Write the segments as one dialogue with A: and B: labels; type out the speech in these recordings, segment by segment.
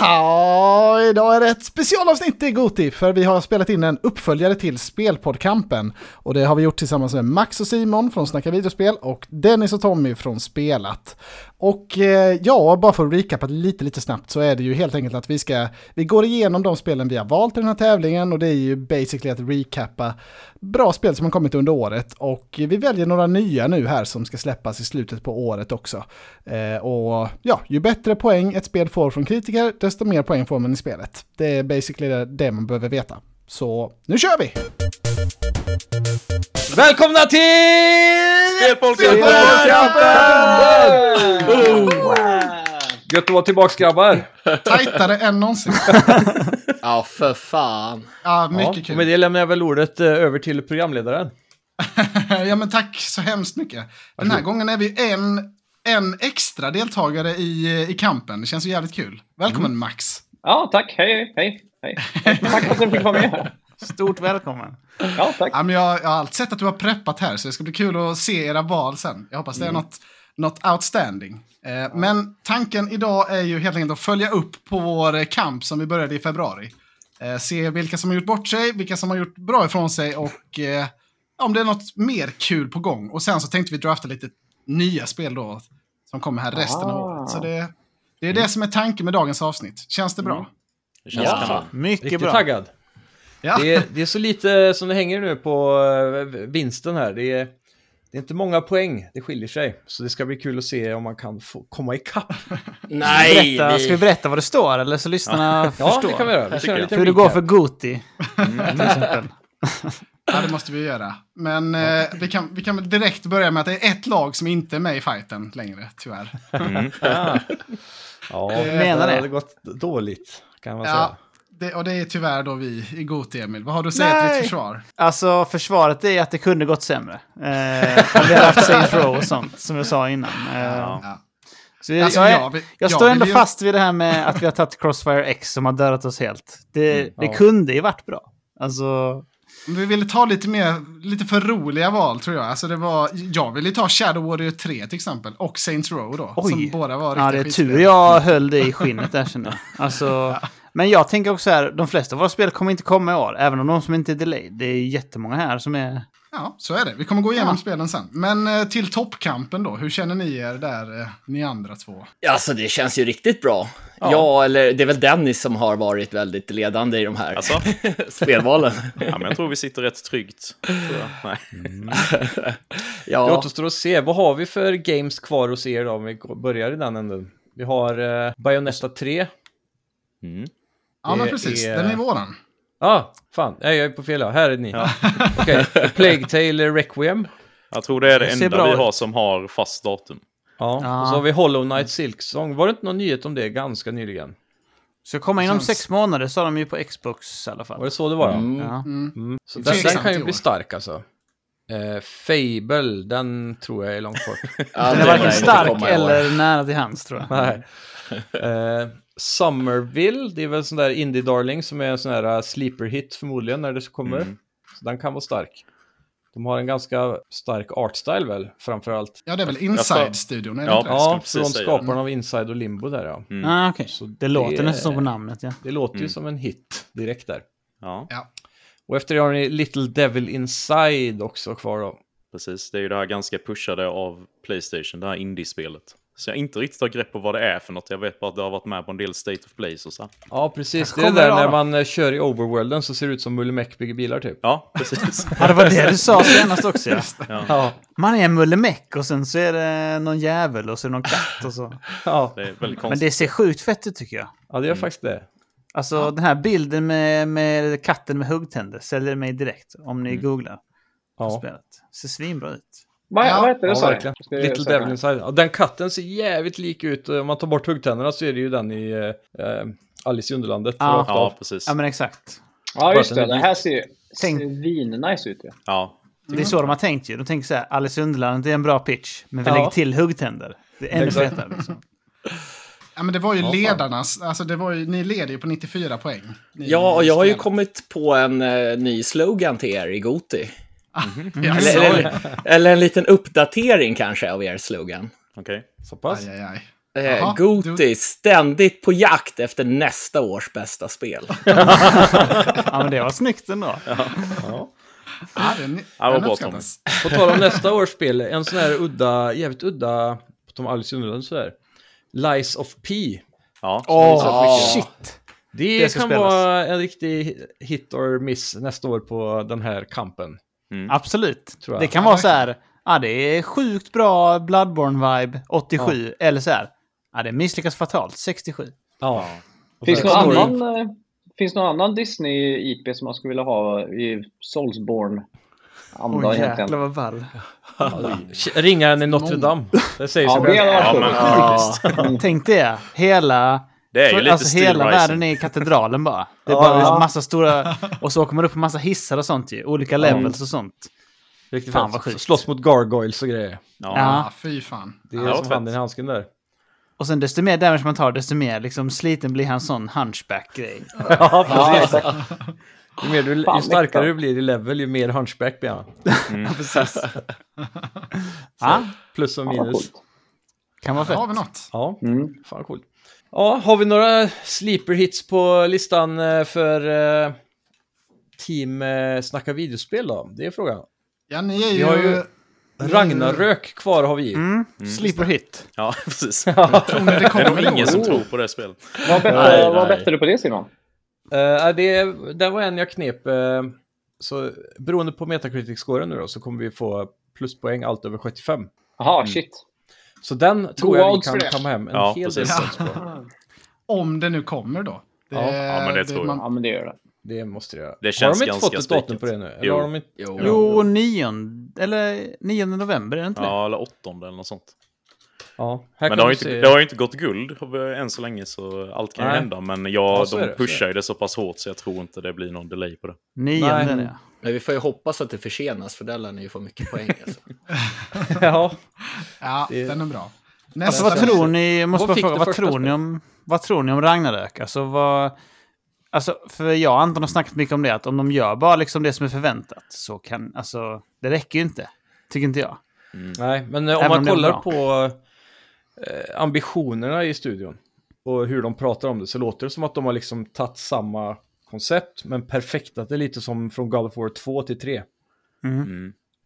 A: Ja, idag är det ett specialavsnitt i Goti, för vi har spelat in en uppföljare till Spelpoddkampen. Och det har vi gjort tillsammans med Max och Simon från Snacka videospel och Dennis och Tommy från Spelat. Och eh, ja, bara för att recapa lite, lite snabbt så är det ju helt enkelt att vi ska, vi går igenom de spelen vi har valt i den här tävlingen och det är ju basically att recapa bra spel som har kommit under året. Och vi väljer några nya nu här som ska släppas i slutet på året också. Eh, och ja, ju bättre poäng ett spel får från kritiker, desto mer poäng får man i spelet. Det är basically det- det man behöver veta. Så nu kör vi!
B: Välkomna till... Gött att vara tillbaks grabbar!
A: Tajtare än någonsin.
C: Ja, för fan.
A: Ja, mycket
B: Ja, och
A: kul.
B: med det lämnar jag väl ordet eh, över till programledaren.
A: Ja men tack så hemskt mycket. Den här gången är vi en, en extra deltagare i, i kampen. Det känns ju jävligt kul. Välkommen Max.
D: Ja, tack. Hej, hej, hej. Tack för att du fick vara med.
E: Stort välkommen.
D: Ja, tack.
A: Ja, men jag, jag har sett att du har preppat här så det ska bli kul att se era val sen. Jag hoppas det är något, något outstanding. Eh, men tanken idag är ju helt enkelt att följa upp på vår eh, kamp som vi började i februari. Eh, se vilka som har gjort bort sig, vilka som har gjort bra ifrån sig och eh, om det är något mer kul på gång. Och sen så tänkte vi drafta lite nya spel då som kommer här resten av
D: Ah.
A: året. Så det, det är det som är tanken med dagens avsnitt. Känns det bra?
C: Det känns
B: Ja.
C: kanon.
E: Mycket
B: Riktigt
E: bra.
B: taggad!
A: Ja.
B: Det är, det är så lite som det hänger nu på eh, vinsten här. Det är, det är inte många poäng, det skiljer sig. Så det ska bli kul att se om man kan få komma ikapp.
C: Nej,
E: berätta,
C: vi-
E: Ska vi berätta vad det står eller så lyssnarna
B: Ja,
E: förstår?
B: det kan vi göra. Vi kör en liten
E: Hur det går
B: recap.
E: för Goti. Till exempel.
A: Ja, det måste vi göra. Men eh, vi, kan, vi kan väl direkt börja med att det är ett lag som inte är med i fighten längre, tyvärr.
B: Ah. Ja,
E: Menar det.
B: hade gått dåligt kan man
A: Ja,
B: säga.
A: det, och det är tyvärr då vi i Goti, Emil. Vad har du att säga till
E: Nej.
A: ditt försvar?
E: Alltså försvaret är att det kunde gått sämre. Eh, om vi hade haft safe row och sånt som jag sa innan. Eh,
A: Ja.
E: så jag,
A: Alltså,
E: jag, är,
A: jag
E: jag,
A: vill- jag
E: står ändå
A: vill ju-
E: fast vid det här med att vi har tagit Crossfire X som har dödat oss helt. Det, det kunde ju varit bra. Alltså,
A: Men Vi ville ta lite mer, lite för roliga val tror jag. Alltså det var, jag ville ta Shadow Warrior 3 till exempel, och Saints Row då.
E: Oj.
A: Som båda var
E: Ja, det
A: riktiga
E: är
A: skitspel.
E: tur jag höll det i skinnet där känner jag. Alltså, men jag tänker också här, de flesta av våra spel kommer inte komma i år, även om de som inte är delayed. Det är jättemånga här som är...
A: Ja, så är det. Vi kommer gå igenom
E: Ja.
A: spelen sen. Men eh, till toppkampen då, hur känner ni er där, eh, ni andra två?
C: Alltså det känns ju riktigt bra. Ja. eller det är väl Dennis som har varit väldigt ledande i de här
F: Alltså,
C: spelvalen.
F: ja, men jag tror vi sitter rätt tryggt. tror jag. Nej.
B: Det
C: ja,
B: återstår att se. Vad har vi för games kvar hos er då om vi går- börjar i den änden? Vi har eh, Bayonetta 3.
A: Ja, men
B: Det
A: precis.
B: är-
A: Den är våran.
B: Ja, ah, fan. Nej, jag är på fel. ja. Här är ni. Okej, Plague Tale Requiem.
F: Jag tror det är det
E: ser
F: enda
E: bra
F: vi
E: ut.
F: har som har fast datum.
B: Ja,
E: Ja.
B: och så har vi Hollow Knight Silksong. Var det inte någon nyhet om det ganska nyligen?
E: Ska komma inom
A: Känns-
E: sex månader, sa de ju på Xbox i alla
B: Var
E: fall.
B: det så det var? ja?
C: Mm.
E: Ja.
B: Så den,
A: Tveksamt
B: den kan
A: i
B: ju
A: år.
B: bli stark alltså. Eh, Fable, den tror jag är långt bort.
C: ja,
E: Den
C: det
E: är
C: lär
E: varken
C: inte
E: stark
C: komma i år.
E: eller nära till hands, tror jag.
B: Nej. Eh, Summerville, det är väl sån där Indie Darling som är en sån här sleeper hit förmodligen när det kommer. Så den kan vara stark. De har en ganska stark artstyle väl, framförallt.
A: Ja, det är väl
F: sa-
A: Inside-studion, är det
F: Ja.
A: inte det?
B: Ja,
F: precis
B: så de
F: säga
B: skaparna av Inside och Limbo där ja.
E: Ah, okej.
B: Så
E: Det
B: det-
E: låter nästan som på namnet, ja.
B: Det låter ju som en hit direkt där.
F: Ja,
A: Ja.
B: Och efter det har ni Little Devil Inside också kvar då.
F: precis. Det är ju det här ganska pushade av Playstation, det här indie-spelet. Så jag inte riktigt har grepp på vad det är för något. Jag vet bara att det har varit med på en del State of Plays och så. här.
B: Ja, precis. Det
E: Här
B: är det
E: kommer
B: där
E: det,
B: när
E: Adam.
B: man eh, kör i overworlden så ser det ut som Mulle Meck bygger bilar typ.
F: Ja, precis.
E: Ja, det var det du sa senast också, ja.
B: Ja,
E: Man är en mullemäck och sen så är det någon jävel och så är det någon katt och så.
B: ja.
F: Det är väldigt
E: Men
F: konstigt.
E: det ser sjukt fett ut, tycker jag.
B: ja det gör faktiskt det.
E: Alltså den här bilden med, med katten med huggtänder säljer mig direkt om ni googlar på
B: Mm. Ja.
E: spelet. Ser svinbra ut.
D: Vad
A: Ja,
D: vad hette det,
B: Ja,
D: sa du?
B: verkligen.
D: Ska jag
B: Little
D: säga?
B: Devil Inside. Ja, den katten ser jävligt lik ut. Om man tar bort huggtänderna så är det ju den i eh, eh, Alice i Underlandet.
E: Ja.
B: rakt av.
F: Ja, precis.
E: Ja men exakt.
D: Ja, just
B: Bara
D: det. Det här ser ju
E: Tänk-
D: svinnice ut. ju.
F: Ja.
E: Det är så de har tänkt ju. De tänker så här, Alice i Underlandet är en bra pitch, men vi
B: Ja.
E: lägger till huggtänder. Det är ännu
B: Exakt.
E: fetare. Liksom.
A: Ja, men det var ju ledarnas, alltså det var ju, ni leder ju på 94 poäng.
F: Mm.
A: Ni,
C: Ja, och jag har ju
A: spelar.
C: kommit på en eh, ny slogan till er i Goti.
A: Ja,
C: Eller,
A: sorry.
C: eller, eller en liten uppdatering kanske av er slogan.
F: Okej.
B: Så pass.
A: Aj, aj, aj. Jaha,
C: Eh, Goti, ständigt på jakt efter nästa års bästa spel.
E: Ja, men det var snyggt ändå.
A: Ja, den,
F: Ja, vad
A: den
F: bra,
A: uppskattas.
B: På tal om nästa års spel, en sån här udda, jävligt udda, på tal om Alice i Underlandet sådär. Lies of P.
F: Ja,
E: Åh, shit!
B: Det,
E: Det ska
B: kan
E: spelas.
B: vara en riktig hit or miss nästa år på den här kampen.
E: Absolut.
B: Tror jag.
E: Det kan vara så här. Ja, det är sjukt bra Bloodborne-vibe 87. Eller så här. Ja, det misslyckas fatalt 67.
B: Ja. Och
D: Finns
B: så
D: någon
B: här story-
D: annan, eh, finns någon annan Disney-IP som man skulle vilja ha i Soulsborne-anda
E: Oj, jäklar
D: egentligen?
E: vad vall.
B: Oj. Ringaren i Notre Dame. Det säger sig
D: Ja, det
B: själv.
D: hade
F: ja
D: varit
F: men
D: coolt.
F: faktiskt.
E: Tänk det. Hela...
F: Det är ju lite
E: alltså,
F: Steel
E: hela
F: Rising.
E: världen är i katedralen bara. Det är
D: Ja.
E: bara massa stora... Och så åker man upp på massa hissar och sånt ju. Olika levels och sånt.
B: Riktigt
E: Fan,
B: fett.
E: vad sjukt.
B: Slåss mot gargoyles och grejer.
F: Ja.
E: Ja.
A: Ah, fy fan.
B: Det är
F: Ja,
B: som
F: fett.
B: handen i handsken där.
E: Och sen desto mer damage man tar, desto mer liksom, sliten blir hans sån hunchback-grej.
D: Ja, exakt.
B: Ju, mer du,
D: Fan,
B: ju starkare
D: mäkta.
B: du blir i level, ju mer hunchback blir han.
E: Ja,
B: Plus och
D: Fan, vad
B: minus.
D: coolt.
E: kan vara
A: Där har vi
E: fett.
A: något.
B: Ja,
D: Mm.
B: fan coolt. Ja, har vi några sleeper hits på listan eh, för eh, team eh, Snacka videospel då? Det är frågan.
A: Ja, ni är ju...
B: Vi har ju-
D: Mm.
B: Ragnarök kvar har vi.
E: Mm. Sleeper hit.
F: ja, precis.
A: Tror ni det
F: Det är
A: kommer
F: nog
A: i år?
F: ingen som tror på det spelet.
D: Vad
F: Nej,
D: bättre, vad
F: nej.
D: bättre du på det Simon?
B: Eh, det, det var en jag knep. eh, så beroende på Metacritic-scoren nu då så kommer vi få pluspoäng allt över 75.
D: Jaha, shit.
B: Så den tror
D: Goa
B: jag vi
D: odds
B: kan
D: för det.
B: kamma hem en
F: Ja,
B: hel
F: precis.
B: del points på.
A: Om det nu kommer då. Det,
B: Ja,
F: ja, men det tror jag.
A: man-
D: Ja, men det gör det.
B: Det måste jag.
F: Det känns
B: har de inte
F: ganska
B: fått ett datum
F: spikat.
B: på det nu? Eller
F: Jo.
B: Har de inte...
E: Jo, 9, eller 9 november, är det inte det?
F: Ja, eller åttonde eller något sånt.
B: Ja, här
F: Men
B: kan
F: det har,
B: vi
F: ju inte,
B: se.
F: det har ju inte gått guld än så länge, så allt kan ju
B: Nej.
F: hända. Men
B: Ja,
F: jag,
B: så är
F: de
B: det,
F: pushar
B: så
F: ju det så pass hårt så jag tror inte det blir någon delay på det.
E: 9,
B: Nej. Alltså,
E: det.
C: Men vi får ju hoppas att det försenas, för där lär ni ju få mycket poäng. Alltså.
B: ja.
A: Ja,
B: Det-
A: den är bra.
E: Alltså
A: Nästa.
E: vad tror ni, jag måste
B: Vad
E: bara
B: fick
E: fråga,
B: det
E: vad
B: första
E: tror ni,
B: spelet?
E: om, vad tror ni om Ragnarök? Alltså vad... Alltså, för jag och Anton har snackat mycket om det, att om de gör bara liksom det som är förväntat så kan, alltså, det räcker ju inte. Tycker inte jag.
F: Mm.
B: Nej, men eh, om
E: Även
B: man
E: om det är
B: kollar
E: bra.
B: på eh, ambitionerna i studion och hur de pratar om det så låter det som att de har liksom tagit samma koncept men perfektat det lite som från God of War 2 till 3.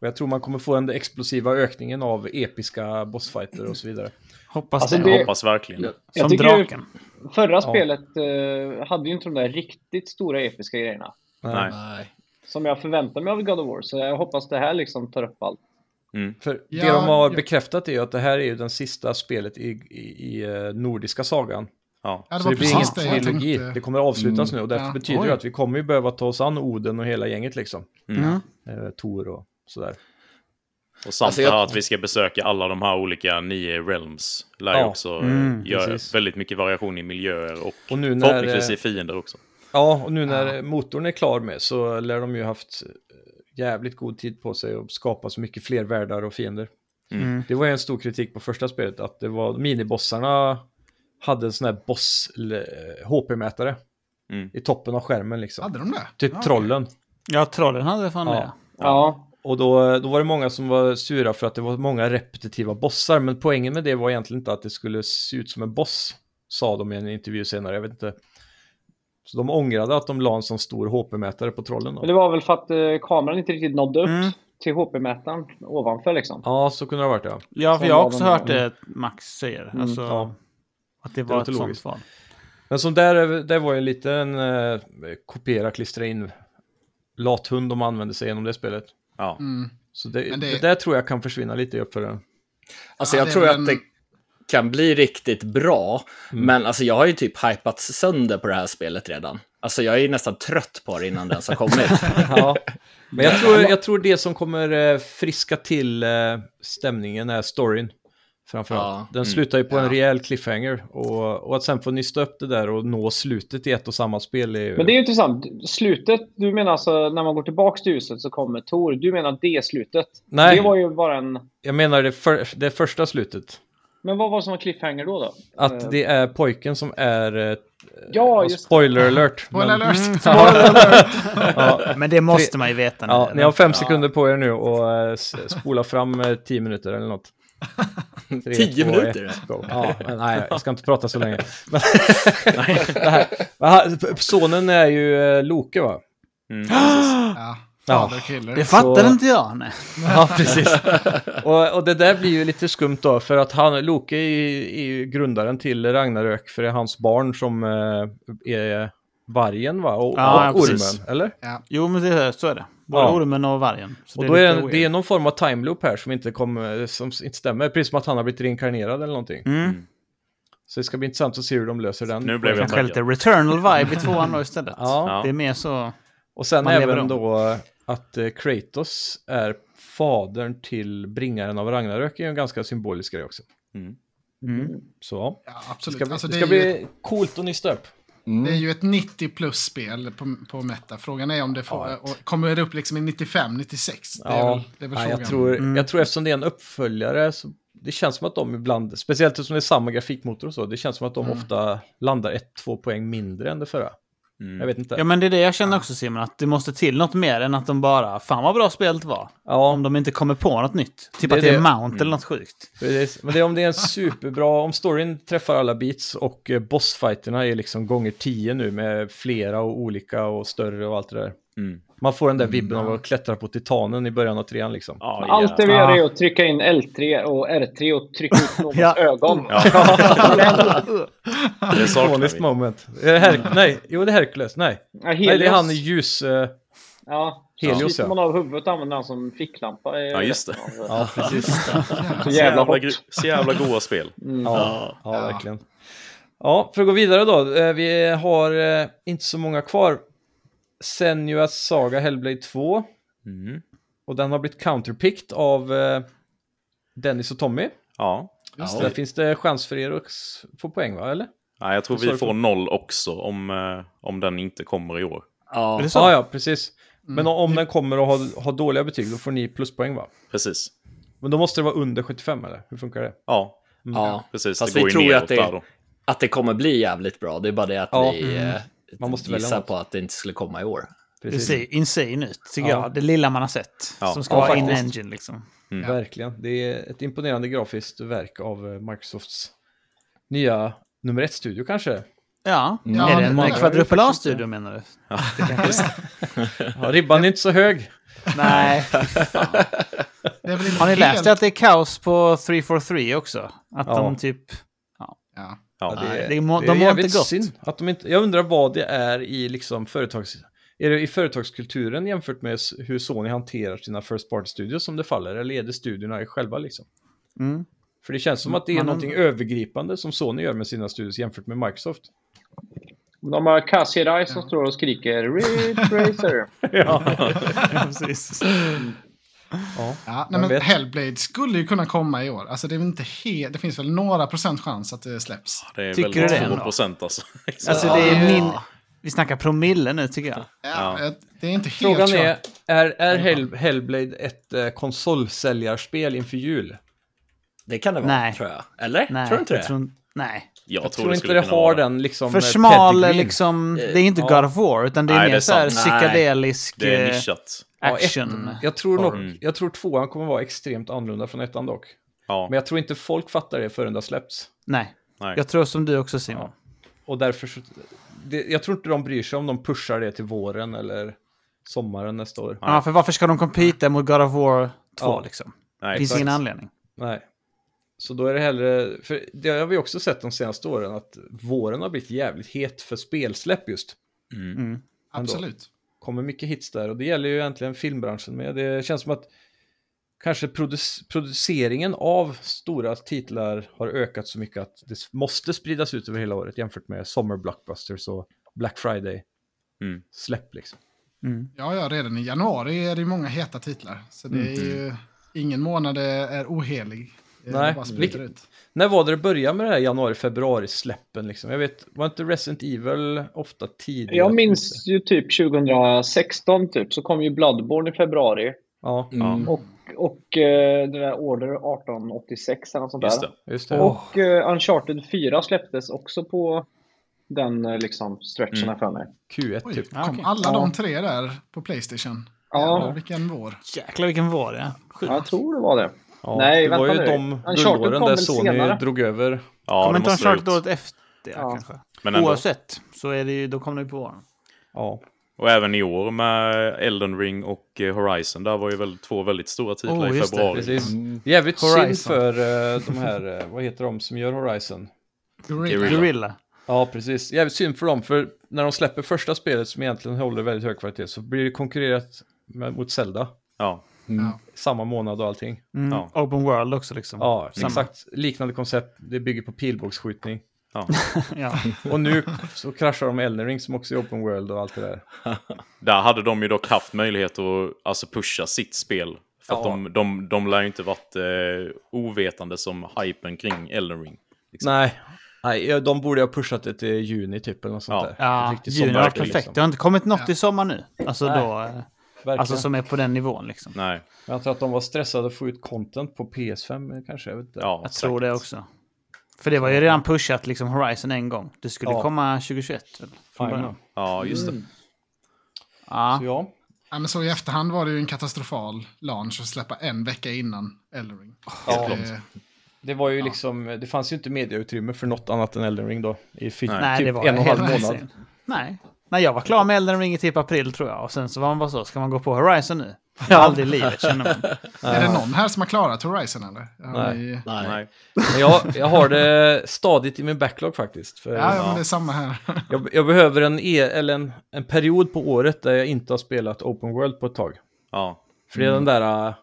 B: Och jag tror man kommer få den explosiva ökningen av episka bossfighter och så vidare.
E: Hoppas
D: Alltså,
E: det.
F: Jag
D: det-
F: hoppas verkligen det.
E: Som
D: Jag tycker ju-
E: draken.
D: Förra spelet eh, hade ju inte de där riktigt stora episka grejerna.
B: Eh,
F: Nej.
C: Nej.
D: Som jag förväntar mig av God of War. Så jag hoppas det här liksom tar upp allt.
B: För
A: Ja,
B: det de har
A: ja.
B: bekräftat är ju att det här är ju den sista spelet i, i, i eh, nordiska sagan.
F: Ja.
A: Ja, det
B: Så
A: var
B: det blir ingen
A: precis det jag
B: trilogi.
A: tänkte.
B: Det kommer avslutas nu och därför
A: Ja.
B: betyder
A: Oj.
B: det att vi kommer ju behöva ta oss an Oden och hela gänget liksom.
E: Mm.
B: Eh, Tor och sådär.
F: Och samt
C: Alltså, jag-
F: det här att vi ska besöka alla de här olika nio realms lär ju
B: Ja.
F: också eh,
E: Mm,
F: göra
B: precis.
F: väldigt mycket variation i miljöer och,
B: Och nu när,
F: förhoppningsvis
B: eh,
F: i fiender också.
B: Ja, och nu när motorn är klar med så lär de ju haft eh, jävligt god tid på sig att skapa så mycket fler världar och fiender.
E: Mm.
B: Det var ju en stor kritik på första spelet att det var minibossarna hade en sån här boss eh, HP-mätare
F: Mm.
B: i toppen av skärmen liksom.
A: Hade de det?
B: Typ
A: Ja,
B: trollen.
E: Ja, trollen hade fan
B: Ja.
E: det.
D: Ja,
B: Och då, då var det många som var sura för att det var många repetitiva bossar, men poängen med det var egentligen inte att det skulle se ut som en boss, sa de i en intervju senare, jag vet inte. Så de ångrade att de la en sån stor HP-mätare på trollen. Då.
D: men det var väl för att eh, kameran inte riktigt nådde upp
E: Mm.
D: till HP-mätaren ovanför liksom.
B: Ja, så kunde det ha varit ja.
E: Ja, för
D: Som
E: jag har
D: var
E: också
D: den- Mm.
E: hört det Max säger. alltså,
B: ja.
E: Att det
B: Det
E: var
B: låter
E: ett sånt
B: logiskt.
E: val.
B: Men som där, där var ju en liten eh, kopiera, klistra in lathund de använde sig genom det spelet.
F: Ja.
A: Mm.
B: Så det, det...
A: Men det-
B: där tror jag kan försvinna lite i uppföljaren.
C: Alltså,
A: Ja,
C: jag
A: det är
C: tror
A: väl
C: att
A: en-
C: det kan bli riktigt bra,
B: Mm.
C: men alltså, jag har ju typ hypats sönder på det här spelet redan. Alltså, jag är ju nästan trött på det innan det ens har kommit.
B: Ja. Men jag tror, jag tror det som kommer eh, friska till eh, stämningen är storyn. Framförallt.
C: Ja,
B: Den slutar ju på en rejäl cliffhanger. Och, och att sen få nysta upp det där och nå slutet i ett och samma spel är ju...
D: Men det är ju intressant. Slutet, du menar alltså när man går tillbaks till huset så kommer Tor. Du menar det slutet?
B: Nej.
D: Det var ju bara en...
B: Jag menar det, för, det första slutet.
D: Men vad var det som var cliffhanger då? då? Eh,
B: Att det är pojken som är... Eh,
D: Ja, just det.
B: spoiler alert.
A: Spoiler
B: men-
A: alert!
B: Ja,
E: Men det måste man ju veta nu.
B: ja, ni
E: eller?
B: har fem sekunder på er nu och eh, s- spola fram eh, tio minuter eller något. Tre,
C: Tio
B: två,
C: minuter?
B: ett, go. Ja, men nej, jag ska inte prata så länge. Men, nej, det här. Men han- Sonen är ju eh, Loke, va?
F: Mm, precis.
A: Ja. Father
E: Det
A: killer.
E: fattar
B: Så-
E: inte jag. Nej.
B: Ja, precis. och, och det där blir ju lite skumt då, för att han, Loke är, ju- är ju grundaren till Ragnarök, för det är hans barn som eh, är vargen, va? Och,
E: Ja,
B: och
E: ja,
B: ormen,
E: precis.
B: eller?
E: Jo, men det, är- så är det. Både
B: Ja.
E: ormen och vargen. Så
B: och då är
E: lite
B: det,
E: weird.
B: det är någon form av time loop här som inte, kommer som inte stämmer, precis som att han har blivit reinkarnerad eller någonting.
E: Mm.
B: Så det ska bli intressant att se hur de löser den.
F: Nu blev jag
E: Kanske
F: taggad.
E: lite returnal vibe i tvåan då istället.
B: Ja.
E: Det är mer så...
B: Och sen
E: Man lever
B: även
E: om.
B: då att eh, Kratos är fadern till bringaren av Ragnarök är ju en ganska symbolisk grej också.
F: Mm.
E: Mm.
B: Så
A: Ja,
B: det
A: absolut.
B: ska, bli-
A: Alltså,
B: det
A: det,
B: ska
A: är ju,
B: bli coolt att nysta upp.
A: det är
B: Mm.
A: ju ett 90 plus spel på, på Meta. Frågan är om det får,
B: Ja.
A: och kommer det upp liksom i 95, 96. Det är väl, det är väl
B: ja,
A: frågan.
B: jag, tror,
E: Mm.
B: jag tror eftersom det är en uppföljare så det känns som att de ibland, speciellt eftersom det är samma grafikmotor och så, det känns som att de ofta landar ett, två poäng mindre än det förra.
F: Mm.
B: Jag vet inte.
E: Ja, men det är det jag känner också Simon, att det måste till något mer än att de bara “Fan vad bra spelet var”.
B: Ja,
E: Om de inte kommer på något nytt. Typ
B: Det är
E: att det är
B: det. mm.
E: Mount eller något sjukt.
B: Precis. Men det är om det är en superbra, om storyn träffar alla beats och eh, bossfighterna är liksom gånger tio nu med flera och olika och större och allt det där.
F: Mm.
B: Man får den där vibben av att klättra på titanen i början av trean liksom.
F: Ja,
D: Allt det vi
E: Ja.
D: gör är att trycka in L3 och R3 och trycka ut någons
E: Ja.
D: ögon.
F: det saknar
B: Ikoniskt
F: vi.
B: moment. Eh, Her- nej, jo det är Hercules, nej.
D: Ja,
B: Nej,
D: Helios.
B: det är han i ljus... eh,
D: ja.
B: Helios,
D: Sliter
B: ja.
D: man av huvudet och använder han som ficklampa. Eh,
F: Ja, just det.
B: ja, precis.
D: Så
F: Så
D: jävla
F: jävla,
D: hot.
F: gr- så jävla goa spel.
B: Ja, ja, verkligen. Ja, för att gå vidare då. eh, Vi har eh, inte så många kvar. Senuas Saga Hellblade 2.
F: Mm.
B: Och den har blivit counterpicked av eh, Dennis och Tommy.
F: Ja.
B: Så där finns det chans för er att s- få poäng va, eller?
F: Nej, jag tror
B: Vad sa
F: vi
B: du?
F: får noll också om, eh, om den inte kommer i år.
C: Ja.
E: Är det så?
B: Ja, ah, ja, precis. Men om- om den kommer och har, har dåliga betyg, då får ni pluspoäng va?
F: Precis.
B: Men då måste det vara under 75 eller? Hur funkar det?
F: Ja,
C: ja.
F: precis.
C: Fast
F: det
C: vi
F: går ju
C: tror ju
F: neråt
C: att det-
F: där då.
C: Att det kommer bli jävligt bra, det är bara det att
B: Ja.
C: vi eh,
B: Man måste välja
C: gissar
B: något.
C: på att det inte skulle komma i år.
E: Det ser insane ut, tycker
B: Ja.
E: jag. Det lilla man har sett.
F: Ja.
E: Som ska
B: Ja,
E: vara in
B: faktiskt.
E: engine liksom.
B: Ja. Verkligen. Det är ett imponerande grafiskt verk av eh, Microsofts nya nummer ett-studio kanske.
E: Ja.
A: Ja,
E: är det
A: det är
E: en
A: det
E: kvadrupel
B: faktiskt
E: A-studio menar du?
B: Ja, ribban är inte så hög.
E: Nej.
A: Det är väl inte
E: Har ni
A: helt-
E: läst det att det är kaos på 343 också? Att
B: Ja.
E: de typ...
A: Ja.
F: Ja,
B: Ja, det,
E: det är må- de
B: är
E: mår
B: jävligt
E: inte gott.
B: Att de inte, jag undrar vad det är i liksom företags... Är det i företagskulturen jämfört med s- hur Sony hanterar sina First Party-studios som det faller? Eller är det studierna själva liksom?
E: Mm.
B: För det känns som att det är
E: Man-
B: någonting övergripande som Sony gör med sina studios jämfört med Microsoft.
D: De har Kassirai som står och skriker Ridge Racer.
E: Precis.
B: Ja,
A: Ja,
B: Jag
A: nej, men
B: vet.
A: Hellblade skulle ju kunna komma i år. Alltså det, är väl inte he- det finns väl några procent chans att det släpps.
F: det är
E: Tycker
F: väl
E: du det ändå?
F: 2 procent alltså.
E: Alltså
A: Ja.
E: det är min... Vi snackar promille nu tycker jag.
A: Ja. Det är inte helt
B: Frågan
A: kört.
B: är, är, är Hell, Hellblade ett eh, konsolsäljarspel inför jul?
C: Det kan det vara,
E: Nej.
C: tror jag. Eller?
E: Nej,
C: tror du inte
E: jag
C: det?
E: tror inte- Nej.
F: jag,
B: Jag
F: tror,
B: tror
F: det
B: inte
F: skulle
B: det
F: kunna
B: har
F: vara
B: den liksom...
E: För
B: eh,
E: smal
B: pedigreen.
E: liksom... Det är inte God of War, utan det är
F: Nej,
E: mer
F: det är
E: så här
F: sant.
C: Nej.
E: psykedelisk
F: Det är
E: eh,
F: nischat.
B: Ja,
E: action.
B: ettan. Jag tror, nog,
F: Mm.
B: jag tror tvåan kommer vara extremt annorlunda från ettan dock.
F: Ja,
B: Men jag tror inte folk fattar det förrän det har släppts.
E: Nej.
F: nej.
E: Jag tror som du också Simon.
B: Och därför så, det, Jag tror inte de bryr sig om de pushar det till våren eller sommaren nästa år.
E: Ja, för varför ska de compete mot God of War 2
B: Ja.
E: liksom?
F: nej,
E: Det finns
F: exakt.
E: ingen anledning.
B: Nej. Så då är det hellre... För det har vi också sett de senaste åren att våren har blivit jävligt het för spelsläpp just.
A: Absolut.
B: kommer mycket hits där och det gäller ju egentligen filmbranschen med. Det känns som att kanske produc- produceringen av stora titlar har ökat så mycket att det s- måste spridas ut över hela året jämfört med sommarblockbusters och Black Friday.
F: Mm.
B: Släpp liksom.
A: Ja, ja, redan i januari är det ju många heta titlar. Så det
B: Mm.
A: är ju ingen månad är ohelig. Det
B: Nej,
A: bara sprutar
B: vilket-
A: ut.
B: När var det det började med det här januari-februari-släppen liksom? Jag vet, var inte Resident Evil ofta tidigare?
D: Jag minns ju typ 2016 typ, så kom ju Bloodborne i februari.
B: Ja,
F: Ja,
D: Och, och eh, det där Order 1886 eller något sånt
F: just
D: där.
F: det.
B: just det.
D: Och eh, Uncharted 4 släpptes också på den eh, liksom stretchen här för mig.
B: Q1
A: Oj,
B: typ.
A: kom alla de tre där på Playstation?
D: Ja.
A: Jävlar, vilken vår.
E: Jäklar vilken vår det är.
D: Ja, jag tror det var det.
B: Ja,
D: Nej,
B: det var ju
D: vänta nu.
B: de
D: Uncharted
B: guldåren
D: kom
B: där
D: väl
B: Sony
D: senare?
B: drog över.
F: Ja,
E: Kommer
F: det
E: inte
F: måste det ha
E: Uncharted
F: gjort.
E: året efter
D: Ja.
E: kanske?
F: Men ändå.
E: Oavsett, så är det ju, då kommer det ju på våren.
B: Ja.
F: Och även i år med Elden Ring och eh, Horizon. Där var ju väl två väldigt stora titlar
E: Oh,
F: i
E: just det,
F: februari.
B: Precis. Jävligt
E: Mm. Horizon.
B: synd för eh, de här, eh, vad heter de som gör Horizon?
F: Guerrilla.
E: Gorilla.
B: Ja, precis. Jävligt synd för dem, för när de släpper första spelet som egentligen håller väldigt hög kvalitet så blir det konkurrerat med, mot Zelda.
F: Ja.
B: Samma månad och allting.
E: Mm.
F: Ja.
E: Open World också liksom.
B: Ja,
E: Samma.
B: exakt. Liknande koncept, det bygger på pilbågsskjutning.
F: ja.
E: ja.
B: Och nu så kraschar de med Elden Ring som också är open world och allt det där.
F: Där hade de ju dock haft möjlighet att alltså, pusha sitt spel. För att
B: Ja.
F: de, de, de lär ju inte varit eh, ovetande som hypen kring Elden Ring.
B: Nej. Nej, de borde ha pushat det till juni typ eller något sånt
F: Ja.
B: där. Ett
E: ja
B: riktigt
E: juni var
B: sommarkrig,
E: perfekt.
B: liksom.
E: Det har inte kommit något i sommar nu. Alltså
B: Nej.
E: då. eh,
B: Verkligen.
E: Alltså som är på den nivån liksom.
F: Nej,
B: Jag antar att de var stressade att få ut content på PS5 kanske. Jag vet inte.
F: ja.
E: Jag
F: säkert.
E: tror det också. För det var ju redan pushat liksom Horizon en gång. Det skulle
B: Ja.
E: komma 2021. väl, Från
B: Jajamän.
E: början.
F: Ja, just
B: Mm.
F: det.
E: Ja.
B: Så ja.
A: Ja, men så i efterhand var det ju en katastrofal launch att släppa en vecka innan Elden Ring. Eh,
B: Ja.
A: Det-
B: Det var ju liksom, det fanns ju inte mediautrymme för något annat än Elden Ring då. I fi-
F: Nej.
E: Nej,
B: typ
E: det var
B: en och en halv
E: helt
B: månad.
E: insane. Nej. Nej, jag var klar med Elden Ring i typ april tror jag. Och sen så var man bara så, ska man gå på Horizon nu? Aldrig i livet känner man.
A: Är det någon här som har klarat Horizon eller? Har
B: Nej.
A: ni-
C: Nej.
F: Nej.
B: Men jag, jag har det stadigt i min backlog faktiskt. För
A: Ja, ja, men det är samma här.
B: jag, jag behöver en, e, eller en, en period på året där jag inte har spelat Open World på ett tag.
F: Ja.
B: För det är den där uh,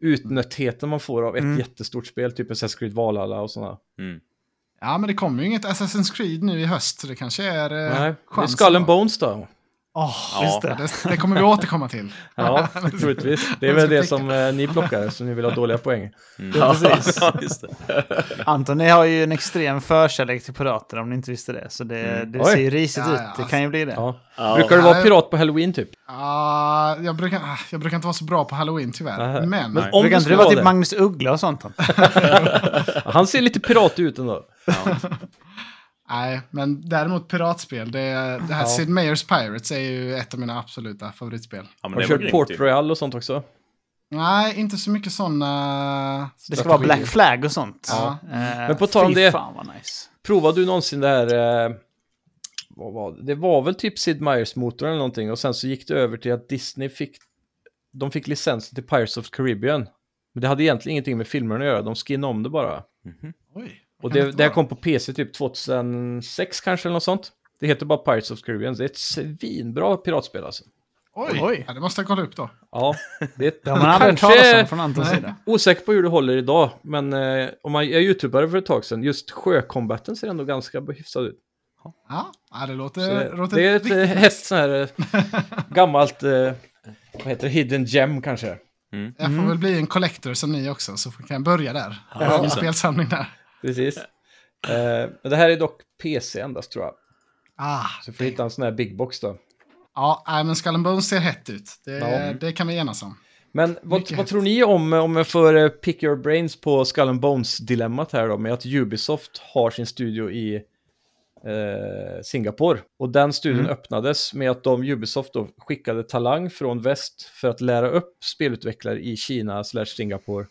B: utnöttheten man får av ett jättestort spel, typ Assassin's Creed Valhalla och sådana.
F: Mm.
A: Ja, men det kommer ju inget Assassin's Creed nu i höst, så det kanske är eh,
B: Nej, det är
A: chansen
B: Skull and
A: då.
B: Bones då.
A: Åh,
F: Ja.
E: Just det.
A: det, det kommer vi återkomma till.
B: Ja, troligtvis. Det är
A: Jag
B: väl
A: ska
B: det
A: tänka.
B: som eh, ni plockar, så ni vill ha dåliga poäng.
E: Ja, precis.
F: Mm. Ja, just det.
E: Anton, ni har ju en extrem förkärlek till pirater om ni inte visste det. Så det, det
B: Mm. Oj.
E: ser ju risigt
A: Ja,
E: ut.
A: ja,
E: Det kan ju bli det.
B: Ja.
C: Ja.
B: Brukar du vara
A: Nej.
B: pirat på Halloween typ?
A: Ah, jag, brukar, ah, jag brukar inte vara så bra på halloween tyvärr.
B: Nej.
A: Men,
B: Men om
E: Brukar
B: du
E: inte det
B: skulle
E: vara
B: vara
E: typ
B: det,
E: Magnus Uggla och sånt? Anton?
B: han ser lite pirat ut ändå.
A: nej, men däremot piratspel. Det, det här
B: Ja.
A: Sid Meier's Pirates är ju ett av mina absoluta favoritspel.
F: Ja, men
B: Har
F: det
B: du
F: var
B: kört
F: grymt
B: Port
F: ju.
B: Royal och sånt också?
A: Nej, inte så mycket sådana...
E: Det ska vara Black Flag och sånt.
A: Ja.
E: Men
B: på tal om det-
E: fan vad nice.
B: Provade du någonsin det här... Eh, vad var det? det var väl typ Sid Meier's-motorn eller någonting och sen så gick det över till att Disney fick... De fick licensen till Pirates of the Caribbean. Men det hade egentligen ingenting med filmerna att göra, de skinnade om det bara.
A: Oj, kan
B: Och det,
A: detta
B: det här
A: vara?
B: kom på PC typ 2006 kanske eller något sånt. Det heter bara Pirates of the Caribbean, det är ett svinbra piratspel alltså.
A: Oj,
E: Oj.
A: Ja, det måste jag kolla upp då.
B: Ja, det är ett,
E: Det har man aldrig hört
B: kanske-
E: talas om från Antons
A: Nej.
E: sida.
B: Osäker på hur det håller idag, men eh, om man, jag youtubade för ett tag sedan, just sjökombatten ser ändå ganska hyfsad ut.
A: Ja, ja det låter...
B: Så det,
A: låter
B: det är ett
A: riktigt-
B: eh, hett sån här eh, gammalt, eh, vad heter det, hidden gem kanske.
A: Jag
B: Mm.
A: får väl bli en collector som ni också, så kan jag börja där. Jag har min spelsamling där.
B: Precis. Eh, men det här är dock PC endast tror jag.
A: Ah,
B: Så får vi hitta en sån här big box då.
A: ja, nej, men Skull and Bones ser hett ut. Det,
B: Ja.
A: det kan vi enas om.
B: Men vad,
A: Mycket
B: vad
A: hett.
B: tror ni om, om jag får eh, pick your brains på Skull and Bones-dilemmat här då, med att Ubisoft har sin studio i eh, Singapore. Och den studion
D: Mm.
B: öppnades med att de, Ubisoft då, skickade talang från väst för att lära upp spelutvecklare i Kina slash Singapore.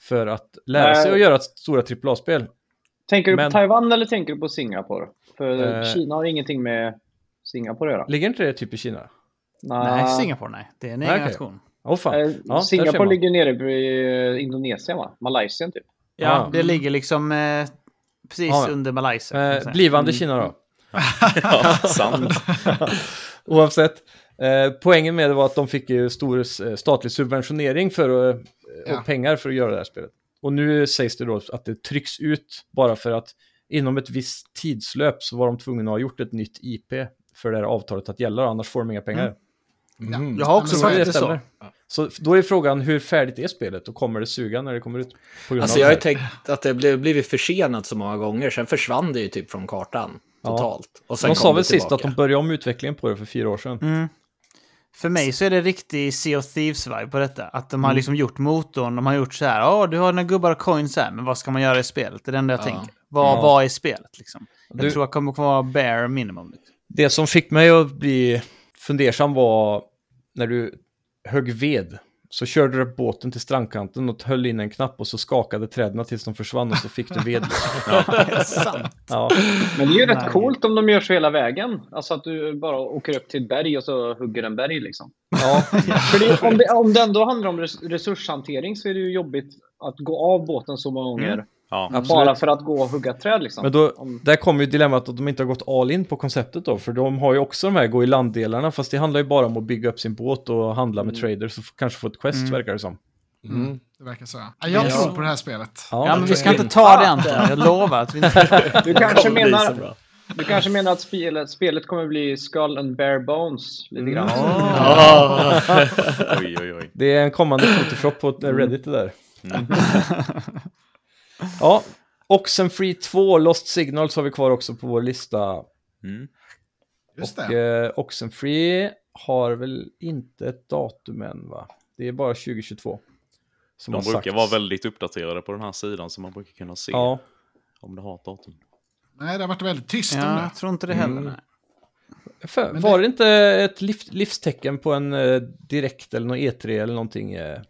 B: För att lära
D: Nej.
B: sig att göra stora AAA-spel.
D: Tänker du
B: Men-
D: på Taiwan eller tänker du på Singapore? För
B: Eh.
D: Kina har ingenting med Singapore att göra.
B: Ligger inte det typ i Kina?
E: Nej,
D: Nja,
E: Singapore nej. Det är en
B: Nej,
E: egen
B: okej.
E: nation.
B: Åh fan.
D: eh,
B: Ja, där ser
D: Singapore
B: man.
D: ligger nere i eh, Indonesien, va? Malaysia, typ.
E: Ja,
B: Ja.
E: det ligger liksom eh, precis
B: Ja, ja.
E: under Malaysia. kan man
B: Eh,
E: säga.
B: blivande
D: Mm.
B: Kina då.
F: Ja, sant.
B: Oavsett. Eh, poängen med det var att de fick ju stor eh, statlig subventionering för, att- eh,
A: Ja.
B: och pengar för att göra det här spelet. Och nu sägs det då att det trycks ut bara för att inom ett visst tidslöp så var de tvungna att ha gjort ett nytt IP för det här avtalet att gälla, annars får de inga pengar.
E: Jag har
A: men
E: också
A: Mm. så är
E: hört
A: det
E: det så.
B: Så då är frågan, hur färdigt är spelet och kommer det suga när det kommer ut? På grund
C: Alltså
B: av
C: jag
B: det
C: har
B: här?
C: ju tänkt att det blev, blivit försenat så många gånger, sen försvann det ju typ från kartan totalt. Och sen
B: de
C: kom
B: sa
C: det
B: väl sist
C: tillbaka.
B: att de började om utvecklingen på det för fyra år sedan.
E: För mig så är det riktig Sea of Thieves-vibe på detta. Att
B: Mm.
E: de har liksom gjort motorn, de har gjort så här, ja du har några gubbar och coins här, men vad ska man göra i spelet? Det är det enda jag tänker. Vad,
B: Ja.
E: vad är spelet liksom? Jag
B: Du-
E: tror jag kommer att vara bare minimum. Liksom.
B: Det som fick mig att bli fundersam var när du högg ved Så körde du upp båten till strandkanten och höll in en knapp och så skakade träden tills de försvann och så fick du ved.
E: Sant.
B: Ja,
D: Men det är ju rätt
E: Nej.
D: coolt om de gör så hela vägen. Alltså att du bara åker upp till ett berg och så hugger en berg liksom.
B: ja.
D: För det, om, det, om det ändå handlar om res- resurshantering så är det ju jobbigt att gå av båten så många gånger.
F: Ja.
B: Mm, absolut.
D: Bara för att gå och hugga träd liksom.
B: Men då,
D: Om-
B: där kommer ju dilemmat att de inte har gått all in på konceptet då, för de har ju också de här gå i landdelarna, fast det handlar ju bara om att bygga upp sin båt och handla med traders och f- kanske få ett quest, verkar det som.
A: Det verkar så. Ja, jag
B: Ja.
A: tror på det här spelet.
B: Ja,
E: Ja, men vi ska
B: det-
E: inte ta det Anton. Jag lovar att vi inte ska
D: Du kanske,
C: kommer bli så
D: menar,
C: bra.
D: du kanske menar att spelet, spelet kommer bli Skull and Bare Bones
B: Mm.
D: lite grann.
C: Ja.
F: Oj, oj, oj.
B: Det är en kommande Photoshop på eh, Reddit det där.
F: Mm.
B: ja, Oxenfree 2, Lost Signals har vi kvar också på vår lista.
F: Mm.
A: Just
B: Och
A: det.
B: eh, Oxenfree har väl inte ett datum än, va? Det är bara 2022. Som
F: De
B: har
F: brukar
B: sagts.
F: vara väldigt uppdaterade på den här sidan så man brukar kunna se
B: Ja,
F: om det har ett datum.
A: Nej, det har varit väldigt tyst om
E: Ja,
A: det.
E: jag tror inte det heller.
B: Mm.
E: nej.
B: För,
A: Men det-
B: var det inte ett liv, livstecken på en eh, direkt eller någon E3 eller någonting eh,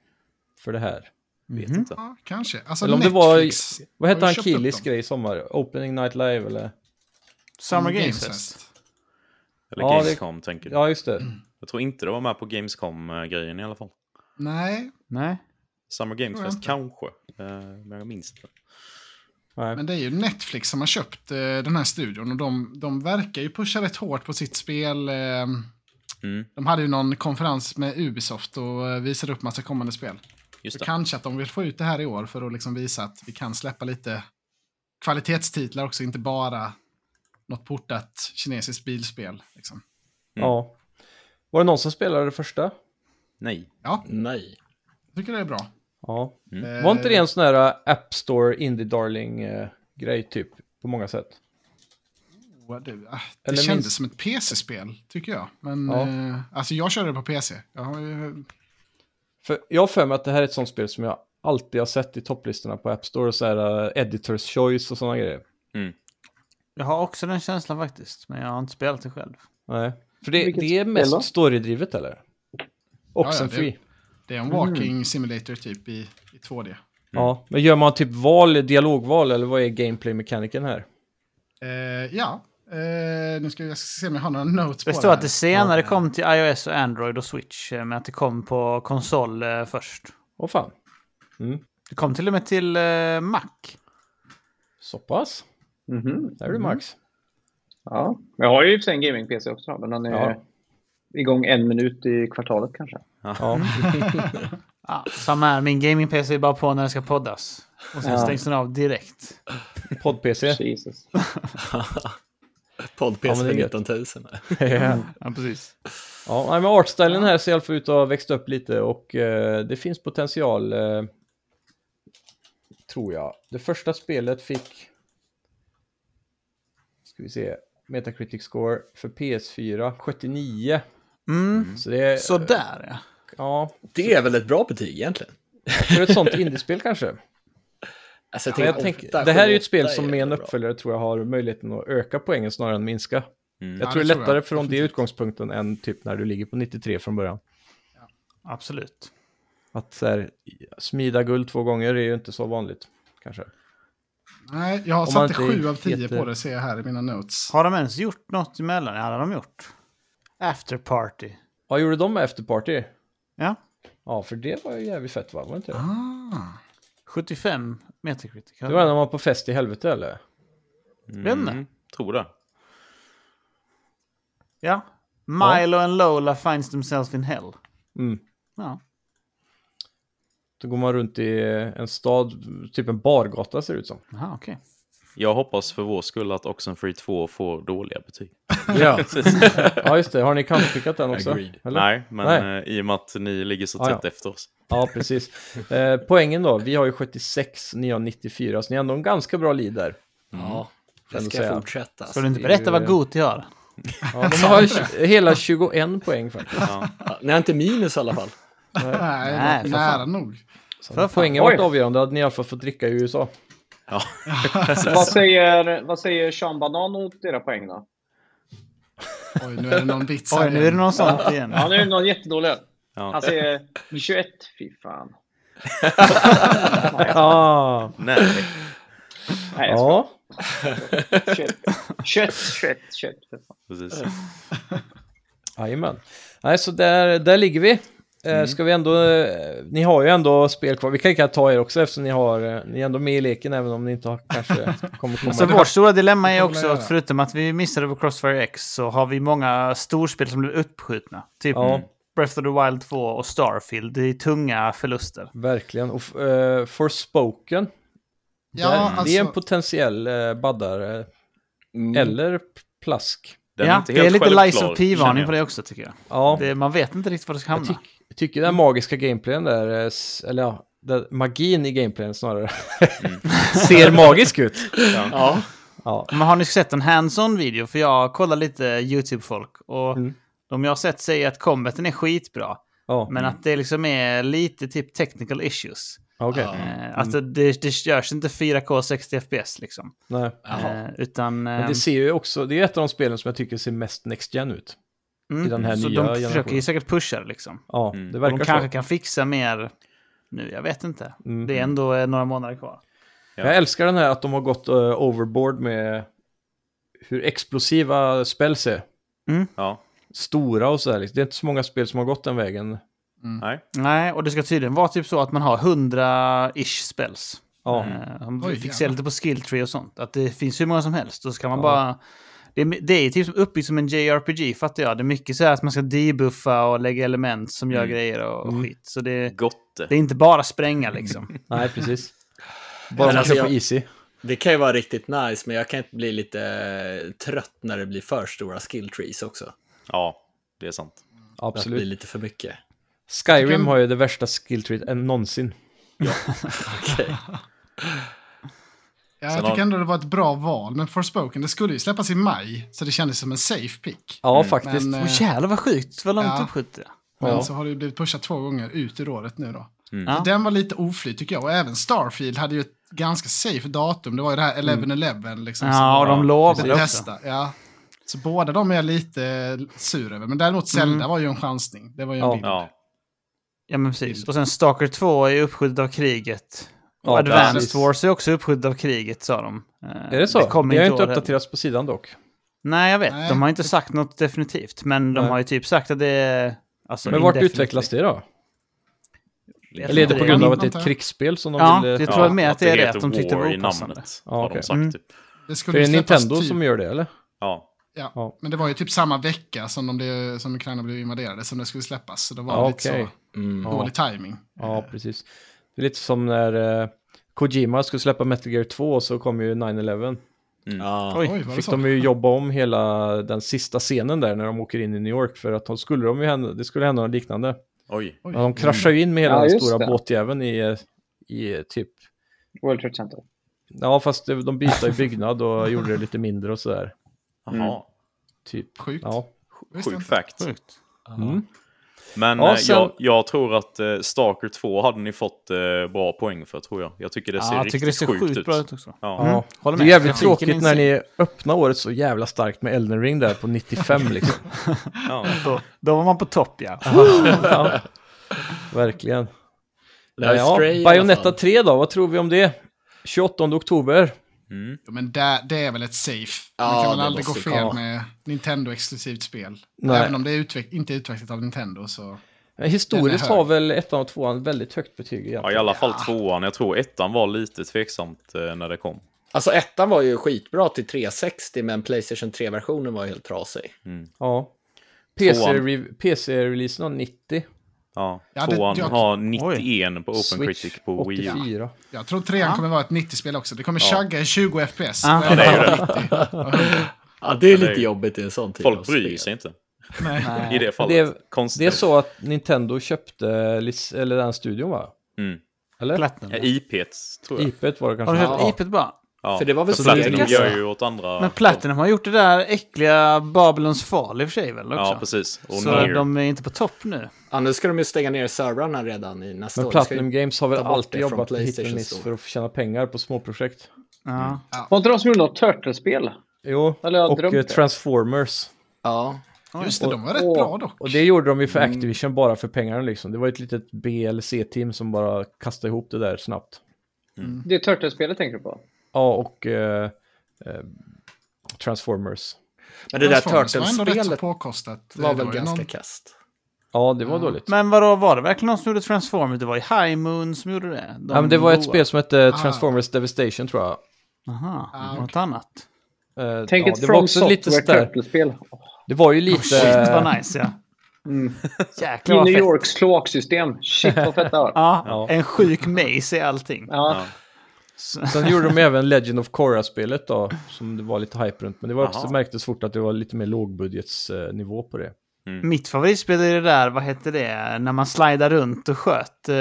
B: för det här?
F: Vet
E: Mhm.
F: inte.
A: Ja, kanske. Alltså
B: Eller om det var-
A: Netflix.
B: Vad hette
A: Har
B: han
A: vi köpt upp
B: Kilis
A: dem?
B: grej i sommar? Opening Night Live eller?
E: Summer Mm. Games alltså. Fest.
F: Eller
B: Ja, det-
F: Gamescom tänker du.
B: Ja, just det.
F: Jag tror inte det var med på Gamescom-grejen i alla fall.
A: Nej,
E: Nej.
F: Summer Games
A: Tror jag
F: Fest
A: inte.
F: kanske. Eh, Men jag minns inte.
B: Nej.
A: men det är ju Netflix som har köpt eh, den här studion och de, de verkar ju pusha rätt hårt på sitt spel. Eh,
F: Mm,
A: de hade ju någon konferens med Ubisoft och eh, visade upp massa kommande spel.
F: just
A: Så
F: det.
A: kanske att de vill få ut det här i år för att liksom visa att vi kan släppa lite kvalitetstitlar också, inte bara något portat kinesiskt bilspel. Liksom.
B: Ja. Var det någon som spelade det första?
F: Nej.
C: Nej.
A: Jag tycker det är bra.
B: Ja.
A: Eh,
B: Mm. Var inte det en sån här äh, App Store Indie Darling eh, grej typ? På många sätt.
A: Vad du, ah, det
B: Eller minst-
A: kändes som ett PC-spel, tycker jag. Men
B: Ja.
A: eh, alltså jag körde det på PC. Jag har ju,
B: För jag har för mig att det här är ett sånt spel som jag alltid har sett i topplistorna på App Store. Så här eh, Editors Choice och sådana grejer.
E: Jag har också den känslan faktiskt, men jag har inte spelat det själv.
B: Nej. För det,
D: Vilket
B: det är
D: spel
B: mest
D: då?
B: storydrivet eller? Oxenfree.
A: Ja, det är en walking simulator typ i, i 2D.
B: Ja, men gör man typ val, dialogval eller vad är gameplay-mekaniken här?
A: Eh, ja, eh, nu ska jag, jag ska se om jag har några notes
E: Det
A: på
E: står
A: här.
E: att det senare kom till iOS och Android och Switch, eh, men att det kom på konsol eh, först.
B: Åh fan,
E: Det kom till och med till eh, Mac.
B: så pass?
D: Mhm.
B: Där är du Max.
D: Ja. Jag har ju i och för sig en gaming-PC också, men den är
B: Ja.
D: igång en minut i kvartalet kanske.
B: Ja.
E: Ah, samma här, min gaming-PC är bara på när den ska poddas. Och sen
D: Ja.
E: stängs den av direkt.
B: Podd-PC.
D: Jesus.
C: Podd-PC
B: Ja, men det
C: för
B: är gött.
C: 19 000.
B: ja,
E: Ja, precis.
B: nej, men artstylen här ser i alla fall ut att ha växt upp lite och eh, det finns potential, eh, tror jag. Det första spelet fick, ska vi se, Metacritic score för PS4, 79.
E: Mm.
B: Så det är,
E: Sådär ja.
B: ja,
C: Det är väl ett bra betyg egentligen?
B: för ett sånt indiespel kanske.
C: Alltså, jag
B: Men jag
C: tänker,
B: tänker,
C: åtta,
B: det här är ju ett
C: sju,
B: spel
C: åtta
B: som med en
C: ändå bra.
B: uppföljare tror jag har möjligheten att öka poängen snarare än minska.
F: Mm.
B: Jag
A: Ja,
B: tror
A: det
B: det är
A: tror
B: lättare
A: jag.
B: från det utgångspunkten än typ när du ligger på 93 från början.
E: Absolut.
B: Att så här, smida guld två gånger är ju inte så vanligt. Kanske.
A: Nej, jag har
B: Om man
A: satt
B: inte
A: 7 av 10
B: heter-
A: på det, ser jag här i mina notes.
E: Har de ens gjort något emellan? Ja, det har de gjort. After party.
B: Vad gjorde de med Afterparty?
E: Ja.
B: Ja, för det var ju jävligt fett va? Var det inte det?
A: Ah,
E: 75 Metacritic.
B: Det var när man var på fest i helvete eller?
E: Vet inte.
F: Mm, Tror det.
E: Ja. Milo and Lola finds themselves in hell.
B: Mm.
E: Ja.
B: Då går man runt i en stad, typ en bargata ser det ut som.
E: Jaha, okej.
F: Jag hoppas för vår skull att Oxenfree 2 får dåliga betyg.
B: Ja, ja just det. Har ni kanske den också?
C: Agreed.
B: Eller?
F: Nej, men
B: Nej.
F: eh, i och med att ni ligger så
B: Ah,
F: tätt
B: ja.
F: efter oss.
B: Ja, precis. Eh, poängen då, vi har ju 76, ni har 94, så ni har ändå en ganska bra lead där.
C: Ja,
B: Ändå
C: jag ska
B: Mm. säga.
C: fortsätta.
E: Ska
C: Alltså.
E: du inte
B: det är
E: berätta
B: ju-
E: vad Goti har?
B: Ja, de har ju hela 21 poäng faktiskt.
C: Ja, Nej, inte minus i alla fall.
A: nej,
E: Nej, för
A: nära nog.
B: Så
E: För fan.
B: poängen var
D: Oj.
B: inte avgörande, hade ni i alla fall fått dricka i USA.
F: Ja.
D: Vad säger, vad säger Sean Banan åt era poäng då?
A: Oj, nu är det någon vits här
E: Oj, nu är
A: igen.
E: det något sånt igen.
D: Ja, nu är det någon jättedålig.
F: Ja.
D: Han säger 21, fy fan.
B: Ah,
F: Nej,
D: Nej, jag
B: ja.
D: skojar. 21, 21, 21, 21. för fan.
F: precis.
B: Jajamän. Nej, så där, där ligger vi. Eh, Ska vi ändå, eh, ni har ju ändå spel kvar. Vi kan ju kanske ta er också eftersom ni, har, eh, ni är ändå med i leken även om ni inte har, kanske kommer komma
E: Så
B: med.
E: vårt stora dilemma är
A: Det får man
E: också
A: göra.
E: att förutom att vi missade på Crossfire X så har vi många storspel som blev uppskjutna. Typ
B: Ja.
E: Breath of the Wild 2 och Starfield. Det är tunga förluster.
B: Verkligen. Och uh, Forspoken,
A: Ja,
B: där, det är en
A: alltså,
B: potentiell eh, baddare. Eller plask.
F: Den
E: ja,
F: inte
E: det är
F: helt
E: lite
F: självklar,
E: Lies of P-varning på
F: känner jag.
E: det också tycker jag.
B: Ja,
E: Det, man vet inte riktigt var det ska
B: jag
E: hamna.
B: tyck- tycker den magiska gameplayen där, eh, s- eller ja, den, magin i gameplayen snarare, ser magisk ut.
C: Ja.
B: Ja,
E: Men har ni sett en hands-on video? För jag kollar lite YouTube-folk och
B: Mm.
E: de jag har sett säger att combaten är skitbra.
B: ja.
E: Men att det liksom är lite typ technical issues.
B: okej. Mm.
E: Eh, alltså det, det görs inte 4K 60 FPS liksom.
B: Nej.
C: Jaha.
E: Eh, utan...
B: Men
E: ehm,
B: det ser ju också, det är ett av de spelen som jag tycker ser mest Next Gen ut.
E: mm,
B: i den här
E: så
B: nya
E: de försöker
B: generationen.
E: ju säkert pusha det liksom.
B: Ja,
F: Mm.
B: det
E: Och de
B: verkar
E: kanske
B: så.
E: kan fixa mer nu, jag vet inte.
B: Mm.
E: Det är ändå eh, några månader kvar.
F: Ja.
B: Jag älskar den här att de har gått eh, overboard med hur explosiva spels är.
E: Mm.
F: Ja,
B: Stora och sådär. liksom. Det är inte så många spel som har gått den vägen.
F: nej.
E: Nej, och det ska tydligen vara typ så att man har 100-ish spells.
B: Ja,
E: Eh, De
A: Oj,
E: fixerar
A: jävlar.
E: lite på skill tree och sånt. Att det finns hur många som helst. Och så kan man
B: Ja.
E: bara... Det är, det är typ som uppbyggt som en JRPG, fattar jag. Det är mycket så här att man ska debuffa och lägga element som gör
F: Mm.
E: grejer och, och
B: Mm.
E: skit. Så det,
F: Gotte.
E: det är inte bara spränga liksom.
B: nej precis. Bara man
C: alltså,
B: kör på
C: jag-
B: Easy.
C: Det kan ju vara riktigt nice, men jag kan inte bli lite eh, trött när det blir för stora skill trees också.
F: Ja, det är sant.
C: Att det blir
B: Absolut.
C: lite för mycket.
B: Skyrim har ju det värsta skilltreet någonsin.
C: Okej.
A: ja,
F: Sen
A: jag
F: har-
A: tycker ändå det var ett bra val, men Forspoken, det skulle ju släppas i maj, så det kändes som en safe pick.
B: Ja, faktiskt.
A: Men,
E: Åh
A: eh,
E: jävlar vad sjukt, vad långt
A: Ja.
E: uppskjutit det.
A: Men
B: Ja.
A: så har det ju blivit pushat två gånger ut ur året nu då.
F: Mm.
E: Ja.
A: Så den var lite oflyt tycker jag. Och även Starfield hade ju ett ganska safe datum. Det var ju det här
B: Mm.
A: 11-11 liksom. som
E: Ja, och de lovade
A: Det
E: också.
A: bästa, ja. Så båda de är jag lite sur över. Men däremot Zelda var ju en chansning. Det var ju en
B: Mm. Ja.
A: bild.
F: Ja,
E: Ja, men precis. Och sen Stalker 2 är uppskjutet av kriget.
B: Ja,
E: och Advanced
B: precis.
E: Wars är också uppskjutet av kriget, sa de. Eh,
B: Är det så? Det,
E: kommer
B: har ju
E: i
B: inte
E: år heller.
B: uppdaterats på sidan dock.
E: Nej, jag vet.
A: Nej.
E: De har inte sagt något definitivt, men de
B: Nej.
E: har ju typ sagt att det är... Alltså,
B: Men vart
E: indefinitely.
B: utvecklas det då?
E: Jag
B: Eller är
E: tror
B: det på grund av att det är
A: antar
B: ett
A: jag.
B: krigsspel som de eh,
E: Ja,
B: ville...
E: det tror jag med att det är det,
F: heter
E: att de tyckte det
F: War
E: var
F: i
E: opassande.
F: namnet.
B: Ja,
F: har
B: okej.
F: de sagt
E: Mm.
F: typ.
A: Det
B: För
A: skulle ju
B: det är
A: släppas
B: Nintendo
A: typ,
B: som gör det, eller?
F: Ja,
A: ja.
B: Ja.
A: Men det var ju typ samma vecka som, de blev, som Ukraina blev invaderade som det skulle släppas. Så det var
B: Ja,
A: lite
B: okej.
C: Mm.
A: så
B: Ja.
A: dålig timing.
B: Ja, precis. Det är lite som när eh, Kojima skulle släppa Metal Gear 2 och så kom ju 9-11.
C: mm. Ja.
E: Oj.
A: Oj, var det
B: Fick
A: så?
B: de ju jobba om hela den sista scenen där när de åker in i New York för att de skulle de ju hända, det skulle hända något liknande.
F: oj.
A: Oj.
B: Ja, de kraschar ju in med hela
D: Ja,
B: den
D: just
B: stora
D: det.
B: båtjäveln i, eh, i eh, typ,
D: World Trade Center.
B: ja fast det- de bytte ju byggnad och gjorde det lite mindre och sådär.
F: Jaha,
B: Typ,
A: Sjukt.
B: ja.
A: Mm. Visst
F: sjuk
A: inte.
F: fact.
E: Sjukt.
B: Mm.
F: Men
B: Ja,
F: eh,
B: sen-
F: jag, jag tror att eh, Stalker 2 hade ni fått eh, bra poäng för, tror jag. Jag tycker det ser
E: Ja, jag
F: riktigt
E: tycker det ser
F: sjukt,
E: sjukt
F: ut.
E: bra ut också.
F: Ja.
E: Mm.
B: Ja.
E: Håller
B: Det är
E: med.
B: jävligt
E: Grafiken
B: tråkigt när
E: är
B: ni öppnar året så jävla starkt med Elden Ring där på 95 liksom.
F: Ja.
E: Då, då var man på topp, ja.
B: ja. Verkligen.
C: Det här är
B: Ja,
C: Stray i alla
B: Bayonetta
C: fall.
B: 3 då, vad tror vi om det? 28 oktober.
F: Mm.
A: Ja, men det, det är väl ett safe.
C: Ja,
A: man kan väl
C: det
A: aldrig gå
C: måste-
A: fel
C: ja.
A: med Nintendo-exklusivt spel.
B: Nej.
A: Även om det är utveck- inte är utvecklat av Nintendo så...
B: Men Eh, historiskt
A: Den är
B: har
A: hög.
B: väl ettan och tvåan väldigt högt betyg egentligen.
F: ja, i alla fall tvåan. Jag tror ettan var lite tveksamt eh, när det kom.
C: Alltså ettan var ju skitbra till 360, men Playstation 3-versionen var ju helt trasig.
B: Ja.
F: Tvåan.
B: PC-re- PC-releasen har 90,
F: Ja,
A: Ja, det-
F: tvåan
A: jag-
F: har 91 på Open
B: Switch
F: Critic på Wii U.
B: 84.
A: Jag tror trean kommer vara ett 90-spel också. Det kommer tjagga i 20 FPS.
E: Ja.
A: Och
F: Det
A: även
F: är ju det.
A: 90.
C: Ja, det är
F: det är
C: lite
F: ju-
C: jobbigt i en sån typ av
F: Folk bryr
C: spel.
F: sig inte
A: Nej.
F: i det fallet.
B: Det är-
F: Konstigt.
B: Det är så att Nintendo köpte lic- eller den studion va?
F: Mm.
B: Eller?
E: Platinum.
F: Ja, IP tror jag.
B: IPet var det
E: Har du
B: kanske.
E: sett
C: Ja.
E: IPet bara?
F: Ja.
C: För det var väl Sega,
F: Platinum gör
C: så.
F: ju åt andra...
E: Men Platinum har gjort det där äckliga Babylons fall i och för sig väl också?
F: Ja, precis. Och
E: Så
F: Nier.
E: de är inte på topp nu.
C: Ja, nu ska de ju stänga ner servrarna redan i nästa
B: Men
C: år. Det ska ju-
B: Platinum Games har väl
C: ta bort
B: alltid
C: det från
B: jobbat med hit and
C: PlayStation
B: miss
C: Store.
B: för att tjäna pengar på småprojekt.
E: Ja.
F: Mm.
D: Var inte de som gjorde något Turtle-spel?
B: Jo,
D: Eller jag har
B: och
D: drömt
B: eh,
D: det.
B: Transformers.
C: Ja.
A: Just det, de var rätt
D: och-
A: bra dock.
B: Och det gjorde de ju för Activision bara för pengarna liksom. Det var ett litet BLC-team som bara kastade ihop det där snabbt.
D: Det är Turtles-spelet tänker du på?
B: Ja, och eh, eh, Transformers.
C: Men det där
A: Transformers var ändå rätt så
C: Turtles-spelet
A: påkostat.
C: var
A: Det
C: väl
A: ju
C: ganska
A: någon-
C: kast.
B: Ja, det var dåligt.
E: Men vadå, var det verkligen någon som gjorde Transformers? Det var ju High Moon som gjorde det. De
B: Ja, men det var ett
E: goa.
B: spel som hette Transformers Devastation tror jag.
E: Aha,
A: Ah,
E: något annat.
B: Eh,
D: Tänk
B: ja,
D: ett
B: det var
D: From
B: också lite
D: Software
B: sådär.
D: Turtles-spel.
B: Det var ju lite...
E: Shit vad nice ja. Jäklar
D: I
E: vad
D: New
E: fett.
D: Yorks kloaksystem. Shit vad fett det var.
E: Ja,
B: Ja.
E: en sjuk maze i allting.
D: Ja.
E: Så-
B: Sen gjorde de även Legend of Korra-spelet då, som det var lite hype runt. Men det var också,
F: Jaha.
B: märktes fort att det var lite mer lågbudgetsnivå på det.
E: Mitt favoritspel är det där, vad hette det, när man slidar runt och sköt. Eh,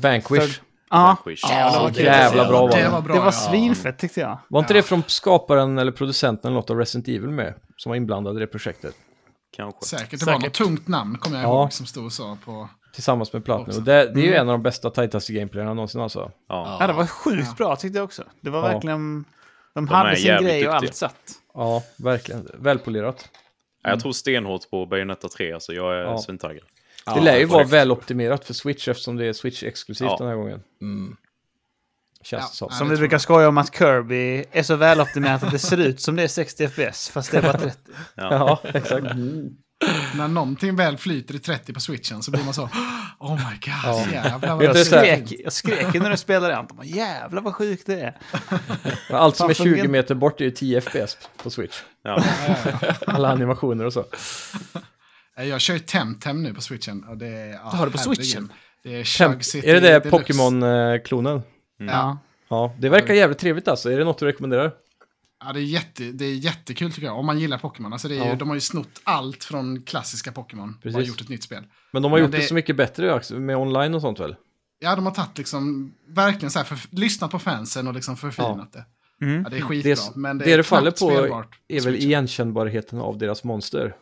B: Vanquish.
E: för- Ja,
F: Quish.
B: Jävlar, vad
F: det
B: kul. Jävla bra var
A: det.
B: det.
A: var bra.
E: det var
A: ja.
E: svinfett tyckte jag.
B: Var inte det från skaparen eller producenten eller något av Resident Evil med? Som var inblandad i det projektet.
F: Kanske.
A: Säkert, det var något tungt namn kommer jag
B: Ja.
A: ihåg som stod så på...
B: Tillsammans med Platinum.
A: Också.
B: Och Det, det är ju en av de bästa, tajtaste gameplayerna någonsin alltså.
F: Ja.
E: Ja, det var sjukt bra tyckte jag också. Det var
B: Ja.
E: verkligen... De,
F: De är
E: hade sin grej
F: jävligt
E: och
F: duktiga.
E: allt satt.
B: Ja, verkligen. Välpolerat.
F: Ja, Jag tror stenhårt på Bayonetta 3, alltså jag är
B: Ja.
F: svintaggad.
B: det lär ju
F: det får
B: vara
F: det.
B: väloptimerat för Switch eftersom det är Switch-exklusivt
F: Ja.
B: den här gången. Känns
A: Ja.
B: det som.
E: Som
A: det
E: vi brukar skoja om att Kirby är så väloptimerat att det ser ut som det är 60 FPS, fast det är bara 30.
B: Ja, exakt.
A: När någonting väl flyter i 30 på switchen så blir man så... Oh my god, jävlar vad
B: Vet du,
E: Jag
A: det
B: så här-
A: ser
E: skrek,
A: fint.
E: jag skrek när du spelade det. Anton bara, jävlar vad sjukt det är.
B: Men Allt som
E: Fan,
B: är 20
E: fungerar-
B: meter bort är ju 10 FPS på Switch.
F: Ja.
B: Alla animationer och så.
A: Eh, Jag kör ju Temtem nu på switchen. Och det är, ja,
E: Du har det på
A: herregud.
E: switchen?
A: Det är
B: Temp-
A: Chug City
B: är det det
A: Deluxe.
B: Pokémon-klonen?
E: Ja.
B: Ja, det verkar jävligt trevligt alltså. Är det något du rekommenderar?
A: Ja, det, är jätte, det är jättekul tycker jag, om man gillar Pokémon. Alltså det är ju,
B: Ja.
A: De har ju snott allt från klassiska Pokémon och har
B: Precis.
A: gjort ett nytt spel.
B: Men de har
A: Men
B: gjort det...
A: det-
B: så mycket bättre Axel, med online och sånt väl?
A: Ja, de har tagit liksom, verkligen så här, för, lyssnat på fansen och liksom förfinat det.
E: Mm.
A: Ja, det är skitbra,
B: Det, är,
A: men det,
B: det
A: är
B: det faller
A: knappt
B: på
A: spelbart.
B: är väl igenkännbarheten av deras monster.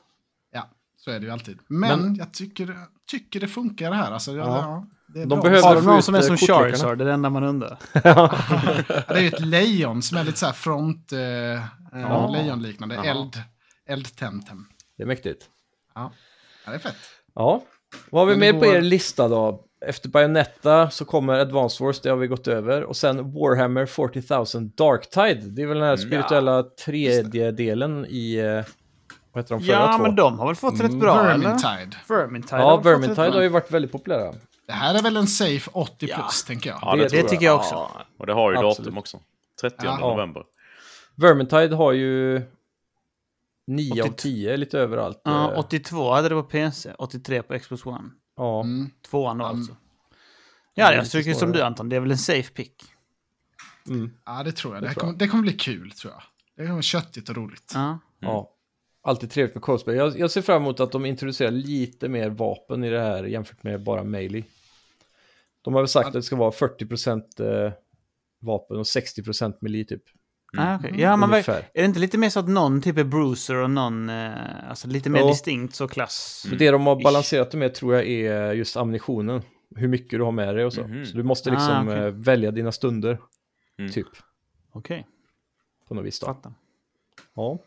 A: Ja, så är det ju alltid. Men,
B: Men-
A: jag tycker, tycker det funkar det här. Alltså, ja,
B: Ja.
A: ja, det är
B: De
A: bra.
B: behöver-
E: Har
B: vi
E: de
B: får
E: någon
B: ut,
E: som är
B: eh,
E: som
B: kortlekarna.
E: Charizard? Det är det enda man undrar.
A: Ja, det är ju ett lejon som är lite så här front, eh, eh, lejonliknande. Eld, eldtemtem.
B: Det är mäktigt.
A: Ja. ja, det är fett.
B: Ja. Vad har vi
A: Men det
B: mer på
A: går-
B: er lista då? Efter Bayonetta så kommer Advance Wars, det har vi gått över. Och sen Warhammer 40,000 Darktide. Det är väl den här spirituella tredje delen i... eh, Vad heter de förra
E: Ja,
B: två?
E: men de har väl fått rätt bra, eller?
A: Mm. Vermintide.
E: Vermintide. har
B: Ja,
E: väl fått
B: Vermintide
E: rätt bra.
B: har ju varit väldigt populära.
A: Det här är väl en safe 80 plus, tänker jag.
F: Ja, det, tror
E: Det
F: jag.
E: tycker jag också.
F: Och det har ju
B: Absolut.
F: datum också. 30
A: Ja.
F: november.
B: Vermintide har ju 9 av
E: 82.
B: 10 lite överallt.
E: Ja,
B: Eh,
E: 82 hade det på PC, 83 på Xbox One.
B: ja.
A: Mm.
E: Tvåan då alltså. Ja,
B: det är
E: jag
B: lite
E: tycker som
B: svårare.
E: du Anton, det är väl en safe pick.
B: mm.
A: Ja, det tror jag. Det,
B: tror
A: kommer, det kommer bli kul, tror jag. Det kommer vara köttigt och roligt.
E: Ja.
B: ja. Mm. Alltid trevligt med crossplay. Jag, jag ser fram emot att de introducerar lite mer vapen i det här jämfört med bara melee. De har väl sagt att det ska vara 40% eh, vapen och 60% melee typ.
E: Ah,
A: Mm,
E: okej. ja man verkar,
B: Ungefär.
E: är det inte lite mer så att någon typ är bruiser och någon, eh, alltså lite mer
B: Jo.
E: distinkt så
A: Mm.
E: klass?
B: Så det de har
E: Mm. Ish.
B: balanserat det med tror jag är just ammunitionen. Hur mycket du har med dig och så.
F: Mhm.
B: Så du måste
E: Ah,
B: liksom
E: okej.
B: eh, välja dina stunder.
F: Mm.
B: Typ.
E: Okej,
B: På något vis då.
E: fattar.
B: Ja.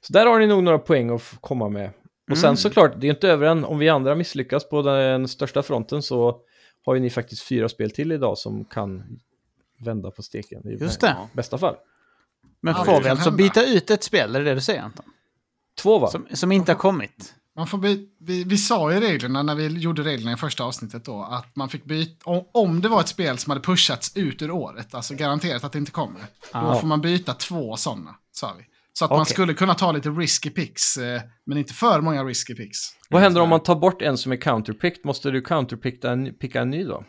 B: Så där har ni nog några poäng att f- komma med. Och
E: Mm.
B: sen såklart, det är inte över än. Om vi andra misslyckas på den största fronten så har ju ni faktiskt fyra spel till idag som kan vända på steken. I
E: Just det.
B: bästa fall.
E: Men
A: Ja, det
E: får vi
A: kan
E: alltså
A: hända.
E: byta ut ett spel, är det det du säger Anton?
B: Två va?
E: Som, som inte har kommit?
A: Man får by- vi, vi sa ju reglerna när vi gjorde reglerna i första avsnittet då, att man fick byta, om, om det var ett spel som hade pushats ut ur året, alltså garanterat att det inte kommer, då får man byta två sådana, sa vi. Så att man
E: Okej.
A: skulle kunna ta lite risky picks, eh, men inte för många risky picks.
B: Vad händer
E: Mm.
B: om man tar bort en som är counterpicked? Måste du counterpicka en, picka en ny då?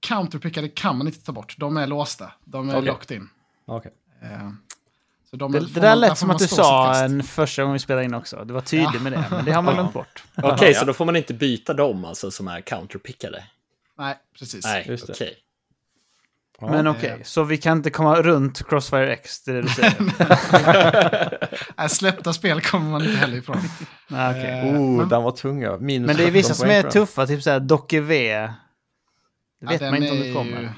A: Counterpickade kan man inte ta bort, de är låsta, de är
B: Okej.
A: locked in.
B: Okej.
A: Eh, så de,
E: Det,
A: får
E: det där
A: man- där får
E: lät som
A: man
E: att du
A: stå sitt
E: sa
A: kast.
E: en första gången vi spelade in också. Du var tydlig med det, men det har man glömt bort.
C: Okej, så då får man inte byta dem alltså som är counterpickade?
A: Nej, precis.
C: Nej,
B: Just det.
C: okej.
E: Men okej, så vi kan inte komma runt Crossfire X, det är det du säger?
A: Nej, Äh, släppta spel kommer man inte heller ifrån.
E: Nej, okej.
B: Oh, den var tung ja. Minus
E: Eh, Men det är
B: 17
E: vissa som
B: poäng
E: är
B: för den.
E: tuffa, typ såhär Docke V. Det
A: Ja,
E: vet
A: den
E: man inte om
A: är
E: det kommer.
A: ju-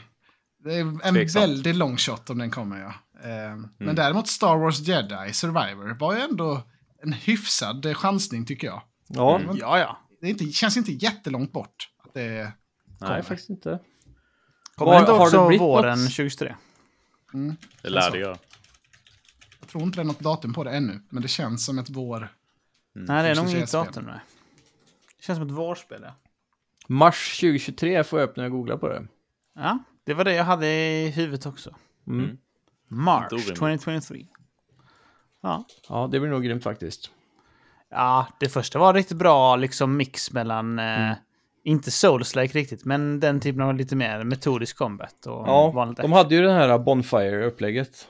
A: Det är en
F: Tveksamt.
A: väldigt
E: Mm.
A: lång shot om den kommer, ja. Eh, Men däremot Star Wars Jedi Survivor var ju ändå en hyfsad eh, chansning tycker jag.
B: Ja,
F: Mm.
E: Ja, ja.
A: Det är inte, känns inte jättelångt bort. Att det är,
B: nej
F: Nej,
B: faktiskt inte.
E: Kommer
B: Var-
E: inte
B: har det
E: också
B: blivit
E: våren
B: något?
E: 2023?
F: det lär det göra.
A: jag tror inte det är något datum på det ännu, men det känns som ett vår.
E: Nej, det är nog
A: Kanske
E: inget
A: CS-spel.
E: datum nu. Det känns som ett vårspel, ja.
B: Mars 2023 får jag upp när jag googlar på det.
E: Ja, det var det jag hade i huvudet också.
B: Mm.
F: Mm.
E: March
F: Inte orimligt.
E: 2023. Ja.
B: Ja, det blir nog grymt faktiskt.
E: ja, det första var riktigt bra liksom mix mellan, eh, inte Souls-like riktigt, men den typen av lite mer metodisk combat och
B: Ja,
E: vanligt
B: de
E: action.
B: hade ju det här Bonfire-upplägget.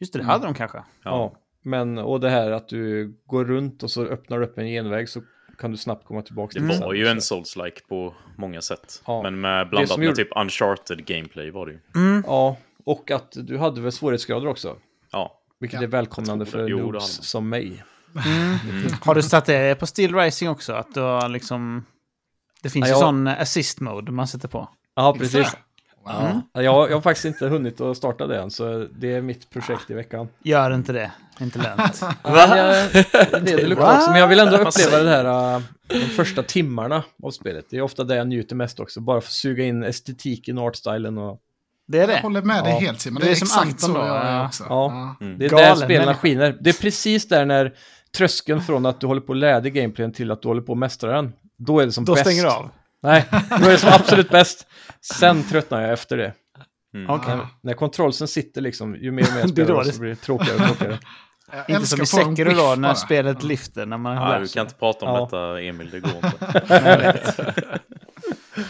E: Just det, det hade de kanske.
B: Ja. Men, och det här att du går runt och så öppnar du upp en genväg så kan du snabbt komma tillbaka
F: Det
B: till
F: var ju en Souls-like på många sätt.
B: Mm. Ja.
F: Men med blandat
B: som
F: med
B: gjorde-
F: typ uncharted gameplay var det ju.
B: Ja, och att du hade väl svårighetsgrader också.
F: Ja,
B: Vilket
A: Ja,
B: är välkomnande
F: jag tror
B: för
F: det. Jo, det
B: noobs
F: hade man.
B: som mig.
E: Har du satt det på Steel Rising också? Att du har liksom... Det finns
B: Ja,
E: ju
B: jag-
E: sån assist mode man sätter på.
B: Ja,
A: Extra.
B: precis.
A: Wow.
B: Ja, jag, jag har faktiskt inte hunnit att starta det än, så det är mitt projekt i veckan.
E: Gör inte det. Inte lönt.
B: Men jag- Det, det luktar också, men jag vill ändå uppleva
F: säger-
B: det här, äh, de första timmarna av spelet. Det är ofta det jag njuter mest också, bara för att suga in estetiken och artstylen. Och,
E: Det är
A: Jag
E: det.
A: håller med dig
B: Ja.
A: helt Simon.
E: Du
A: Det
E: är
A: är,
E: som
A: exakt
E: Anton
A: så
E: då,
A: jag är
E: ja.
A: också.
B: Ja.
A: Ja.
B: det är
E: Galen
B: där spelarna
E: människa.
B: skiner. Det är precis där när tröskeln från att du håller på att lära dig gameplayen till att du håller på att mästra den. Då är det som
E: Då
B: bäst. Mm.
E: stänger du av.
B: Nej, då är det som absolut bäst. Sen tröttnar jag efter det.
E: Okej.
B: När, när kontrollsen sitter liksom, ju mer och mer
E: är
B: jag spelar
E: då
B: det
E: det-
B: så blir det tråkigare och tråkigare.
A: Jag
E: Inte
A: älskar
E: som i
A: att få en
E: Sekiro då,
A: biff
E: när
A: bara.
E: spelet lyfter. När man
F: Nej,
E: lär
F: du
E: sig
F: kan inte prata om
B: Ja.
F: detta Emil, det går inte.
E: det.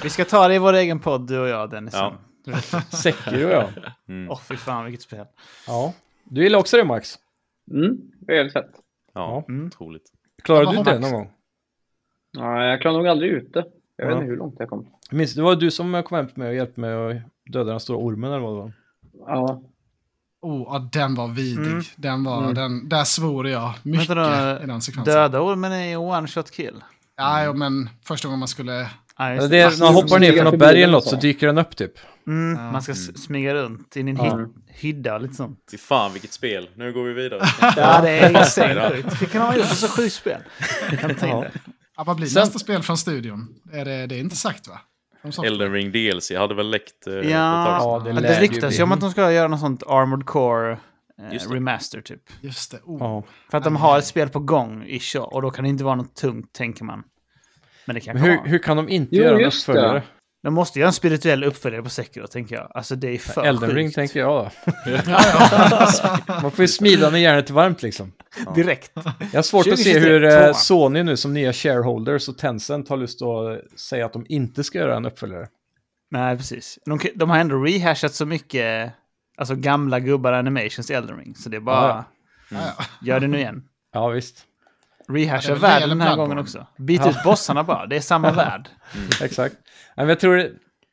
E: Vi ska ta det i vår egen podd, du och jag, Dennis.
F: Ja.
E: Ja.
B: Sekiro ja.
E: Åh, fy fan vilket spel.
B: ja. Du gillar också det Max?
D: Mm, det är väldigt fett.
F: Ja,
E: Mm.
F: otroligt.
B: Klarade
A: Vad
B: du
A: har
B: inte det
A: Max?
B: någon gång?
D: Ja, jag klarar nog aldrig ut det. Jag vet
B: Ja.
D: inte hur långt jag kom.
B: Jag minns, det var du som kom hem till mig och hjälpte mig att döda den stora ormen eller vad det var.
D: Ja.
A: Oh, ja, den var vidrig. Den var, den, där svor jag mycket
E: Mm. Vänta då,
A: i den sekvensen.
E: Döda ormen är ju one shot kill.
A: Ja, jo, men första gången man skulle...
E: Ja,
B: Eller
E: just
B: det
E: det.
B: är, när man hoppar ner från något berg eller något så dyker den upp typ.
E: Mm, man ska s- smyga runt in i en hy- hydda och lite sånt.
F: Fy fan vilket spel, nu går vi vidare.
E: Ja, det är ju
F: det.
E: sjukt. Det kan ha gjort ett så sjukt spel.
B: Ja.
A: Ja, vad blir
B: Sen-
A: nästa spel från studion? Är det, det är inte sagt va? De sa-
F: Elden ring DLC hade väl läckt eh,
E: Ja,
F: sedan.
B: Ja, det
E: det,
B: lär ju
E: det ryktas
B: bli.
E: ju om att de ska göra något sånt Armored Core
F: Just
E: eh,
F: det.
E: Remaster typ.
A: Just det. Oh.
B: Ja.
E: För att de
B: Mm.
E: har ett spel på gång, ish, och då kan det inte vara något tungt, tänker man. Men det kan
B: Men
E: komma.
B: hur, hur kan de inte
D: Jo,
B: göra en
D: just det.
B: uppföljare?
E: De måste göra en spirituell uppföljare på Sekiro, tänker jag. Alltså det är för
B: Elden
E: sjukt.
B: ring tänker jag då. Man får ju smida ner järnet till varmt liksom.
E: Direkt.
B: Jag har svårt att se
E: 2023,
B: hur eh,
E: tvåan.
B: Sony nu som nya shareholders och Tencent har lust att eh, säga att de inte ska göra en uppföljare.
E: Nej, precis. De, de har ändå rehashat så mycket, alltså gamla gubbar animations i Elden ring. Så det är bara,
B: Ja,
A: Ja,
E: gör det nu igen.
B: Ja, visst.
A: Ja, det
E: Rehasha
A: är väl det,
E: världen
A: eller
E: den här
A: Bloodborne.
E: gången också. Byt ut bossarna bara, det är samma värld.
B: Exakt. Nej, Men jag tror det,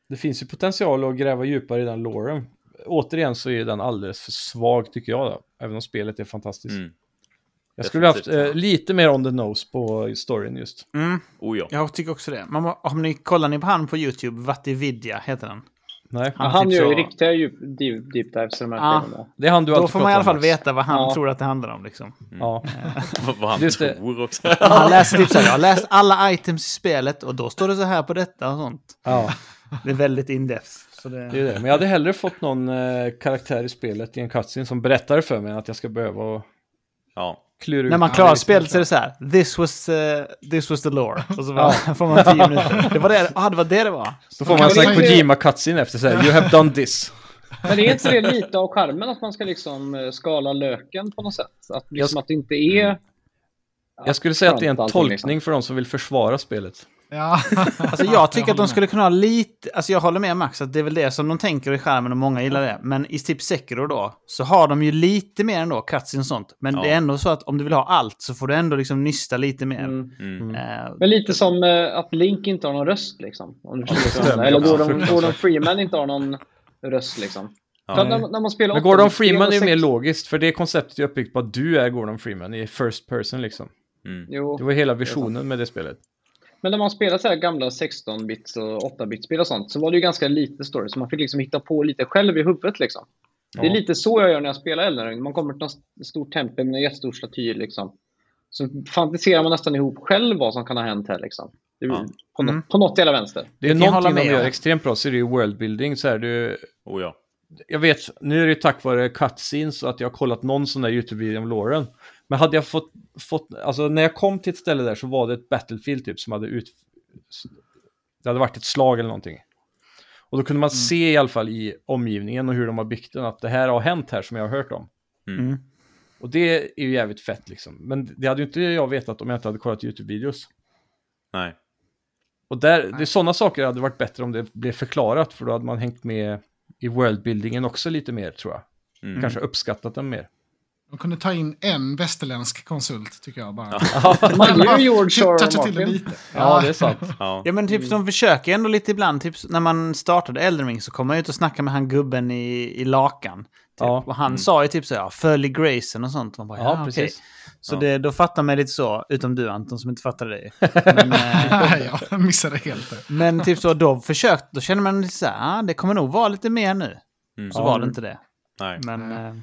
B: det finns ju potential att gräva djupare i den loren. Återigen så är ju den alldeles för svag tycker jag, då, även om spelet är fantastiskt.
F: Mm.
B: jag skulle haft
F: definitivt.
B: eh, lite mer on the nose på storyn just.
F: Oh, ja.
E: Jag tycker också det. Man, må- om ni kollar ni på han på YouTube, Vatividya heter han.
B: Nej,
E: Ja,
D: Han
E: typ
D: gör ju
E: så.
D: riktiga djup, deep, deep dives i de här
E: Ja.
D: filmerna.
B: det är han du
E: Då
B: alltid
E: får man i alla
B: pratar
E: fall
B: om, Max.
E: veta vad han
D: Ja.
E: tror att det handlar om. Liksom.
B: Ja.
F: Vad vad han
B: Just det.
F: tror också.
E: Han läser typ så här, jag har läst alla items i spelet och då står det så här på detta och sånt.
B: ja,
E: Det är väldigt in-depth. Så det...
B: det är det. Men jag hade hellre fått någon eh, karaktär i spelet i en cutscene som berättar för mig att jag ska behöva
F: Ja.
B: klura ut.
E: När man
B: det
E: klarar
B: lite
E: spelet
B: mer.
E: så är det så här, this was, eh, this was the lore. Och så bara, får man tio minuter. Det var det, ah, det var det det var.
B: Då
A: Kan
B: får man
A: vi
B: en sån här
A: lägga-
B: Kojima-cutscene efter så här, you have done this.
D: Men det är inte det lite av charmen att man ska liksom eh, skala löken på något sätt? Att, liksom
B: Jag- Mm.
D: att det inte är...
B: Jag skulle säga att det är
D: skönt
B: en
D: allting, liksom.
B: tolkning för de som vill försvara spelet.
A: ja.
E: Alltså jag tycker att de skulle kunna ha lite, alltså jag håller med Max att det är väl det som de tänker i skärmen och många gillar det. Men i typ Sekiro då, så har de ju lite mer ändå, cutscenes och sånt. Men det är ändå så att om du vill ha allt så får du ändå liksom nysta lite mer.
D: Mm.
F: Mm.
E: Eh,
D: Men lite som eh, att Link inte har någon röst liksom. Om du förstår vad jag menar. Eller
B: Ja,
D: Gordon,
B: fruktansvärt.
D: Gordon Freeman inte har någon röst liksom.
F: Ja.
D: För att när, när man spelar
B: Men Gordon
D: 8-bit-spel
B: Freeman
D: och
B: är ju mer
D: sex-
B: logiskt, för det konceptet är uppbyggt på att du är Gordon Freeman i first person liksom.
D: Jo.
B: Det var hela visionen med det spelet.
D: Men när man spelade så här gamla 16-bits och 8-bits-spel och sånt så var det ju ganska lite story, så man fick liksom hitta på lite själv i huvudet. Liksom. Det är lite så jag gör när jag spelar Elden Ring. Man kommer till något stort tempel med en jättestor staty. Liksom. Så fantiserar man nästan ihop själv vad som kan ha hänt här. Liksom. Det, är-
F: Ja.
D: på, nå-
E: Mm.
D: på något jävla vänster.
B: Det är
E: kan jag hålla
B: någonting de
E: med om.
B: gör extremt bra, så är det ju worldbuilding. Så här, du,
F: Oh, ja.
B: jag vet, nu är det ju tack vare cutscenes och att jag har kollat någon sån där YouTube-video om Lauren. Men hade jag fått, fått, alltså när jag kom till ett ställe där så var det ett Battlefield typ som hade ut... Det hade varit ett slag eller någonting. Och då
F: Mm.
B: kunde man se i alla fall i omgivningen och hur de har byggt den att det här har hänt här som jag har hört om.
F: Mm.
E: Mm.
B: Och det är ju jävligt fett liksom. Men det hade ju inte jag vetat om jag inte hade kollat YouTube-videos.
F: Nej.
B: Och där, det är sådana saker hade varit bättre om det blev förklarat, för då hade man hängt med i worldbuildingen också lite mer tror jag.
F: Mm.
B: Kanske uppskattat den mer.
A: De kunde ta in en västerländsk konsult tycker jag bara. Typ
D: Man gillar ju George R.
A: Toucha
D: R.
A: till det
D: Martin.
A: lite.
B: Ja, det är sant.
F: Ja.
E: Ja men typ de försöker ändå lite ibland. Typ, när man startade Elden Ring så kom man ju ut och snackade med han gubben i, i lakan. Typ.
B: Ja.
E: Och han
F: Mm.
E: sa ju typ så här, "Ja, följ Grayson och sånt. Man bara, ja,
B: Ja,
E: precis.
B: precis.
E: Så
F: Ja.
E: det, då fattar man lite så, utom du Anton som inte fattade det. eh,
A: Nej, jag missade helt det.
E: Men typ så, då försökte, då känner man lite så här, ah, det kommer nog vara lite mer nu.
F: Mm.
E: Så
B: Ja.
E: var det inte det.
F: Nej.
E: Men eh,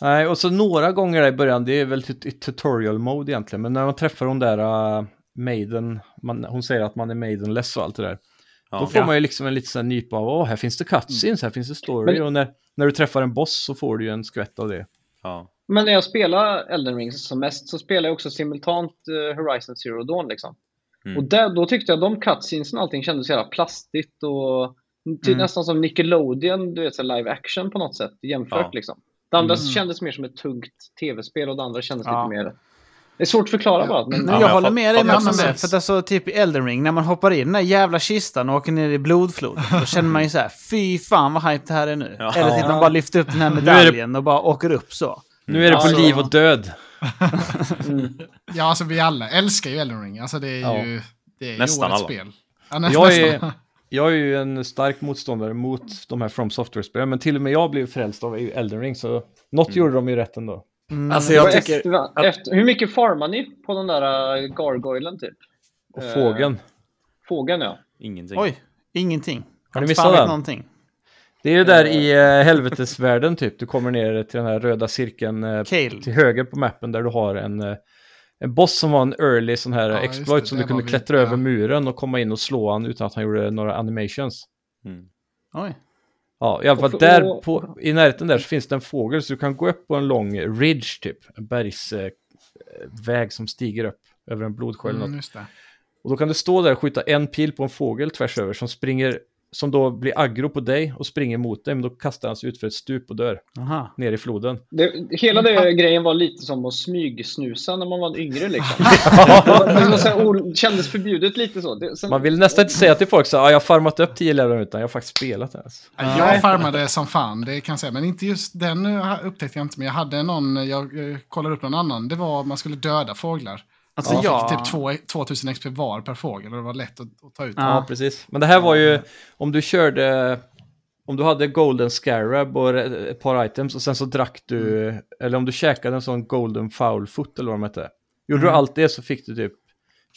B: Nej, och så några gånger där i början, det är väl tut- i tutorial mode egentligen, men när man träffar hon där uh, maiden, man, hon säger att man är maidenless och allt det där. Då
F: Ja.
B: får man ju liksom en liten sån här nypa av, åh, här finns det cutscenes, här finns det story,
D: Men-
B: och när, när du träffar en boss så får du ju en skvätt av det.
F: Ja.
D: Men när jag spelar Elden Ring som mest så spelar jag också simultant eh, Horizon Zero Dawn. Liksom.
F: Mm.
D: Och där, då tyckte jag de cutscenesen och allting kändes så jävla plastigt och ty-
E: Mm.
D: nästan som Nickelodeon, du vet, så här live action på något sätt jämfört.
F: Ja.
D: Liksom. Det andra kändes mer som ett tungt tv-spel och det andra kändes
E: Ja.
D: lite mer... Det är svårt att förklara bara. Men,
E: Men
F: Ja,
E: jag
F: men
E: håller
F: fatt-
E: med dig
F: fattar
E: Mats om
A: precis.
E: det. För att alltså, typ i Elden Ring, när man hoppar in i den där jävla kistan och åker ner i blodfloden, då känner man ju så här, fy fan vad hype det här är nu.
F: Ja.
E: Eller typ de bara lyfter upp den här medaljen och bara åker upp så.
B: Nu är det på
D: Ja,
B: liv
D: ja.
B: och död.
A: Ja, alltså vi alla älskar ju Elden Ring. Alltså det är
B: Ja.
A: ju, det är ju
F: Nästan
A: årets
F: alla.
A: spel. Ja, nä,
B: Jag
A: nästan.
B: är, jag är ju en stark motståndare mot de här From Software-spelen, men till och med jag blev frälst av Elden Ring, så något gjorde de ju rätt ändå.
C: Alltså
D: Det var
C: jag
D: efter,
C: tycker...
D: va? efter, hur mycket farmar ni på den där eh, gargoylen typ?
B: Och
D: Eh,
B: fågeln.
D: Fågeln ja.
F: Ingenting.
E: Oj, ingenting.
B: Har
E: Jag
B: ni
E: inte
B: missat
E: fan vet
B: den?
E: Någonting.
B: Det är ju där i eh, helvetesvärlden typ, du kommer ner till den här röda cirkeln eh,
E: Kale.
B: till höger på mappen där du har en, eh, en boss som var en early sån här
A: Ja, just
B: exploit
A: det,
B: som
A: det
B: du kunde
A: var vi-
B: klättra
A: ja.
B: över muren och komma in och slå han utan att han gjorde några animations.
F: Mm.
E: Oj.
B: Ja, i alla fall
D: Och-
B: där
D: och-
B: på, i närheten där så finns det en fågel så du kan gå upp på en lång ridge typ, en bergsväg eh, väg som stiger upp över en blodsjö eller något.
A: Mm, just det.
B: Och då kan du stå där och skjuta en pil på en fågel tvärs över som springer, som då blir aggro på dig och springer mot dig, men då kastar han sig ut för ett stup och dör
E: Aha.
B: ner i floden.
D: Det, hela den grejen var lite som att smygsnusa när man var yngre. Liksom. det, var så här, o- kändes förbjudet lite så. Det, sen,
B: Man vill nästan inte säga till folk så här, "Ah, jag har farmat upp 10 level utan jag har faktiskt spelat det här.
A: Ja, Jag farmade som fan, det kan jag säga. Men inte just den eh, upptäckte jag inte. Men jag hade någon, jag eh, kollade upp någon annan. Det var man skulle döda fåglar.
E: Alltså
A: Så jag
E: jag...
A: fick typ två- 2000 XP var per fågel och det var lätt att, att ta ut.
E: Ja.
B: Ja, precis. Men det här var ju, om du körde, om du hade Golden Scarab och ett par items och sen så drack du, eller om du käkade en sån Golden Foulfoot eller vad de hette. Gjorde du allt det så fick du typ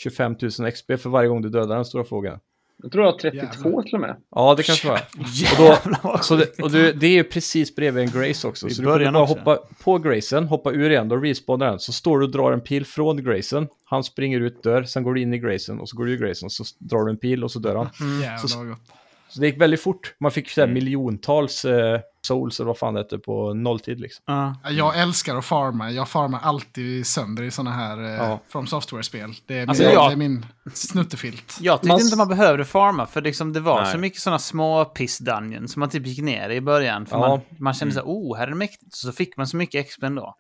B: 25 000 XP för varje gång du dödade den stora fågeln.
D: jag tror jag var 32 till och med.
B: Ja, det kanske var. Och, då, så det, och du, det är ju precis bredvid en Grace också.
E: I
B: Så du
E: början
B: kan bara
E: också.
B: hoppa på Gracen, hoppa ur igen, då respawnar den. Så står du och drar en pil från Gracen, han springer ut, dör, sen går du in i Gracen och så går du ur Gracen, så drar du en pil och så dör han.
A: Jävlar vad gott.
B: Så det gick väldigt fort. Man fick
E: Mm.
B: så här miljontals eh, souls eller vad fan det heter på nolltid liksom.
E: Ja.
A: Ja, Jag älskar att farma. Jag farmar alltid sönder i sådana här eh,
B: Ja.
A: From Software-spel. Det är,
E: Alltså,
A: min,
E: jag-
A: det är min snuttefilt.
E: Jag tyckte
D: Man-
E: inte man behövde farma, för liksom det var
F: Nej.
E: så mycket sådana små piss dungeons som man typ gick ner i i början. För
B: Ja.
E: man, man kände så här, oh, här är det mäktigt. Så fick man så mycket XP ändå.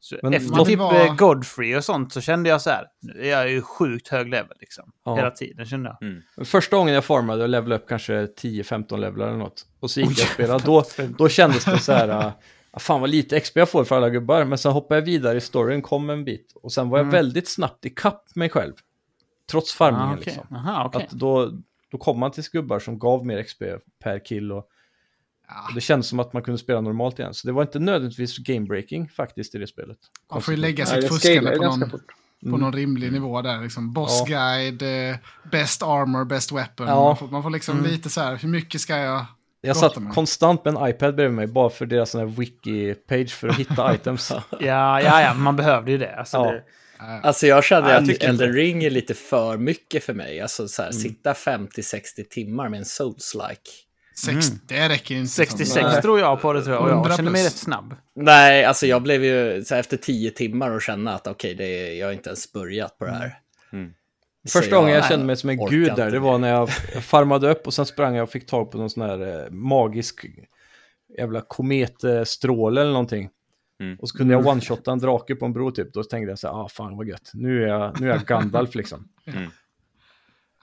E: Så
B: Men
E: efter
A: man
E: typ
A: var-
E: eh, Godfrey och sånt så kände jag så här, nu är jag ju sjukt hög level liksom.
B: Ja.
E: Hela tiden kände jag.
B: Första gången jag formade och levelade upp kanske 10-15 levlar eller något och så gick jag och spelade, då, då kändes det så här, ah, fan vad lite XP jag får för alla gubbar, men sen hoppade jag vidare i storyn, kom en bit och sen
E: Mm.
B: var jag väldigt snabbt i kapp mig själv, trots farmningen
E: Ah, okej.
B: liksom.
E: Aha, okej.
B: Att då, då kom man till gubbar som gav mer XP per kill och,
E: Ah.
A: Ja.
B: och det kändes som att man kunde spela normalt igen. Så det var inte nödvändigtvis game-breaking faktiskt i det spelet.
A: Man får ju lägga
D: Nej,
A: sitt
D: det
A: fuskande
D: scalar
A: på
D: ganska
A: någon,
D: fort.
A: på någon rimlig nivå där. Liksom. Boss
B: Mm. Ja.
A: guide, eh, best armor, best weapon.
B: Ja. Mm.
A: Man, får, man får liksom lite så här, hur mycket ska jag...
B: Jag
A: Prata
B: satt
A: med.
B: konstant med en iPad bredvid mig bara för deras sån här wiki-page för att hitta items.
E: Ja, ja, ja, man behövde ju det. Alltså,
B: Ja.
E: det
C: Alltså jag känner
F: Nej, jag
C: att
F: tycker inte.
C: Elden Ring är lite för mycket för mig. Alltså så här, sitta 50-60 timmar med en Souls-like.
A: Sex,
B: Mm.
A: det räcker inte. liksom.
E: 66
B: Nej.
E: tror jag på det tror jag, och
A: 100
E: jag känner mig
A: plus.
E: rätt snabb.
C: Nej, alltså jag blev ju så här, efter 10 timmar och känna att okej, det är- jag har inte ens börjat på det här.
F: Mm.
C: Så
B: Första gången jag kände mig som en
C: orkar
B: gud
C: inte
B: där, det
C: mer.
B: var när jag farmade upp och sen sprang jag och fick tag på någon sån här eh, magisk jävla kometstråle eller någonting.
F: Mm.
B: Och så kunde jag one-shotta en drake på en bro typ. Då tänkte jag så här, ah fan vad gött, nu är jag, nu är jag Gandalf liksom.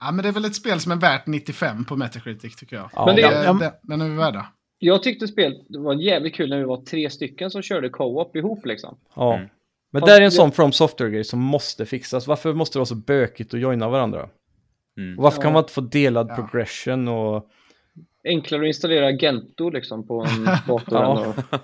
A: Ja, men det är väl ett spel som är värt 95 på Metacritic tycker jag.
B: Ja,
D: Men det-
A: Eh, den, den är vi värda.
D: Jag tyckte spelet var jävligt kul när vi var tre stycken som körde co-op ihop liksom.
B: ja.
F: Mm.
B: Men där är en sån From Software-grej som måste fixas. Varför måste det vara så bökigt att joina varandra?
F: Mm.
B: Och varför kan
D: Ja.
B: man inte få delad
A: Ja.
B: progression och...
D: Enklare att installera Gento liksom på en dator.
B: Ja.
D: än att-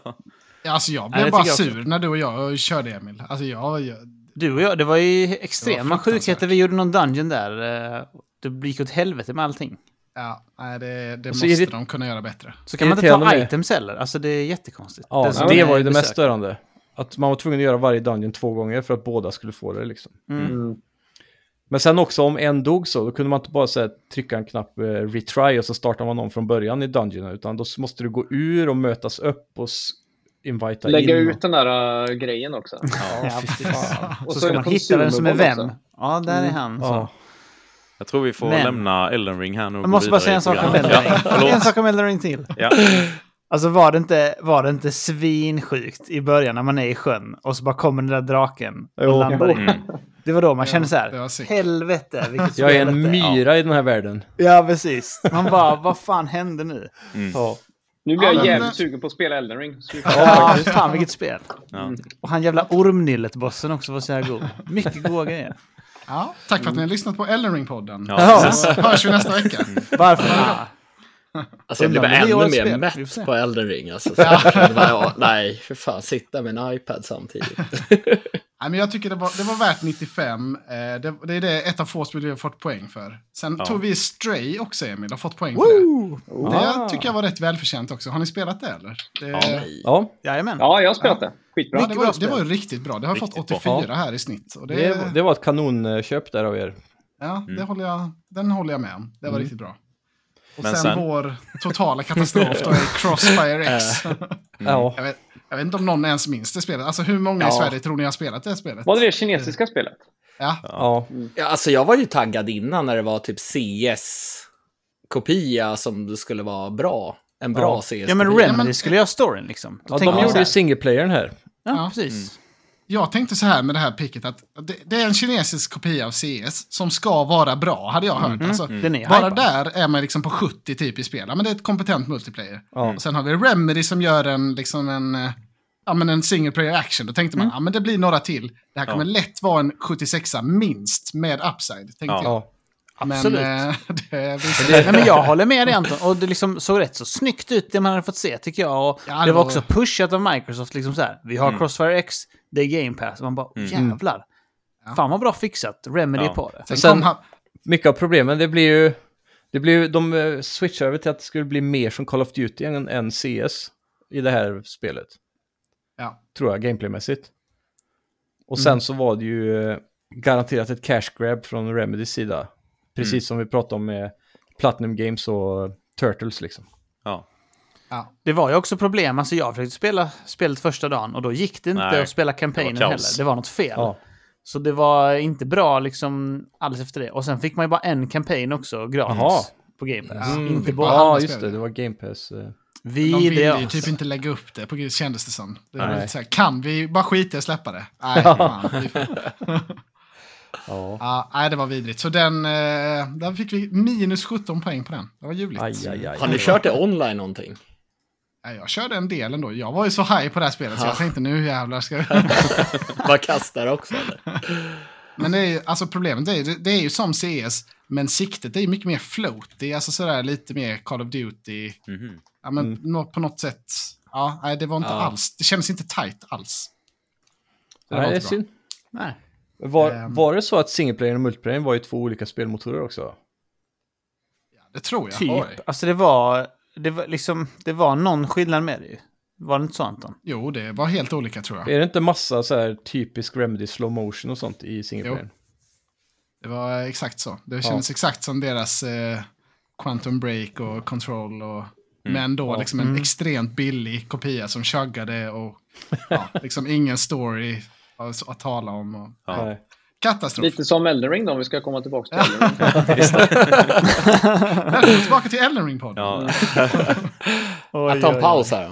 A: Ja, Alltså jag
B: Nej,
A: blev
B: det
A: bara
B: tycker jag också.
A: sur när du och jag körde Emil. Alltså jag, jag
E: Du och jag, det var ju
A: Det
E: extrema
A: var fruktansvärt.
E: sjukheter. Vi gjorde någon dungeon där. eh, Det gick åt helvete med allting.
A: ja, nej, det, det
B: Och
A: måste
B: så är det-
A: de kunna göra bättre.
E: Så kan man inte
B: Irriterande
E: ta
B: med.
E: items heller. Alltså det är jättekonstigt.
B: Ja,
E: som
B: det
E: är
B: var ju det mest
E: besökt.
B: störande. Att man var tvungen att göra varje dungeon två gånger för att båda skulle få det liksom.
D: Mm.
B: Men sen också om en dog så, då kunde man inte bara så här, trycka en knapp eh, retry och så startar man om från början i dungeonen, utan då måste du gå ur och mötas upp och s- invita
D: Lägga
B: in.
D: ut den där äh, grejen också.
E: Ja, fy fan.
D: Och
E: Och
D: så
E: så
D: är
E: ska
D: det
E: man hitta vem som är
D: konsumerboll
E: vem.
D: också.
E: Ja, där är han. Så.
B: Ja.
F: Jag tror vi får
E: Men-
F: lämna Elden Ring här nu och
E: Jag
F: gå
E: måste bara
F: vidare
E: säga
F: i
E: en sak om
F: programmet.
E: Elden Ring.
F: Ja, förlåt.
E: En sak om Elden Ring till.
F: Ja.
E: Alltså var det, inte, var det inte svinsjukt i början när man är i sjön och så bara kommer den där draken och
B: Jo.
E: landar i.
F: Mm.
E: Det var då man kände så
A: det var
E: här,
A: sick.
E: helvete vilket spel
B: Jag är
E: detta
B: en myra i den här världen.
E: Ja, precis. Man bara, vad fan hände nu?
B: Ja.
D: Nu blir
A: Ja,
D: jag
A: men-
D: jävligt sugen på att spela Elden Ring. Så vi får-
E: Ja, fan vilket spel.
F: Ja.
E: Och han jävla ormnyllet-bossen också var så jävla god. Mycket goda grejer.
A: Ja, tack
B: Mm.
A: för att ni har lyssnat på Elden Ring-podden.
F: Ja, precis.
A: Så hörs vi nästa vecka.
E: Varför? Ah.
C: Alltså jag blev
E: Undrar om det är
C: ännu mer
E: årets spel. Vi får se.
C: mätt på Elden Ring. Alltså, för jag kände bara, ja, nej, för fan, sitta med en iPad samtidigt.
A: Nej, men jag tycker det var, det var värt 95. Eh, det, det är det ett av få spel vi har fått poäng för. Sen tog vi Stray också, Emil, och fått poäng för det. Det tycker jag var rätt välförtjänt också. Har ni spelat det eller? Det, ja,
B: Ja.
E: Jajamän.
D: Ja, jag har spelat det. Skitbra.
A: det,
E: mycket bra
A: var, det
E: spel.
A: var ju riktigt bra. Det har
F: Riktigt
A: fått
F: bra.
A: 84 här i snitt. Och det,
B: Det, det var ett kanonköp där av er.
A: ja, det håller jag, den håller jag med om. Det var riktigt bra. Och
F: Men
A: sen,
F: sen-
A: vår totala katastrof då är Crossfire X.
B: Ja.
A: jag, vet, jag vet inte om någon ens minns det spelet. Alltså hur många i Sverige tror ni har spelat det spelet?
D: Var det det kinesiska spelet?
A: Ja,
B: ja.
C: Ja, alltså jag var ju taggad innan när det var typ CS-kopia som skulle vara bra. En bra
B: Ja.
C: CS-kopia.
E: Ja, men
A: Ja, men-
E: Remedy skulle göra storyn liksom. Då
B: ja de
E: tänker man så
B: gjorde ju
E: här,
B: single playern här.
E: Ja, precis.
A: Jag tänkte så här med det här picket att det, det är en kinesisk kopia av CS som ska vara bra, hade jag hört. Alltså,
E: Den är
A: Bara
E: hypad.
A: där är man liksom på 70 typ i spel. Ja, men det är ett kompetent multiplayer.
B: Ja.
A: Och sen har vi Remedy som gör en, liksom en, eh, ja, men en single player action. Då tänkte man, ja men det blir några till. Det här kommer lätt vara en 76a minst med upside, tänkte
F: Ja.
A: jag.
B: Ja.
A: Men
E: absolut.
A: eh, det visar
E: Nej, men jag håller med dig Anton. Och det liksom såg rätt så snyggt ut det man hade fått se tycker jag. Och
A: Ja, det
E: det var
A: var-
E: också pushat av Microsoft. Liksom så här, vi har Crossfire X, det är Game Pass. Och man bara jävlar. Fan vad bra fixat. Remedy
F: Ja.
E: på det.
A: Sen,
B: Sen-
A: kom han,
B: Mycket av problemen, det blir ju... Det blir ju de eh, switchar över till att det skulle bli mer som Call of Duty än, än CS i det här spelet.
A: ja,
B: tror jag, gameplaymässigt. Och sen så var det ju eh, garanterat ett cash grab från Remedys sida. Precis som vi pratade om med Platinum Games och eh, Turtles liksom.
F: Ja.
A: ja.
E: Det var ju också problem. Alltså jag försökte spela spelet första dagen och då gick det inte
F: Nej,
E: att spela
F: det
E: kampanjen
F: var
E: heller.
F: kaos.
E: Det var något fel.
B: Ja.
E: Så det var inte bra liksom alls efter det. Och sen fick man ju bara en kampanj också gratis
B: Jaha.
E: på Game Pass.
A: Mm.
E: Inte
A: Fick
E: bara...
A: bara-
B: Ja,
A: andra
B: just det,
A: spelare.
B: det var Game Pass. eh.
A: De ville
E: Vidrigt.
A: ju typ inte lägga upp det, på grund, kändes det som. Det var
B: Nej.
A: lite så här, kan vi bara skita i att släppa det? Nej, fan, vi får
B: Ja,
A: Ja, nej, det var vidrigt. Så den, eh, där fick vi minus 17 poäng på den. Det var ljuvligt.
B: aj, aj, aj.
C: Har ni kört det online någonting?
A: Ja, Jag körde en del ändå. Jag var ju så high på det här spelet så jag tänkte nu jävlar ska jag...
C: Bara kastar också eller?
A: Men det är ju, alltså problemet är ju, det, det är ju som CS, men siktet är ju mycket mer float. Det är alltså sådär lite mer Call of Duty.
F: Mhm.
A: Ja, men nå- på något sätt. Ja, nej, det var inte
C: Ja.
A: alls. Det kändes inte tight alls. Det var
B: Nej, det är
A: inte bra.
B: synd.
E: Nej.
B: Var,
A: Ehm.
B: var det så att singleplayern och multiplayern var ju två olika spelmotorer också?
A: Det tror jag.
E: Typ.
A: Oj.
E: Alltså det var, det var liksom, det var någon skillnad med det ju. Var det inte så Anton?
A: Jo, det var helt olika tror jag.
B: Är det inte massa så här typisk Remedy slow motion och sånt i singleplayern?
A: Det var exakt så. Det kändes exakt som deras eh, Quantum Break och Control. Och, Men då liksom en extremt billig kopia som chuggade och ja, liksom ingen story att, att tala om. Och,
F: Ja.
B: Nej.
A: Katastrof.
D: Lite som Elden Ring då, om vi ska komma tillbaka till Elden Ring.
A: Välkommen tillbaka till Elden Ring podden
F: Ja.
C: Jag tar en paus här.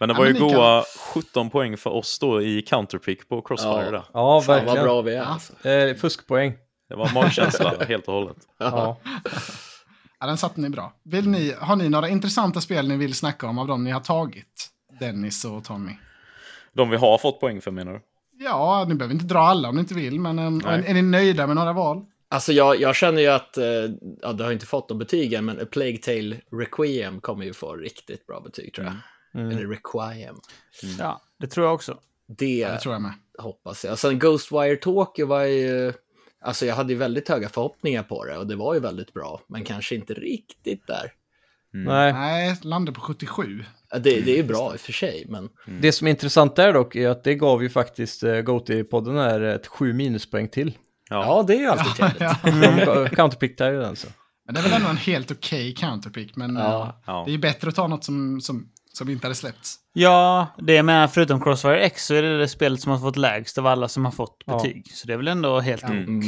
F: Men det
A: Ja,
F: var ju
A: men ni kan-
F: goa 17 poäng för oss då i counterpick på Crossfire
C: Ja.
F: där.
B: Ja,
C: Fan
B: verkligen.
C: vad bra vi är. Alltså.
B: Eh, fuskpoäng.
F: Det var magkänsla helt och hållet.
B: Ja.
A: Ja, den satte ni bra. Vill ni, har ni några intressanta spel ni vill snacka om av de ni har tagit? Dennis och Tommy.
F: De vi har fått poäng för menar du?
A: Ja, ni behöver inte dra alla om ni inte vill, men em, är, är ni nöjda med några val?
C: Alltså jag, jag känner ju att, eh, ja, det har ju inte fått något betyg än, men A Plague Tale Requiem kommer ju få riktigt bra betyg tror jag. Eller Requiem.
E: Ja, det tror jag också.
C: Det,
A: Det tror jag med.
C: hoppas jag. Sen Ghostwire Tokyo var ju... Alltså jag hade ju väldigt höga förhoppningar på det och det var ju väldigt bra, men kanske inte riktigt där.
B: Nej.
A: Nej, landade på 77.
C: Ja, Det, Mm, det är ju bra i och för sig, men
B: Det som är intressant där dock är att det gav ju faktiskt eh, Goaty-podden här ett sju minuspoäng till.
F: Ja.
C: ja, det är ju alltid trevligt.
A: ja.
B: De counterpickade ju den så.
A: Men det är väl ändå en helt okej counterpick, men eh,
F: Ja.
A: det är ju bättre att ta något som, som, som inte hade släppts.
E: Ja, det är med förutom Crossfire X så är det det spelet som har fått lägst av alla som har fått
B: Ja.
E: betyg. Så det är väl ändå helt
F: Mm.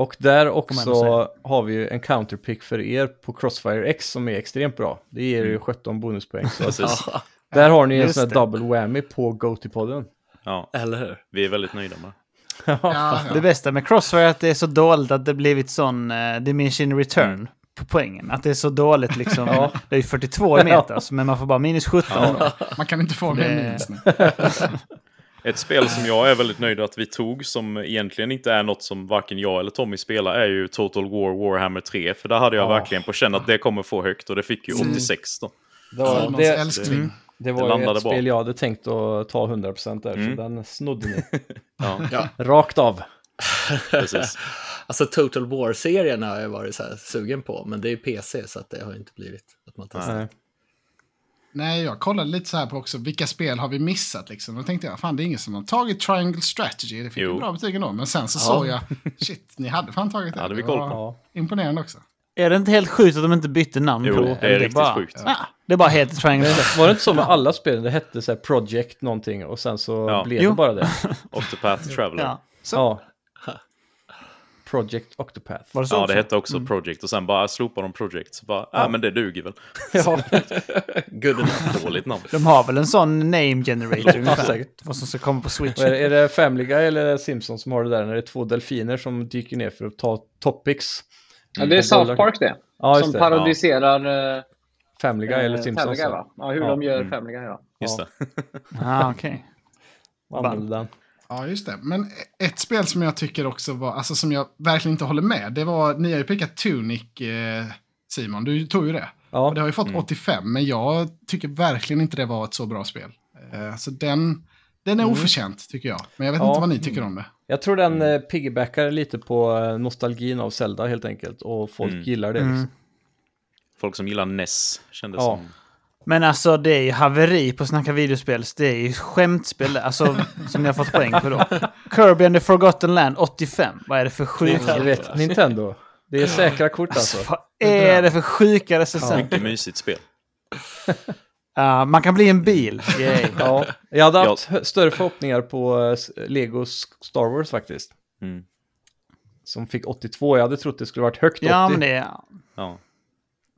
B: Och där
E: Får man ändå
B: också har vi ju en counterpick för er på Crossfire X som är extremt bra. Det ger ju 17 bonuspoäng. Så
F: Precis.
B: där har ni ju en
E: Just
B: sån här
E: det.
B: double whammy på Goaty-podden.
F: Ja.
C: Eller hur?
F: Vi är väldigt nöjda med.
A: Ja,
E: Det
A: ja.
E: bästa med Crossfire är att det är så dåligt att det blivit sån uh, diminishing return på poängen. Att det är så dåligt liksom. Det är ju 42 i metas, men man får bara minus 17. då.
A: Man kan inte få mer
E: Det-
A: minus nu.
F: Ett spel som jag är väldigt nöjd att vi tog, som egentligen inte är något som varken jag eller Tommy spelar, är ju Total War Warhammer 3. För där hade jag verkligen på känn att det kommer få högt och det fick ju 86 då.
B: Det
A: Simons
B: var, det,
A: Alltså, älskling.
B: det
F: det
B: var ju
F: landade
B: ett
F: bra. Mm.
B: spel jag hade tänkt att ta 100% där, så den snodde ni.
F: Ja,
B: Rakt av.
F: precis.
C: Alltså Total War-serien har jag varit så här sugen på, men det är ju PC så att det har ju inte blivit att man testar.
B: Nej.
A: Nej, jag kollade lite så här på också, vilka spel har vi missat liksom? Då tänkte jag, fan det är ingen som har tagit Triangle Strategy, det fick
F: Jo.
A: ju bra betyg ändå. Men sen så såg jag, shit, ni hade fan tagit det.
F: hade vi
A: Det
F: koll
A: var
B: på.
A: Imponerande också.
E: Är det inte helt sjukt att de inte bytte namn
F: Jo,
E: på
F: det är
E: Eller
F: riktigt
E: bara,
F: sjukt.
E: Ja, det är bara heter Triangle.
B: Var det inte så med alla spelen? Det hette så här Project någonting och sen så
F: Ja.
B: blev
E: Jo.
B: det bara det.
F: Octopath Traveler.
E: ja.
F: Ja,
B: Ja. Project Octopath.
E: Var det så också?
F: det hette också Project och sen bara slopade de Project. Så bara, ja ah, men det duger väl.
B: Ja,
C: Good enough.
F: Dåligt namn.
E: De har väl en sån name generator ungefär?
B: säkert.
E: Vad som ska komma på Switch.
B: Och är, det- är det Family Guy eller Simpsons som har det där när det är två delfiner som dyker ner för att ta topics?
D: Ja, det är South
B: Mm. bollar.
D: Park det.
B: Ja,
D: som
B: just det.
D: parodiserar eh,
B: Family Guy eller
D: eh,
B: Simpsons.
D: Family Guy, va? Ja, hur
B: Ja.
D: de gör Family Guy. Ja.
F: Just
B: Ja.
F: det.
E: Ah, okej.
B: Man använder den.
A: Ja, just det. Men e- ett spel som jag tycker också var, alltså som jag verkligen inte håller med, det var, ni har ju pickat Tunic, eh, Simon, du tog ju det.
B: Ja.
A: Och det har ju fått 85, men jag tycker verkligen inte det var ett så bra spel. Eh, så den, den är oförtjänt, tycker jag. Men jag vet
B: Mm. Ja. Mm.
A: inte vad ni tycker om det.
B: Jag tror den eh, piggybackar lite på eh, nostalgin av Zelda helt enkelt. Och folk
F: Mm.
B: gillar det. Liksom.
F: Folk som gillar NES kändes
B: Ja.
F: som.
E: Men alltså det är ju haveri på Snacka videospel. Det är ju skämtspel, alltså, som ni har fått poäng på då. Kirby and the Forgotten Land 85. Vad är det för sjuka...
B: Jag vet, Nintendo. Det är säkra kort alltså.
E: Vad är det för sjuka recensenter?
F: Mycket mysigt spel.
E: Ah, man kan bli en bil. Yay.
B: Ja. Jag hade haft hö- större förhoppningar på eh, s- Lego S- Star Wars faktiskt.
F: Mm.
B: Som fick 82. Jag hade trott det skulle varit högt 80.
E: Ja, men det,
F: Ja.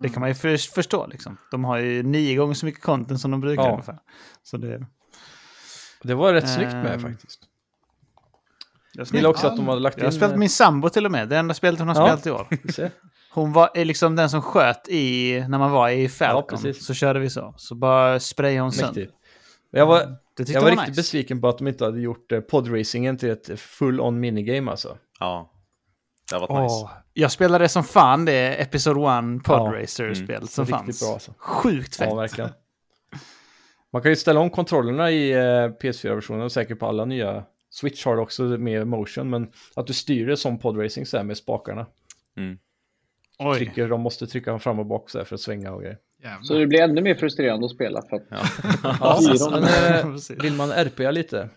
E: det kan man ju för, förstå liksom. De har ju nio gånger så mycket content som de brukar
B: Ja.
E: ungefär. Så det,
B: Det var rätt snyggt med
E: Ehm,
B: faktiskt.
E: det är
B: Jag gillar
E: snyggt.
B: också att de hade lagt in... eh,
E: Jag har spelat med min sambo till och med. Det enda spelet hon har
B: Ja.
E: spelat i år.
B: Se.
E: Hon var är liksom den som sköt i, när man var i Falcon.
B: precis.
E: så körde vi så. Så bara sprayade hon sönder.
B: Mäktigt. Jag var,
E: Det tyckte
B: jag var
E: hon var
B: riktigt
E: nice.
B: besviken på att de inte hade gjort eh, podracingen till ett full-on minigame alltså.
F: ja. Det har varit nice.
E: Åh, Jag spelade det som fan, det är Episode 1 Podracer-spel som
B: Mm. riktigt
E: fanns.
B: bra alltså.
E: Sjukt fett.
B: Ja, verkligen. Man kan ju ställa om kontrollerna i eh, PS4-versionen och säkert på alla nya. Switch har det också med motion, men att du styr det som podracing så här med spakarna.
E: Oj.
B: Trycker, de måste trycka fram och bak så här för att svänga och grejer.
D: Så det blir ännu mer frustrerande att spela. För att,
B: Mm. Ja,
D: Giron.
B: sen eh, vill man RPa lite.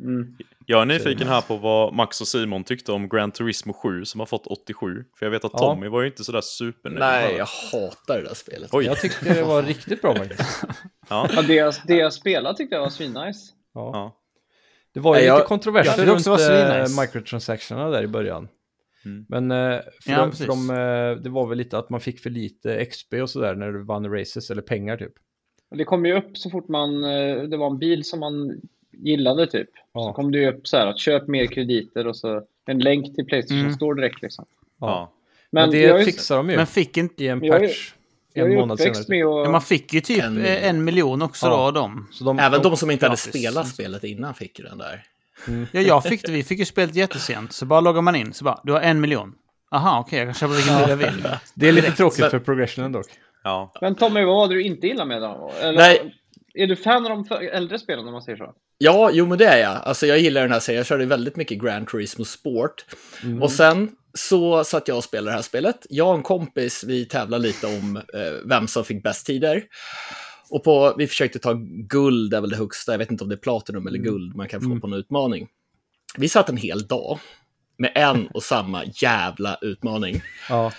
D: mm,
F: Jag är nyfiken här på vad Max och Simon tyckte om Gran Turismo 7 som har fått 87. För jag vet att
B: Ja.
F: Tommy var ju inte sådär supernöjd.
C: Nej, jag hatar det där spelet.
F: Oj.
B: Jag tyckte det var riktigt bra faktiskt.
F: Ja.
D: ja, det, jag, det jag spelade tyckte jag var svinnice.
B: Ja.
F: Ja.
B: Det var ju
C: Nej, jag-
B: lite
E: jag
B: kontroverser
E: tyckte också
B: runt
E: det var
B: eh,
E: svinnice.
B: microtransactionerna där i början.
F: Mm.
B: Men eh, för,
E: Ja,
B: för
E: precis.
B: de, eh, det var väl lite att man fick för lite XP och sådär när du vann races eller pengar typ.
D: Och det kom ju upp så fort man, eh, det var en bil som man gillade typ.
B: Ja.
D: Så kom det ju upp så här att köp mer krediter och så en länk till Playstation
E: Mm.
D: Store direkt liksom.
F: Ja.
B: Men,
D: Men,
B: det
D: jag, är,
B: fixar de ju
E: Men fick inte...
B: i en
D: jag är-
B: patch
D: jag
B: en
D: är
B: månad senare.
D: uppväxt
B: Typ.
D: med att...
E: Ja, man fick ju
C: En
E: typ en,
C: miljon.
E: en miljon också
B: Ja.
E: då av dem.
B: Så de,
C: Även de som inte hade
E: Gratis.
C: spelat spelet innan fick ju den där.
E: Ja, jag fick det. Vi fick ju spelet jättesent. Så bara loggar man in. Så bara, du har en miljon. Aha, okej, jag kan köpa vilken bil jag vill.
B: Det är lite tråkigt
C: Men-
B: för progressionen dock.
F: ja.
D: Men Tommy, vad var det du inte gillade med då? Eller,
C: Nej.
D: Är du fan av de för- äldre spelen om man säger så?
C: Ja, jo men det är jag. Alltså jag gillar den här serien. Jag körde väldigt mycket Gran Turismo Sport. Och sen så satt jag och spelade det här spelet. Jag och en kompis, vi tävlade lite om eh, vem som fick bäst tider. Och på, vi försökte ta guld, är väl det högsta. Jag vet inte om det är platinum eller guld man kan få på en utmaning. Vi satt en hel dag med en och samma jävla utmaning.
B: Ja.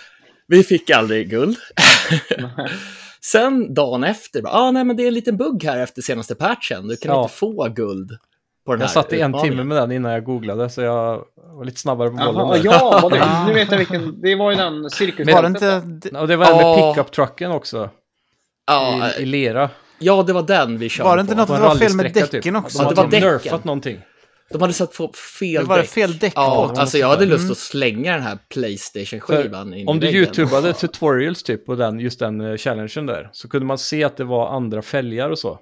C: Vi fick aldrig guld. Sen dagen efter, bara, ah, nej men det är en liten bugg här efter senaste patchen. Du kan
B: Ja.
C: inte få guld på den
B: Jag
C: här
B: satt i en
C: utmaningen."
B: timme med den innan jag googlade så jag var lite snabbare på bollen.
D: Jaha,
B: där.
D: ja, vad det,
E: Ah.
D: nu vet jag vilken. Det var ju den cirkus...
E: Var det inte... det-
B: Och det var den med
C: Ja.
B: pickup-trucken också.
C: Ja, eh,
B: I, I lera.
C: ja, det var den vi körde
E: Var det inte
C: på.
E: något
B: På en
E: det var fel med
B: rallysträcka,
E: däcken
B: typ.
E: också?
B: De
C: Ja,
B: hade
C: det var däcken.
B: nerfat någonting.
C: De hade satt på fel
E: Det var
C: däck.
E: fel däck
C: Ja,
E: på.
C: alltså jag hade lust att slänga den här Playstation-skivan in i
B: Om du
C: väggen.
B: youtubade tutorials typ på den, just den eh, challengen där så kunde man se att det var andra fälgar och så.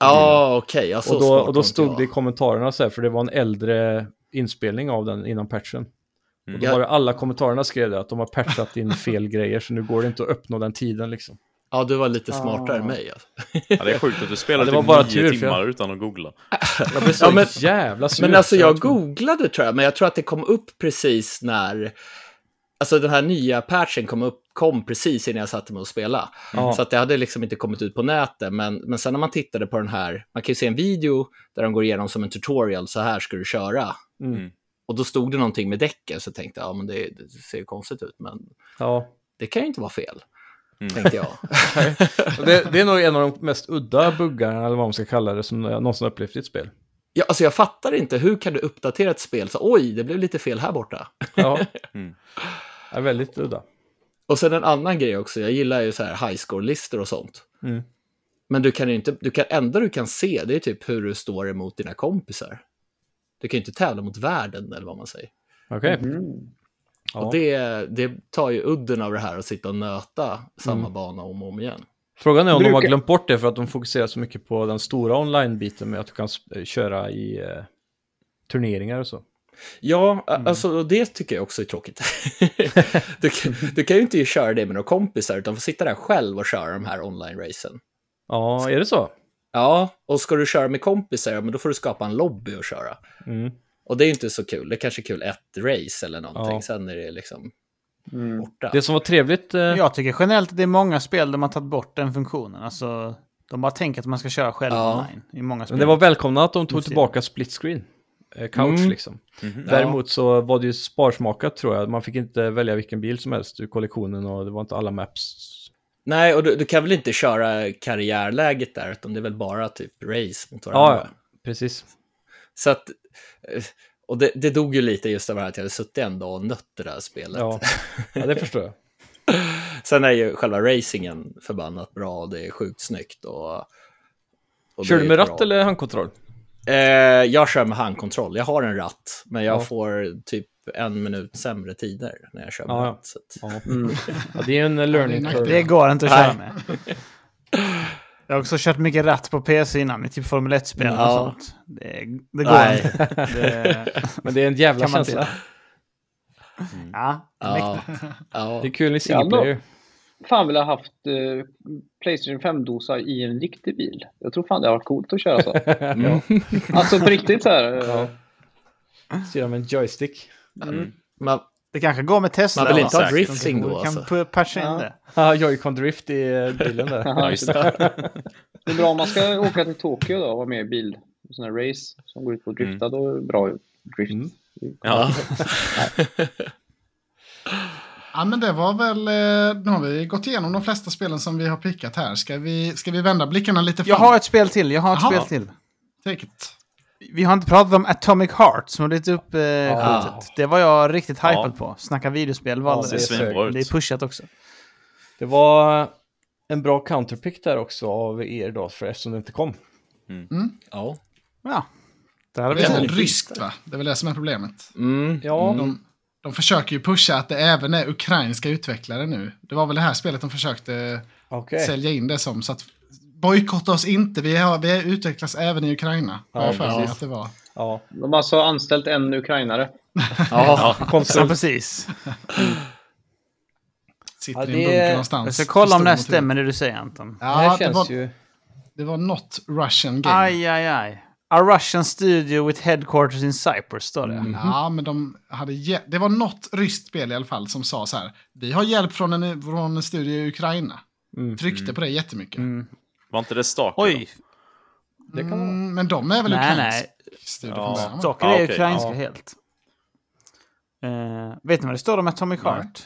C: Ja, okej. ja, så
B: och, då,
C: smart
B: och
C: var
B: då
C: inte
B: stod
C: jag.
B: det i kommentarerna så här, för det var en äldre inspelning av den innan patchen. Och då
C: Mm. Ja.
B: var det alla kommentarerna skrev det, att de har patchat in fel grejer så nu går det inte att uppnå den tiden liksom.
C: Ja, du var lite smartare
B: Ah.
C: än mig. Alltså.
F: ja, det är sjukt att du
B: Ja,
F: spelade
B: det var
F: typ
B: bara
F: nio
B: tur, för
F: timmar utan att googla.
B: Jag blev så
C: Ja, men-
B: jävla sur.
C: Men alltså
B: så
C: jag
B: tror-
C: googlade tror jag, men jag tror att det kom upp precis när... Alltså den här nya patchen kom, upp, kom precis innan jag satte mig och spela.
B: Ja.
C: Så att det hade liksom inte kommit ut på nätet. Men, men sen när man tittade på den här, man kan ju se en video där de går igenom som en tutorial, så här ska du köra.
B: Mm.
C: Och då stod det någonting med däcken, så tänkte jag, ja men det, det ser ju konstigt ut, men
B: Ja.
C: det kan ju inte vara fel.
F: Mm.
C: Tänkte jag.
B: Och Det, det är nog en av de mest udda buggarna, eller vad man ska kalla det, som jag någonsin upplevt i ett spel.
C: Ja, alltså jag fattar inte, hur kan du uppdatera ett spel så oj, det blev lite fel här borta?
B: Ja.
F: Mm.
B: Ja, väldigt udda.
C: Och sen en annan grej också, jag gillar ju så här high score-listor och sånt.
B: Mm.
C: Men du kan ju inte, du kan, enda du kan se det är typ hur du står emot dina kompisar. Du kan ju inte tävla mot världen eller vad man säger.
B: Okej.
E: Mm.
D: Mm.
B: Ja.
C: Och det, det tar ju udden av det här att sitta och nöta samma bana om och om igen.
B: Frågan är om de har
D: Brukar-
B: glömt bort det för att de fokuserar så mycket på den stora online-biten med att du kan eh, köra i eh, turneringar och så.
C: Ja, a- alltså och det tycker jag också är tråkigt. du, kan, du kan ju inte köra det med några kompisar utan får sitta där själv och köra de här online-racen.
B: Ja, är det så?
C: Ja, och ska du köra med kompisar, ja, men då får du skapa en lobby och köra.
B: Mm.
C: Och det är ju inte så kul. Det är kanske är kul ett race eller någonting,
B: Ja.
C: sen är det liksom
D: Mm.
C: borta.
B: Det som var trevligt, eh,
E: Jag tycker generellt att det är många spel där man tagit bort den funktionen. Alltså, de bara tänker att man ska köra själv
C: Ja.
E: online i många spel.
B: men det var välkomna att de tog
E: Måste jag.
B: tillbaka split screen. eh, Couch
C: Mm.
B: liksom. Däremot så var det ju sparsmakat tror jag. Man fick inte välja vilken bil som helst ur kollektionen och det var inte alla maps.
C: Nej, och du, du kan väl inte köra karriärläget där, utan det är väl bara typ race mot varandra.
B: Ja, ja. precis.
C: Så att, eh, och det, det dog ju lite just av det här att jag hade suttit en dag och nött det där spelet.
B: Ja. ja, det förstår jag.
C: Sen är ju själva racingen förbannat bra, det är sjukt snyggt och... och
B: Kör
C: det
B: du
C: är
B: med
C: bra.
B: ratt eller handkontroll?
C: Eh, jag kör med handkontroll, jag har en ratt, men jag
B: Ja.
C: får typ en minut sämre tider när jag kör med
B: Ja, ja.
C: ratt. Så att...
B: Ja. Mm. ja, det är ju en eh, learning
A: nackdel.
B: curve.
E: Det går inte att
C: Nej.
E: köra med. Jag har också kört mycket ratt på PC innan, i typ Formel 1-spel och
C: Ja.
E: sånt. Det, det går
C: Nej.
E: inte. Det,
B: Men det är en jävla
E: Kan man
B: känsla.
E: ja, det är mäktigt.
C: Ja, ja.
B: Det är kul i single
D: Ja, då-
B: player.
D: fan vill jag haft eh, Playstation 5-dosa i en riktig bil. Jag tror fan det har varit coolt att köra så.
C: Mm.
D: Alltså på riktigt så här. eh,
B: Styra med en joystick.
D: Mm.
C: Man,
E: Det kanske går med Tesla.
C: Man vill inte ha
E: Säkert.
C: drifting då,
E: Vi kan
C: alltså.
E: patcha in
D: Ja.
E: det.
B: Haha, Joy-Con Drift i eh, bilen där.
F: Ja, just det.
D: Det är bra om man ska åka till Tokyo då och vara med i bil. Sådana här race som går ut på att drifta,
B: Mm.
D: då är det bra drift.
F: Ja.
A: Ja men det var väl, eh, nu har vi gått igenom de flesta spelen som vi har pickat här. Ska vi, ska vi vända blickarna lite fram?
E: Jag har ett spel till. Jag har ett
A: Jaha.
E: spel till.
A: Take it.
E: Vi har inte pratat om Atomic Heart som har lite upp eh, skjutet. Det var jag riktigt
F: Ja.
E: hypad på. Snacka videospel var
B: Ja,
F: Det ser
E: alldeles.
F: svinbra
E: Det är
F: ut.
E: pushat också.
B: Det var en bra counterpick där också av er då, för eftersom det inte kom.
C: Ja.
E: Ja. Det hade
A: Det är
E: vi
A: väl
E: gjort.
A: ryskt va? Det är väl det som är problemet.
C: Mm.
B: Ja,
A: De, de försöker ju pusha att det även är ukrainska utvecklare nu. Det var väl det här spelet de försökte
B: okej.
A: sälja in det som. Så att bojkotta oss inte, vi, har, vi utvecklas även i Ukraina. Har jag för mig
B: precis.
A: att det var.
B: Ja,
D: De har alltså anställt en ukrainare.
C: Ja.
E: Ja,
B: konstigt.
E: precis.
A: Sitter
B: Ja,
A: i en
B: det-
A: bunker
E: Jag
A: någonstans.
E: ska kolla om det här
A: Stor motiv.
E: stämmer det du säger Anton.
B: Det här
A: Ja, det
B: känns
A: var,
B: ju...
A: det var något Russian game.
E: Aj, aj, aj. A Russian studio with headquarters in Cyprus, står det.
A: Ja, men de hade ge- det var något ryskt spel i alla fall som sa så här. Vi har hjälp från en, från en studie i Ukraina.
B: Mm.
A: Tryckte på det jättemycket.
F: Var inte det Stalker?
E: Mm. Oj,
B: Det kan vara.
A: Mm, men de är väl
E: Nej,
A: ukrainsk studie
F: Ja.
A: från början? va?
E: saker
F: Ja,
E: är
F: okej,
E: ukrainska
B: ja.
E: helt. Eh, vet ni vad det står om Atomic Heart?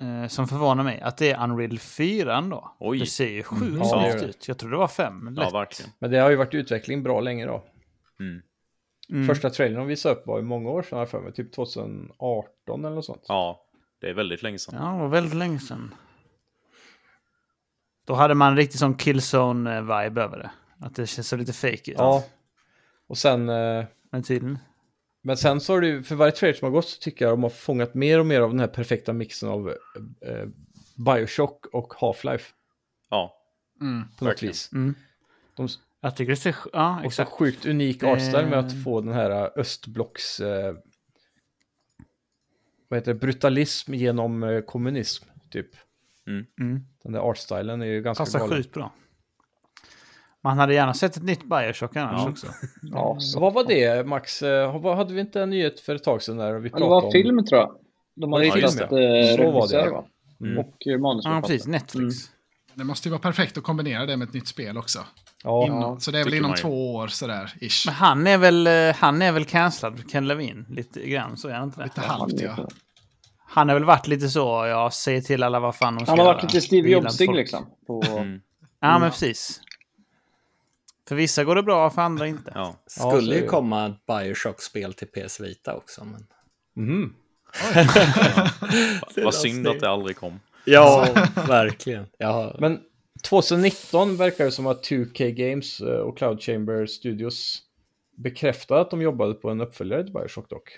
E: Eh, som förvånar mig, att det är Unreal 4 då.
F: Oj.
E: Det ser ju sjukt
B: Mm. Ja, det
E: snyggt
B: gör det.
E: ut. Jag trodde det var 5.
F: Ja, verkligen.
B: Men det har ju varit i utveckling bra länge då.
F: Mm.
E: Mm.
B: Första trailern de visade upp var ju många år sedan har jag för mig, typ 2018 eller något sånt.
F: Ja, det är väldigt länge sedan.
E: Ja, det var väldigt länge sedan. Då hade man riktigt sån Killzone-vibe över det. Att det känns så lite fake ut.
B: Ja. Och sen, eh,
E: Men tydligen.
B: men sen så har det ju, för varje trailer som har gått så tycker jag de har fångat mer och mer av den här perfekta mixen av eh, Bioshock och Half-Life
F: Ja.
A: Mm.
B: på något
F: Verkligen.
B: vis.
E: Mm.
B: De,
E: Jag tycker det ser... sj- Ja,
B: och så
E: exakt.
B: sjukt unik
E: Det-
B: artstyle med att få den här östblocks... Eh, vad heter det? Brutalism genom eh, kommunism, typ.
E: Mm.
B: Den där artstylen är ju ganska
E: Passar
B: galen.
E: sjukt bra. Man hade gärna sett ett nytt Bioshock annars
F: Ja.
E: också.
D: Ja, så.
B: Vad var det, Max? Eh, Vad hade vi inte en nyhet för ett tag sedan där vi
D: Men det
B: pratade
D: var
B: om?
D: film tror jag. De har
B: Ja,
D: hittat
B: film, ja. Så
D: eh,
B: var det,
D: regissör
B: ja.
D: va?
F: Mm.
D: och eh,
E: Ja,
D: manusförfattare.
E: precis.
B: Mm.
E: Netflix.
A: Det måste ju vara perfekt att kombinera det med ett nytt spel också.
B: Ja,
A: Inom, så det är väl
F: tycker
A: inom
F: man ju.
A: två år sådär, ish.
E: Men han är väl, eh, han är väl cancellad, Ken Levine, lite grann. Så är han inte
A: Lite
E: det.
A: halvt
D: Han
B: Mm.
A: ja.
D: är-
E: Han har väl varit lite så, ja, säger till alla vad fan de ska
D: Han har varit
E: göra.
D: lite Steve
E: Gillar
D: Jobsig
E: folk.
D: liksom. På,
B: Mm.
E: Ja, men precis. För vissa går det bra, för andra inte.
F: ja.
B: Ja, så
C: Skulle
B: är
C: ju
B: det.
C: komma ett Bioshock-spel till PS Vita också. Men...
B: Mhm.
F: Vad synd att det aldrig kom.
C: Ja, verkligen. Jag har...
B: Men 2019 verkar det som att 2K Games eh, och Cloud Chamber Studios bekräftade att de jobbade på en uppföljare till Bioshock dock.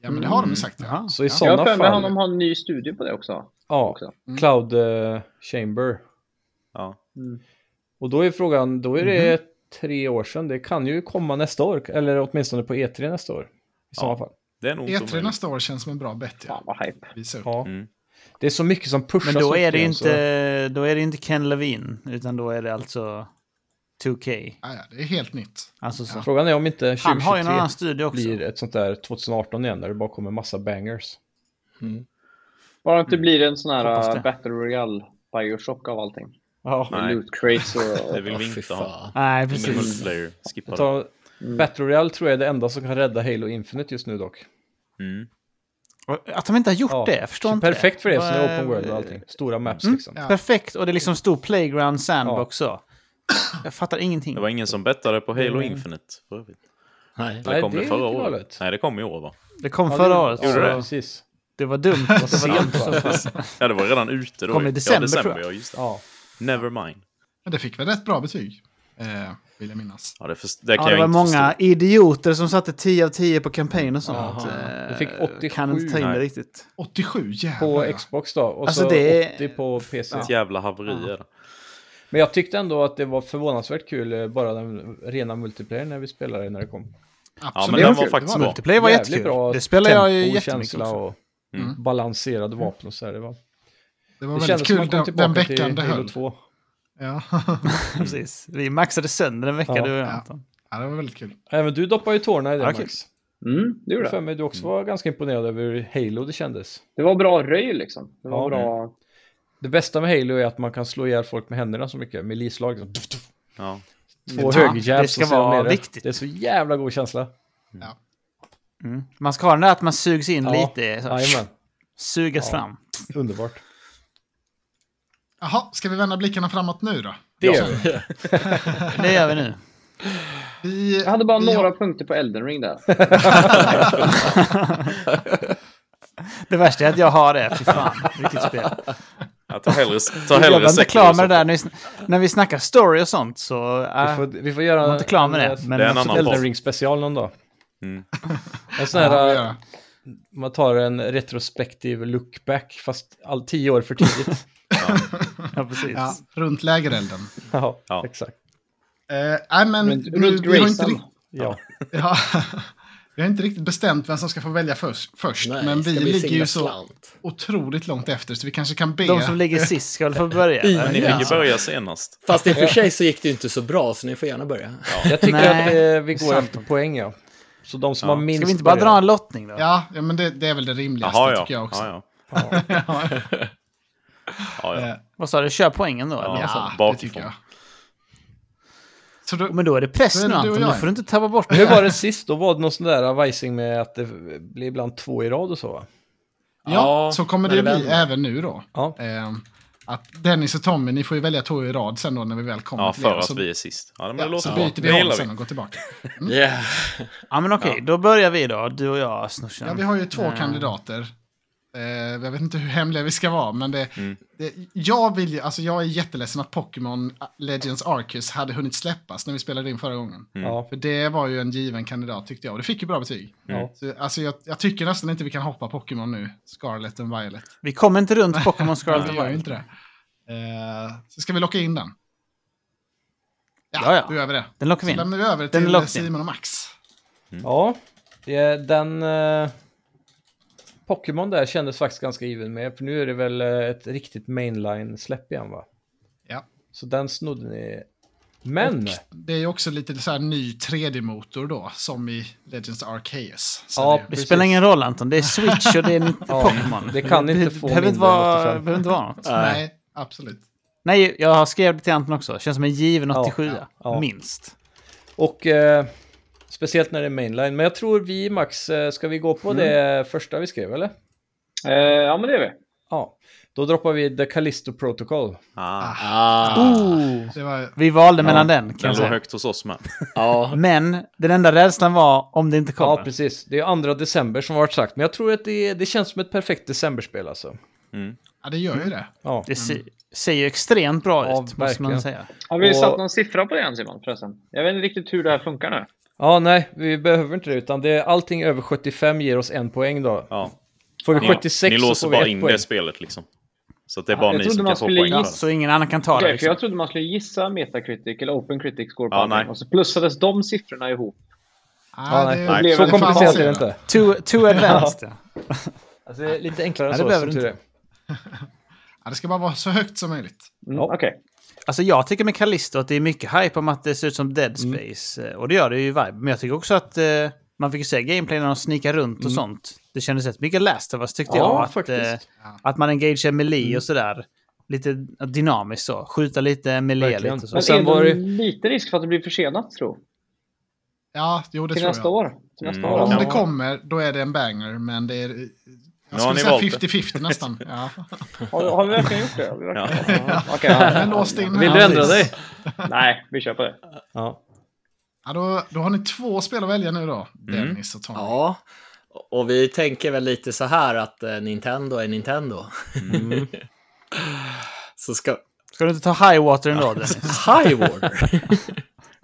A: Ja, men det har de ju sagt. Ja.
E: Jaha.
B: Så i
D: jag har
B: sådana
D: för mig att de
B: fall...
D: har en ny studio på det också.
B: Ja,
D: också. Mm.
B: Cloud eh, Chamber.
F: Ja.
B: Och då är frågan, då är det
E: Mhm.
B: tre år sedan. Det kan ju komma nästa år, eller åtminstone på E3 nästa år. I sådana fall.
F: Det är nog inte
A: E3
F: omöjligt.
A: E nästa år känns som en bra bett. Ja.
D: Fan vad hype.
A: Visa upp.
B: Ja.
F: Mm.
B: Det är så mycket som pushas
E: Men då
B: upp
E: är, det
B: igen, så-
E: inte, då är det inte Ken Levine, utan då är det alltså 2K.
A: Ja, ja, det är helt nytt.
E: Alltså så.
B: Frågan är om inte 2023
E: Han har ju en annan studio också.
B: blir ett sånt där 2018 igen när det bara kommer massa bangers.
D: Bara att det blir en sån
E: Hoppas
D: här
E: det.
D: äh, Battle Royale Bioshock av allting.
B: Ja.
F: Nej.
D: Loot crates och...
F: Det vill vi
C: Fy
F: inte ha.
C: fan.
E: Nej,
F: Ingen
E: precis.
F: multiplayer. Skippa det.
B: Ta,
E: Mm.
B: Battle Royale tror jag är det enda som kan rädda Halo Infinite just nu dock.
F: Mm.
E: Att de inte har gjort
B: Ja.
E: det, jag förstår inte.
B: Perfekt för det som är
E: Vad
B: open world och allting. Stora maps
E: Mm.
B: liksom.
A: Ja.
E: Perfekt, och det är liksom stor playground sandbox så. Jag fattar ingenting.
F: Det var ingen som bettade på Halo Infinite. för övrigt.
C: Nej.
F: Eller
B: Nej,
F: kom
B: det
F: det,
B: är
F: förra
B: lite
F: året?
B: galet.
F: Nej, det kom i år va?
E: Det kom förra året.
B: Ja,
E: så
F: det?
B: Precis.
E: det var dumt. Det var dumt. Så-
F: Ja, det var redan ute då.
E: Kom i
F: ju.
E: december,
F: ja, december
E: tror jag.
F: Ja, just det.
B: Ja.
F: Never mind.
A: Men det fick väl rätt bra betyg, eh, vill jag minnas.
F: Ja, det, först- det kan
E: Ja, det
F: jag
E: var
F: inte
E: många
F: förstå.
E: idioter som satte 10 av 10 på kampanj och sånt.
B: Du fick
E: Eh,
B: 87.
E: Kan inte ta in det
F: Nej.
E: riktigt.
A: 87, jävlar.
B: På
A: ja.
B: Xbox då. Och
E: Alltså,
B: så
E: det är-
B: 80 på PC.
F: Ett jävla haveri är det.
B: Men jag tyckte ändå att det var förvånansvärt kul, eh, bara den rena multiplayern när vi spelade när det kom.
A: Absolut.
F: men den var
A: Det
F: faktiskt
A: det.
F: bra.
E: Multiplayer var
B: Jävligt
E: jättekul.
B: bra
E: Det spelar jag ju
B: tempo,
E: jättemycket
B: känsla
E: också. Mm.
B: och Mm. balanserade vapen och så här. Det, var, det,
A: Det var väldigt
B: kändes som
A: kul,
B: man kom
A: den, den
B: tillbaka
A: veckan
B: till
A: det
B: Halo
A: höll.
B: 2.
A: Ja.
E: Precis. Vi maxade sönder en vecka,
B: Ja.
E: du och jag
A: Ja.
E: Anton.
A: ja, det var väldigt kul.
B: Även du doppar ju tårna i det
E: Ja,
B: Max.
D: Mm, det gjorde
B: för
D: det.
B: mig du också var ganska imponerad över Halo det kändes.
D: Det var bra röj liksom. Det var
B: Ja.
D: bra.
B: Det bästa med Halo är att man kan slå ihjäl folk med händerna så mycket, med lislag. Liksom. Tuff, tuff.
F: Ja.
B: Två
E: Mm. Ja,
B: högerjabs
E: det ska
B: och så är de
E: vara
B: nere.
E: viktigt.
B: Det är så jävla god känsla.
E: Mm. Man ska ha den där att man sugs in
B: Ja,
E: lite. Så,
B: Jajamän,
E: sugas fram.
B: underbart.
A: Jaha, ska vi vända blickarna framåt nu då?
B: Det gör vi.
E: Det gör vi nu.
A: Vi,
D: Jag hade bara
A: vi
D: några
A: har-
D: punkter på Elden Ring där.
E: Det värsta är att jag har det. Fy fan, vilket spel.
F: Ja, ta hellre, ta
E: Jag
F: hellre
E: var inte
F: Sekiro
E: klar
F: i så
E: med det där.
F: fall.
E: När vi, sn- när vi snackar story och sånt så...
B: Vi
E: Äh,
B: får, vi får göra eh,
E: var inte klar med det, men-
F: Det är en annan
B: Elden
F: podd.
B: Ring special någon dag.
F: Mm.
B: En sån här, eh,
A: Ja, vi gör det.
B: man tar en retrospektiv look back, fast all, tio år för tidigt.
E: ja, precis.
A: Ja, runt lägerelden.
B: ja,
F: Ja.
B: exakt.
A: Eh, nej, men
D: Men
A: nu,
D: runt
A: vi, har inte
D: Grayson.
A: rikt,
B: Ja.
A: ja, vi har inte riktigt bestämt vem som ska få välja först. först
C: Nej,
A: men
C: ska
A: vi ligger
C: singla
A: ju så
C: slant?
A: otroligt långt efter så vi kanske kan be.
E: De som ligger sist ska väl få börja? eller?
F: Ni fick ju börja senast.
C: Fast i och för sig så gick det ju inte så bra, så ni får gärna börja.
B: Jag tycker
E: Nej,
B: att eh, vi
E: det är
B: går
E: sant.
B: efter poäng, ja. Så de som har minst
E: Ska vi inte bara
B: börjar.
E: dra en lottning då?
A: Ja, ja, men det, det är väl det rimligaste
F: Jaha, ja.
A: tycker jag
F: Ja,
A: också.
F: ja. ja, ja.
A: Eh,
E: Vad sa du? Kör poängen då? eller? Alltså,
F: Ja. alltså,
A: ja, det tycker
F: bakifrån.
A: jag. Så då,
E: Men då är det press
A: Men
E: nu
A: du och
E: Anton, då
A: jag.
E: får du inte tappa bort
B: Hur
E: det.
B: var det sist? Då var det någon sån där vajsing med att det blir ibland två i rad och så va?
A: ja,
C: Ja,
A: så kommer det
C: men
A: ju
C: det
A: bli
C: vänder.
A: även nu då.
B: Ja.
A: Eh, att Dennis och Tommy, ni får ju välja två i rad sen då när vi väl kommer
F: ja,
A: till
F: för
A: er, så,
F: att vi är sist. Ja, men det
A: ja,
F: låter
A: så
F: bra.
A: byter
F: Det
A: vi om
F: gillar
A: sen och går tillbaka.
C: Yeah.
E: Ja, men okej. Då börjar vi då. Du och jag,
A: Ja,
E: snursan.
A: vi har ju två
F: Mm.
A: kandidater. Eh, jag vet inte hur hemliga vi ska vara, men det,
F: Mm.
A: det, jag, vill, ju- alltså jag är jätteledsen att Pokémon Legends Arceus hade hunnit släppas när vi spelade in förra gången.
F: Mm.
B: Ja.
A: För det var ju en given kandidat tyckte jag, och det fick ju bra betyg.
B: Ja.
A: Så, alltså, jag, jag tycker nästan inte vi kan hoppa Pokémon nu, Scarlet and Violet.
E: Vi kommer inte runt Pokémon Scarlet
A: Vi
E: and
A: gör ju
E: Violet.
A: inte det. Eh, så ska vi locka in den? Ja,
E: Ja, ja.
A: då gör vi det.
E: Den lockar
A: Så
E: vi in.
A: lämnar vi över
E: Den
A: till
E: lockar vi in.
A: Simon och Max.
B: Ja, det, den... Eh, Pokémon där kändes faktiskt ganska given med, för nu är det väl eh, ett riktigt mainline-släpp igen va?
A: Ja.
B: Så den snodde ni. Men,
A: Det är ju också lite så här ny 3D-motor då, som i Legends Arceus. Så
B: Ja,
A: det,
E: Det
B: precis.
E: spelar ingen roll Anton. Det är Switch och det är inte
B: Ja,
E: Pokémon.
B: det kan inte få
E: behöver inte
B: mindre än
E: vara,
B: 85.
E: behöver inte vara något.
A: nej, absolut.
E: Nej, jag har skrivit till Anton också. Känns som en given 87
B: ja, ja.
E: minst.
B: och eh, speciellt när det är mainline, men jag tror vi Max, eh, ska vi gå på det första vi skrev eller?
D: Eh, ja, men det är vi.
B: Ja, då droppar vi The Callisto Protocol.
F: Ah,
C: Ah,
A: Det var,
E: Oh. Vi valde mellan den kan
F: den
E: jag
F: låg
E: säga.
F: högt hos oss med.
C: ja.
E: Men den enda rädslan var om det inte
B: Ja,
E: kommer.
B: precis. Det är andra december som varit sagt, men jag tror att det, det känns som ett perfekt decemberspel alltså.
A: ja, det gör ju det.
B: Ja.
E: det se, ser ju extremt bra
B: Ja,
E: ut, måste
B: verkligen.
E: man säga.
D: Har vi
B: Och-
D: satt någon siffra på det än Simon förresten? Jag vet inte riktigt hur det här funkar nu.
B: Ja, nej, vi behöver inte det, utan det, allting över 75 ger oss en poäng då.
F: Ja.
B: Får vi
F: Ni,
B: 76
F: ni
B: så
F: låser
B: får vi
F: bara
B: ett
F: in
B: poäng.
F: det spelet liksom. Så att det är bara
D: jag
F: ni
D: trodde
F: som
D: man
F: kan få
D: skulle
F: poäng. för
D: gissa.
F: det.
E: Så ingen annan kan ta det.
D: Okej, för
E: Liksom.
D: jag trodde man skulle gissa Metacritic eller Open Critic score på
F: Ja,
D: allting,
F: nej.
D: och så plussades de siffrorna ihop.
A: Ah,
B: Ja, nej.
A: det-
F: Nej.
A: det
D: Så
B: Så
A: fan
B: komplicerat är det
A: avancerat.
B: inte.
E: Too, too advanced. ja.
B: Alltså, det är lite enklare än
E: Nej, det
B: så,
E: behöver
B: som
E: du
B: tur är.
E: inte.
A: Ja, det ska bara vara så högt som möjligt.
D: Mm,
B: Ja.
D: Okej.
E: Alltså jag tycker med Callisto att det är mycket hype om att det ser ut som Dead Space. eh, Och det gör det ju i vibe. Men jag tycker också att eh, man fick ju se gameplay när de snikar runt och sånt. Det kändes rätt mycket Last of Us tyckte
B: Ja,
E: jag. Att,
B: faktiskt.
E: eh, att man engagerar melee och sådär. Lite dynamiskt så. Skjuta lite melee
B: Verkligen.
E: lite så.
D: Men
B: Och sen
D: är det
B: var det-
D: lite risk för att det blir försenat tror
A: Ja, jo, det
D: Till
A: tror
D: nästa
A: jag.
D: år. Till nästa
F: Mm.
D: år.
A: Om
D: alltså.
A: det kommer, då är det en banger, men det är... Jag
F: har
A: skulle
F: ni
A: säga
F: valt det.
A: 50-50 nästan. Ja.
D: Har, har vi verkligen gjort det? Har vi verkligen...
F: Ja.
D: ja. Okej, ja.
A: Men låst in
B: Vill
A: här.
B: du ändra dig?
D: Nej, vi kör på det.
B: Ja.
A: Ja, då, då har ni två spel att välja nu då,
F: Mm.
A: Dennis och Tommy.
C: ja. Och vi tänker väl lite så här att eh, Nintendo är Nintendo. Mm. så ska...
E: Ska du inte ta Highwater ändå Dennis?
C: High Warner?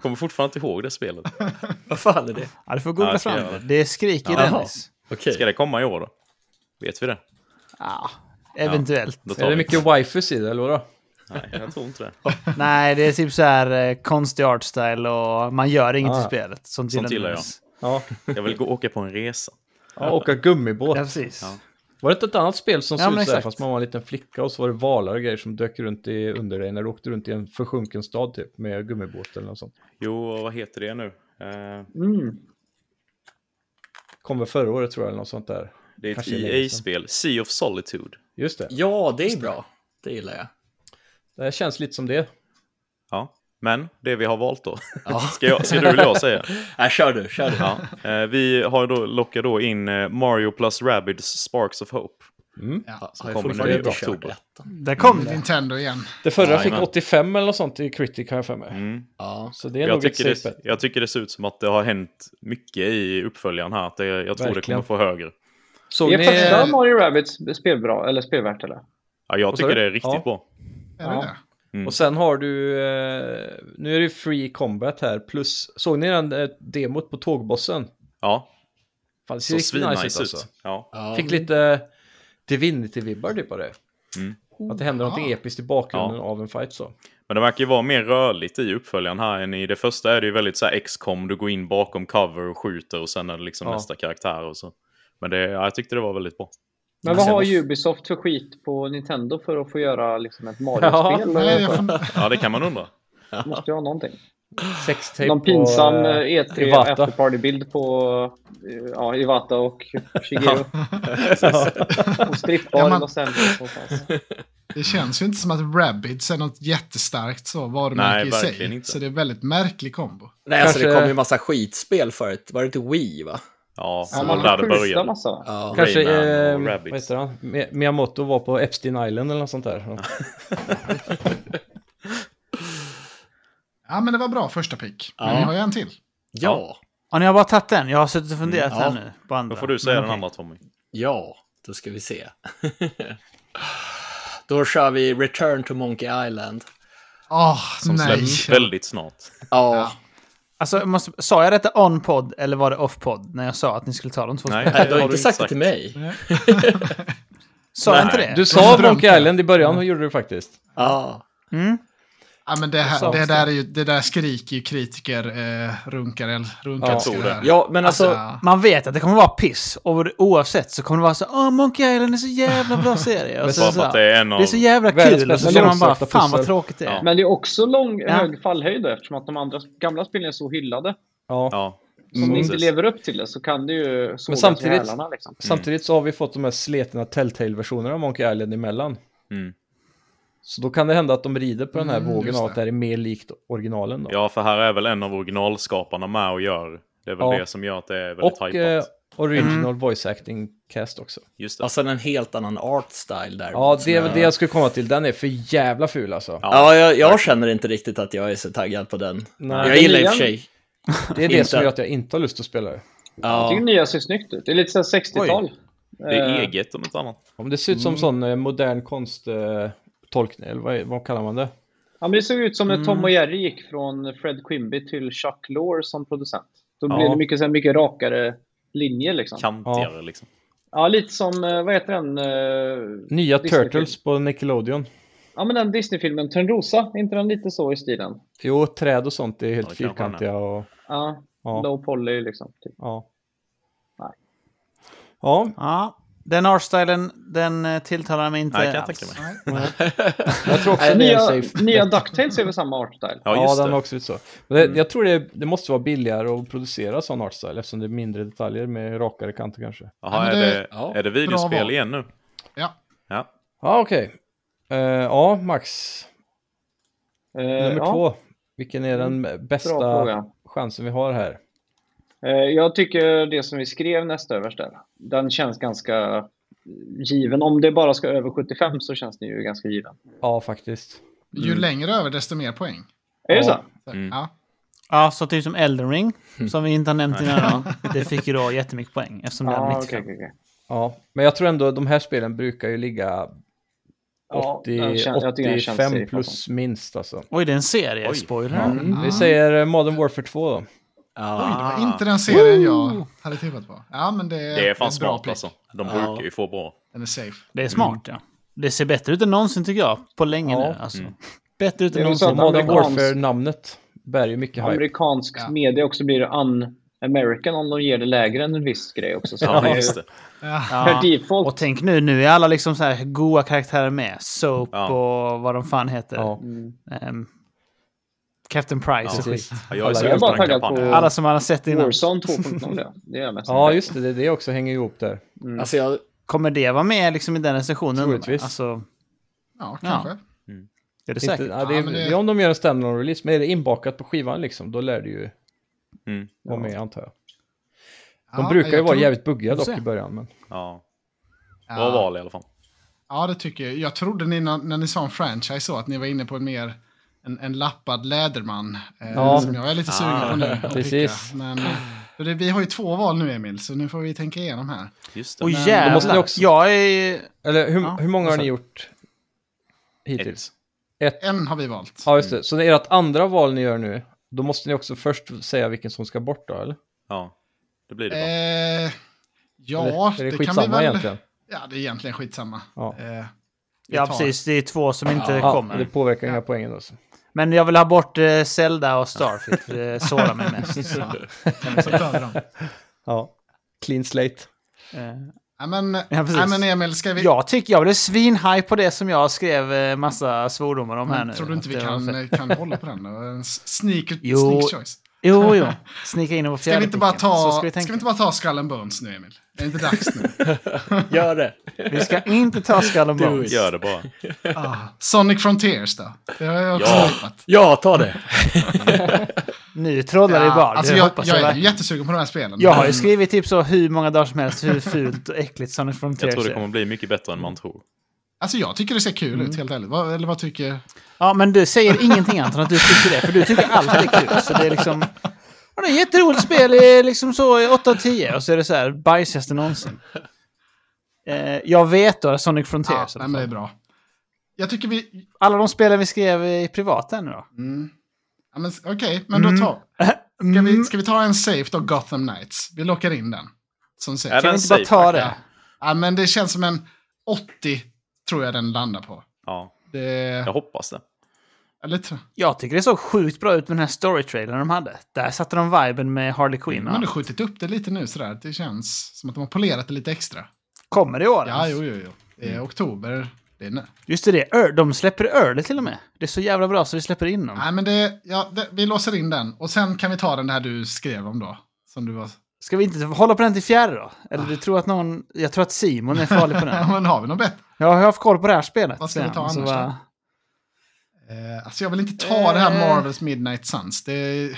F: Kommer fortfarande inte ihåg det spelet.
C: Vad fan är det?
E: Ja, du får googla
F: Ja, ska
E: fram
F: jag
E: det.
F: göra.
E: Det skriker
C: Jaha.
E: Dennis.
C: Okej.
F: Ska det komma i år då? Vet vi det?
E: Ja, eventuellt.
F: Då tar
B: Är det
F: vi.
B: mycket wifus i det, eller vadå?
F: Nej, jag tror inte det.
E: Nej, det är typ så här eh, konstig art style och man gör inget i
B: Ja.
E: spelet. Sånt,
F: Sånt gillar jag.
E: Dennis.
B: Ja.
F: Jag vill gå åka på en resa.
B: ja, åka gummibåt.
E: Ja, precis.
B: Var det inte ett annat spel som
E: Ja,
B: såg
E: men
B: ut sådär,
E: exakt.
B: fast man var en liten flicka och så var det valar och grejer som dök runt i, under dig när du åkte runt i en försjunken stad typ, med gummibåt eller något sånt.
F: Jo, och vad heter det nu? Eh,
D: Mm.
B: Kom väl förra året tror jag, eller något sånt där.
F: Det är ett
B: Kanske länge sedan.
F: EA-spel, Sea of Solitude.
B: Just det.
C: Ja, det är bra. Det gillar jag.
B: Det här känns lite som det.
F: Ja, men det vi har valt då.
C: Ja.
F: Ska, jag, ska du eller jag säga?
C: Nej, kör du, kör du.
F: Ja. Eh, vi har då, lockar då in eh, Mario plus Rabbids Sparks of Hope.
C: Ja, har jag
F: kommer nu
C: fortfarande
F: i
C: inte
F: oktober.
C: kört ettan.
E: Där
A: Mm.
E: kom det.
A: Nintendo igen.
B: Det förra fick
F: Jajamän.
B: 85 eller något sånt i Critic har jag för mig.
F: Mm.
C: Ja.
B: Så det är
F: Jag,
B: nog ett
F: tycker
B: safe
F: det,
B: bet.
F: jag tycker det ser ut som att det har hänt mycket i uppföljaren här. Att det, jag tror det
B: Verkligen.
F: kommer få högre.
B: Såg
D: Är
B: ni...
D: första Mario Rabbids spelbra, eller spelvärt eller?
F: Ja, jag
B: Vad sa
F: tycker
B: du?
F: det är riktigt
B: Ja.
F: bra.
A: Är det
B: Ja.
A: det?
F: Mm.
B: Och sen har du... Eh, nu är det Free Combat här, plus... Såg ni den eh, demot på tågbossen?
F: Ja,
B: Fan, det ser
F: så
B: riktigt
F: svinnice
B: nice
F: ut alltså. Ja.
C: Ja.
B: Fick lite eh, Divinity-vibbar typ av det.
F: Mm.
B: Att det händer någonting episkt i bakgrunden
F: Ja.
B: av en fight så.
F: Men det verkar ju vara mer rörligt i uppföljaren här än i det första är det ju väldigt så här X-com, du går in bakom cover och skjuter och sen är det liksom
B: Ja.
F: nästa karaktär och så. Men det, ja, jag tyckte det var väldigt bra.
D: Men vad
F: Jag
D: har
F: ser-
D: Ubisoft för skit på Nintendo för att få göra liksom ett
B: Ja.
D: Mario-spel?
A: Nej, jag fun-
F: Ja, det kan man undra.
D: måste ju ha någonting.
B: Sextape
D: Någon pinsam
B: och, eh,
D: eh, E3
B: Iwata.
D: afterparty-bild på eh, ja, Iwata och Shigeru. och
A: Ja,
D: strippbar
A: man-
D: i Los Angeles någonstans.
A: Det känns ju inte som att Rabbids är något jättestarkt så varumärke
F: Nej,
A: i
F: verkligen
A: sig.
F: inte.
A: Så det är en väldigt märklig kombo.
C: Nej, alltså det
B: Kanske-
C: kom ju massa skitspel förut. Var det inte Wii, va?
F: Ja,
A: Ja,
F: det
A: man
F: var där det
D: skjuta
F: började.
D: massa va?
C: Ja.
B: Kanske,
F: Rayman
B: eh,
F: och
B: vad
F: Rabbids.
B: heter han? Mi- Miyamoto var på Epstein Island eller något sånt där. eh,
A: Ja, men det var bra första pick. Men
C: Ja.
A: ni har ju en till.
C: Ja.
E: Ja, ni har bara tagit den. Jag har suttit och funderat
C: Mm, ja.
E: här nu. På andra.
F: Då får du säga
E: Men
F: den
E: okej.
F: andra Tommy.
C: Ja, då ska vi se. Då kör vi Return to Monkey Island.
A: Åh,
F: Som
A: nej.
F: släpps väldigt snart.
C: Ja,
E: Alltså, jag måste, sa jag detta on-podd eller var det off-podd när jag sa att ni skulle ta de två
F: Nej,
E: spelen?
C: Nej, du
F: har
C: har inte sagt det till mig.
E: Sa jag inte det?
B: Du
A: Jag
B: sa
A: drömde.
B: Monkey Island i början, och gjorde du faktiskt.
C: Ja,
E: Mm?
A: Ja, men det,
E: sa
A: här, det,
E: också
A: där är ju, det där skriker ju kritiker eh, runkar eller runkar
B: Ja.
A: till
F: Jag
A: det
F: tror
A: här.
C: ja men alltså,
A: Ja.
E: Man vet att det kommer vara piss. Och oavsett så kommer det vara så Åh, Monkey Island är så jävla bra serie. Och så,
F: Bara
E: så
F: för att
E: här,
F: det är en av...
E: det är så jävla
B: Världens
E: kul. Och så
B: bästa
E: känner man bara,
B: långsökta
E: fan vad
B: pussel."
E: tråkigt det är.
F: Ja.
D: Men det är också lång,
E: Ja.
D: hög fallhöjd då, eftersom att de andra gamla spelen är så hyllade.
B: Ja.
F: Ja.
D: Så om
B: Mm.
D: ni inte
F: precis.
D: lever upp till det så kan det ju sågas
B: samtidigt-
D: i hälarna liksom.
B: Samtidigt så har vi fått de här sletna Telltale-versionerna av Monkey Island emellan.
F: Mm.
B: Så då kan det hända att de rider på den här
A: Mm,
B: vågen
A: just
B: av att
A: det.
B: det här är mer likt originalen. Då.
F: ja, för här är väl en av originalskaparna med och gör. Det är väl
B: Ja.
F: det som gör att det är väldigt
B: och eh,
F: hypat.
B: original voice acting cast också.
F: Just det.
C: och sen alltså, en helt annan art style där.
B: Ja, det är väl det jag skulle komma till. Den är för jävla ful alltså.
C: Ja, jag, jag känner inte riktigt att jag är så taggad på den.
B: Nej.
C: jag gillar i och för
D: Den
C: sig.
B: det är det
C: inte.
B: som gör att jag inte har lust att spela det.
D: Jag
C: Ja,
D: tycker nya ser snyggt ut. Det är lite såhär 60-tal.
F: Det är
D: Eh,
F: eget om inte annat.
B: Om det ser ut som sån eh, modern konsttolkning, eh, tolkning, eller vad, är- vad kallar man det?
D: Ja, men det såg ut som när Tom och
B: Mm.
D: Jerry gick från Fred Quimby till Chuck Lorre som producent. Då
B: Ja.
D: blev det mycket, så här, mycket rakare linjer liksom.
F: Kantigare liksom.
D: Ja, lite som, eh, vad heter den? eh,
B: Nya
D: Disney-film?
B: Turtles på Nickelodeon.
D: Ja, men den Disney-filmen Törnrosa. Är inte den lite så i stilen?
B: Jo, träd och sånt är helt
F: Ja, det kanske den är.
B: fyrkantiga och...
D: Ja,
B: Ja.
D: low poly liksom. Typ.
B: Ja.
D: Nej.
B: Ja,
E: Ja, den artstylen, den eh, tilltalar mig inte
F: Nej, kan jag
E: alls.
F: tänka mig.
B: jag tror också
D: Nej,
B: det är
D: nya,
B: safe.
D: nya DuckTales är väl samma artstyle?
F: Ja, just
B: den har
F: det.
B: också ut så. Men det, Jag tror det, det måste vara billigare att producera sån artstyle eftersom det är mindre detaljer med rakare kanter kanske.
A: Ja,
F: Jaha,
A: men det-
F: är, det,
C: ja,
A: bra
F: är det
A: val.
F: videospel igen nu?
A: Ja.
F: Ja.
B: Ja, okej. Eh, ja, Max.
D: Eh,
B: Nummer
D: ja, Mm.
B: två. Vilken är den
D: Bra
B: bästa
D: fråga.
B: chansen vi har här?
D: Eh, jag tycker det som vi skrev nästa överst där, den känns ganska given. Om det bara ska över 75 så känns den ju ganska given.
B: Ja, faktiskt.
A: Ju längre över desto mer poäng.
D: Är
B: Ja.
D: det så?
A: Så,
F: Mm.
A: Ja.
E: Ja, så typ som Elden Ring, som vi inte har nämnt innan. då. Det fick ju då jättemycket poäng eftersom det är
D: Ja,
E: 95.
D: okej, okej, okej.
B: Ja, men jag tror ändå de här spelen brukar ju ligga
D: Ja,
B: 80,
D: jag känner- jag tycker den känns
B: 85
D: safe, Mm.
B: plus minst alltså.
E: Oj, det är en serie.
F: Oj.
E: Spoiler.
B: Ja.
E: här.
B: Vi säger eh, Modern Warfare 2 då.
A: Oj, det
C: ja.
A: var inte den serien jag hade tippat på. Ja, men det,
F: Det är
A: ett bra
F: fan smart
A: pick.
F: alltså. De
C: Ja.
F: brukar ju få bra.
A: Den är safe.
E: Det är smart, ja. Det ser bättre ut än någonsin tycker jag. På länge
B: Ja.
E: nu alltså. Bättre ut
D: Det
E: än
D: är väl så
E: någonsin.
B: Och
D: att
B: Modern
D: amerikansk-
B: Warfare-namnet bär ju mycket hype.
D: Amerikansk
A: Ja.
D: media också blir un-American om de ger det lägre än en viss grej också. Så det
F: Ja,
D: är-
F: just det.
A: Ja.
E: Ja.
D: Per default.
E: Och tänk nu, nu är alla liksom så här goa karaktärer med. Soap
F: Ja.
D: Mm,
E: och vad de fan heter.
B: Ja.
E: Ehm, Captain Price och skit.
B: Precis.
F: Ja, jag är
B: Alla-
F: så
B: jag är
F: på
D: bara
F: den
D: taggad
F: kampanjen.
D: på-
E: Alla som man har sett innan.
D: Warzone 2.0, det. det är jag mest
B: Ja, just det. Det, det också hänger ihop där.
A: Mm.
C: Alltså jag,
E: Kommer det vara med liksom i den recensionen?
B: Troligtvis.
E: Alltså,
A: Ja, kanske.
E: är det
B: Inte,
E: säkert?
B: ja, det,
A: Ja,
B: är,
A: men det-
B: det är om de gör en standalone release, men är det inbakat på skivan liksom, då lär det ju
F: Mm.
B: vara med antar jag. De
A: Ja,
B: brukar ju
A: jag
B: vara
A: tror-
B: jävligt buggiga
E: får
B: dock
E: se.
B: i början. Men...
F: Ja.
A: Ja.
F: Bra val i alla fall.
A: Ja, det tycker jag. Jag trodde ni, när, när ni sa en franchise så, att ni var inne på en mer en, en lappad läderman. Eh,
B: Ja.
A: Som jag är lite sugen
F: Ah.
A: på nu. att
B: Precis.
A: picka. Men, eh, för det, vi har ju två val nu, Emil, så nu får vi tänka igenom här.
F: Just det.
E: Och
A: Men-
E: jävlar,
A: Då måste
B: ni också-
E: jag är...
B: Eller hur,
E: Ja,
B: hur många har
E: alltså.
B: ni gjort hittills?
F: Hittills.
A: En har vi valt.
B: Ja, just det. Så det är ert andra val ni gör nu. Då måste ni också först säga vilken som ska bort då, eller?
F: Ja, det blir det. bra.
A: Eh,
B: eller,
A: ja,
B: är det,
A: det kan vi
B: skitsamma
A: väl...
B: egentligen?
A: Ja, det är egentligen skitsamma.
B: Ja.
A: Eh, vi
E: Ja,
A: tar-
E: precis. Det är två som inte
B: Ja,
E: kommer.
B: det påverkar inga poängen alltså.
E: Men jag vill ha bort eh, Zelda och Starfield, för det sårar mig mest. Så.
A: Så tar vi dem.
B: Ja. Clean slate.
E: Eh,
A: Ja, men, ja,
E: precis.
A: men Emil, ska vi...
E: Jag tycker jag blev svinhaj på det som jag skrev eh, massa svordomar om här nu.
A: Mm, Tror du inte vi
E: Att det var fett.
A: kan, kan hålla på den? då? En s- sneaker,
E: Jo.
A: sneak choice.
E: Jo, jo. Snika in den på fjärde
A: Ska vi, inte bara
E: picken. Så
A: ta,
E: ska
A: ska,
E: vi,
A: vi
E: tänka.
A: inte bara ta Skull and Bones nu, Emil? Är det inte dags nu?
C: gör det.
E: vi ska inte ta Skull and Bones.
F: Gör det bara.
A: Sonic Frontiers då? Det har jag också
F: Ja.
A: hoppat.
C: Ja, ta det.
E: Nu trollar vi bara.
A: alltså
E: det
A: jag,
E: hoppas
A: jag
E: jag,
A: är
E: verkligen.
A: jättesugen på de här spelen.
E: jag har ju skrivit typ så hur många dagar som helst hur fult och äckligt Sonic
F: Jag
E: Frontiers
F: tror det kommer
E: är.
F: bli mycket bättre än man tror.
A: Alltså jag tycker det ser kul
E: Mm.
A: ut, helt ärligt. Vad, eller vad tycker...
E: Ja, men du säger ingenting Anton att du tycker det, för du tycker allt är kul. Så det är liksom... Ja, det är ett jätteroligt spel, det är liksom så i 8 av 10 och så är det så här bajsigaste någonsin. Eh, jag vet då Sonic
A: Ja,
E: Frontiers. i alla
A: nej, men det är
E: fall.
A: bra. Jag tycker vi...
E: Alla de spelen vi skrev i privat än då.
A: Mm. Ja, men, Okej, men
E: Mm.
A: då tar... Ska vi, ska vi ta en safe då, Gotham Knights? Vi lockar in den. Som safe.
F: Är
E: Kan
F: den
E: vi inte bara
F: safe,
E: ta
A: Ja.
E: det?
A: Ja, men det känns som en 80, tror jag den landar på.
F: Ja,
A: Det...
F: jag hoppas det.
A: Eller, tror-
E: Jag tycker det såg sjukt bra ut med den här storytrailern de hade. Där satte de viben med Harley Quinn.
A: de
E: och
A: har ändå
E: allt.
A: skjutit upp Mm, det lite nu sådär. Det känns som att de har polerat det lite extra.
E: Kommer det i år?
A: Ja, jo, jo, jo. Det är oktober. Det är nu.
E: Just det, det, är Ear- de släpper early till och med. Det är så jävla bra så vi släpper in dem.
A: Nej, men det, ja, det, vi låser in den. Och sen kan vi ta den här du skrev om då. Som du var...
E: Ska vi inte hålla på den till fjärde då? Eller
A: Ah.
E: du tror att någon... Jag tror att Simon är farlig på
A: Ja,
E: den.
A: men har vi något bättre?
E: Ja, jag har haft koll på det här spelet.
A: Vad ska vi ta
E: Så
A: annars
E: bara-
A: då? Eh, alltså jag vill inte ta det här
E: Eh.
A: Marvels Midnight Suns. Det,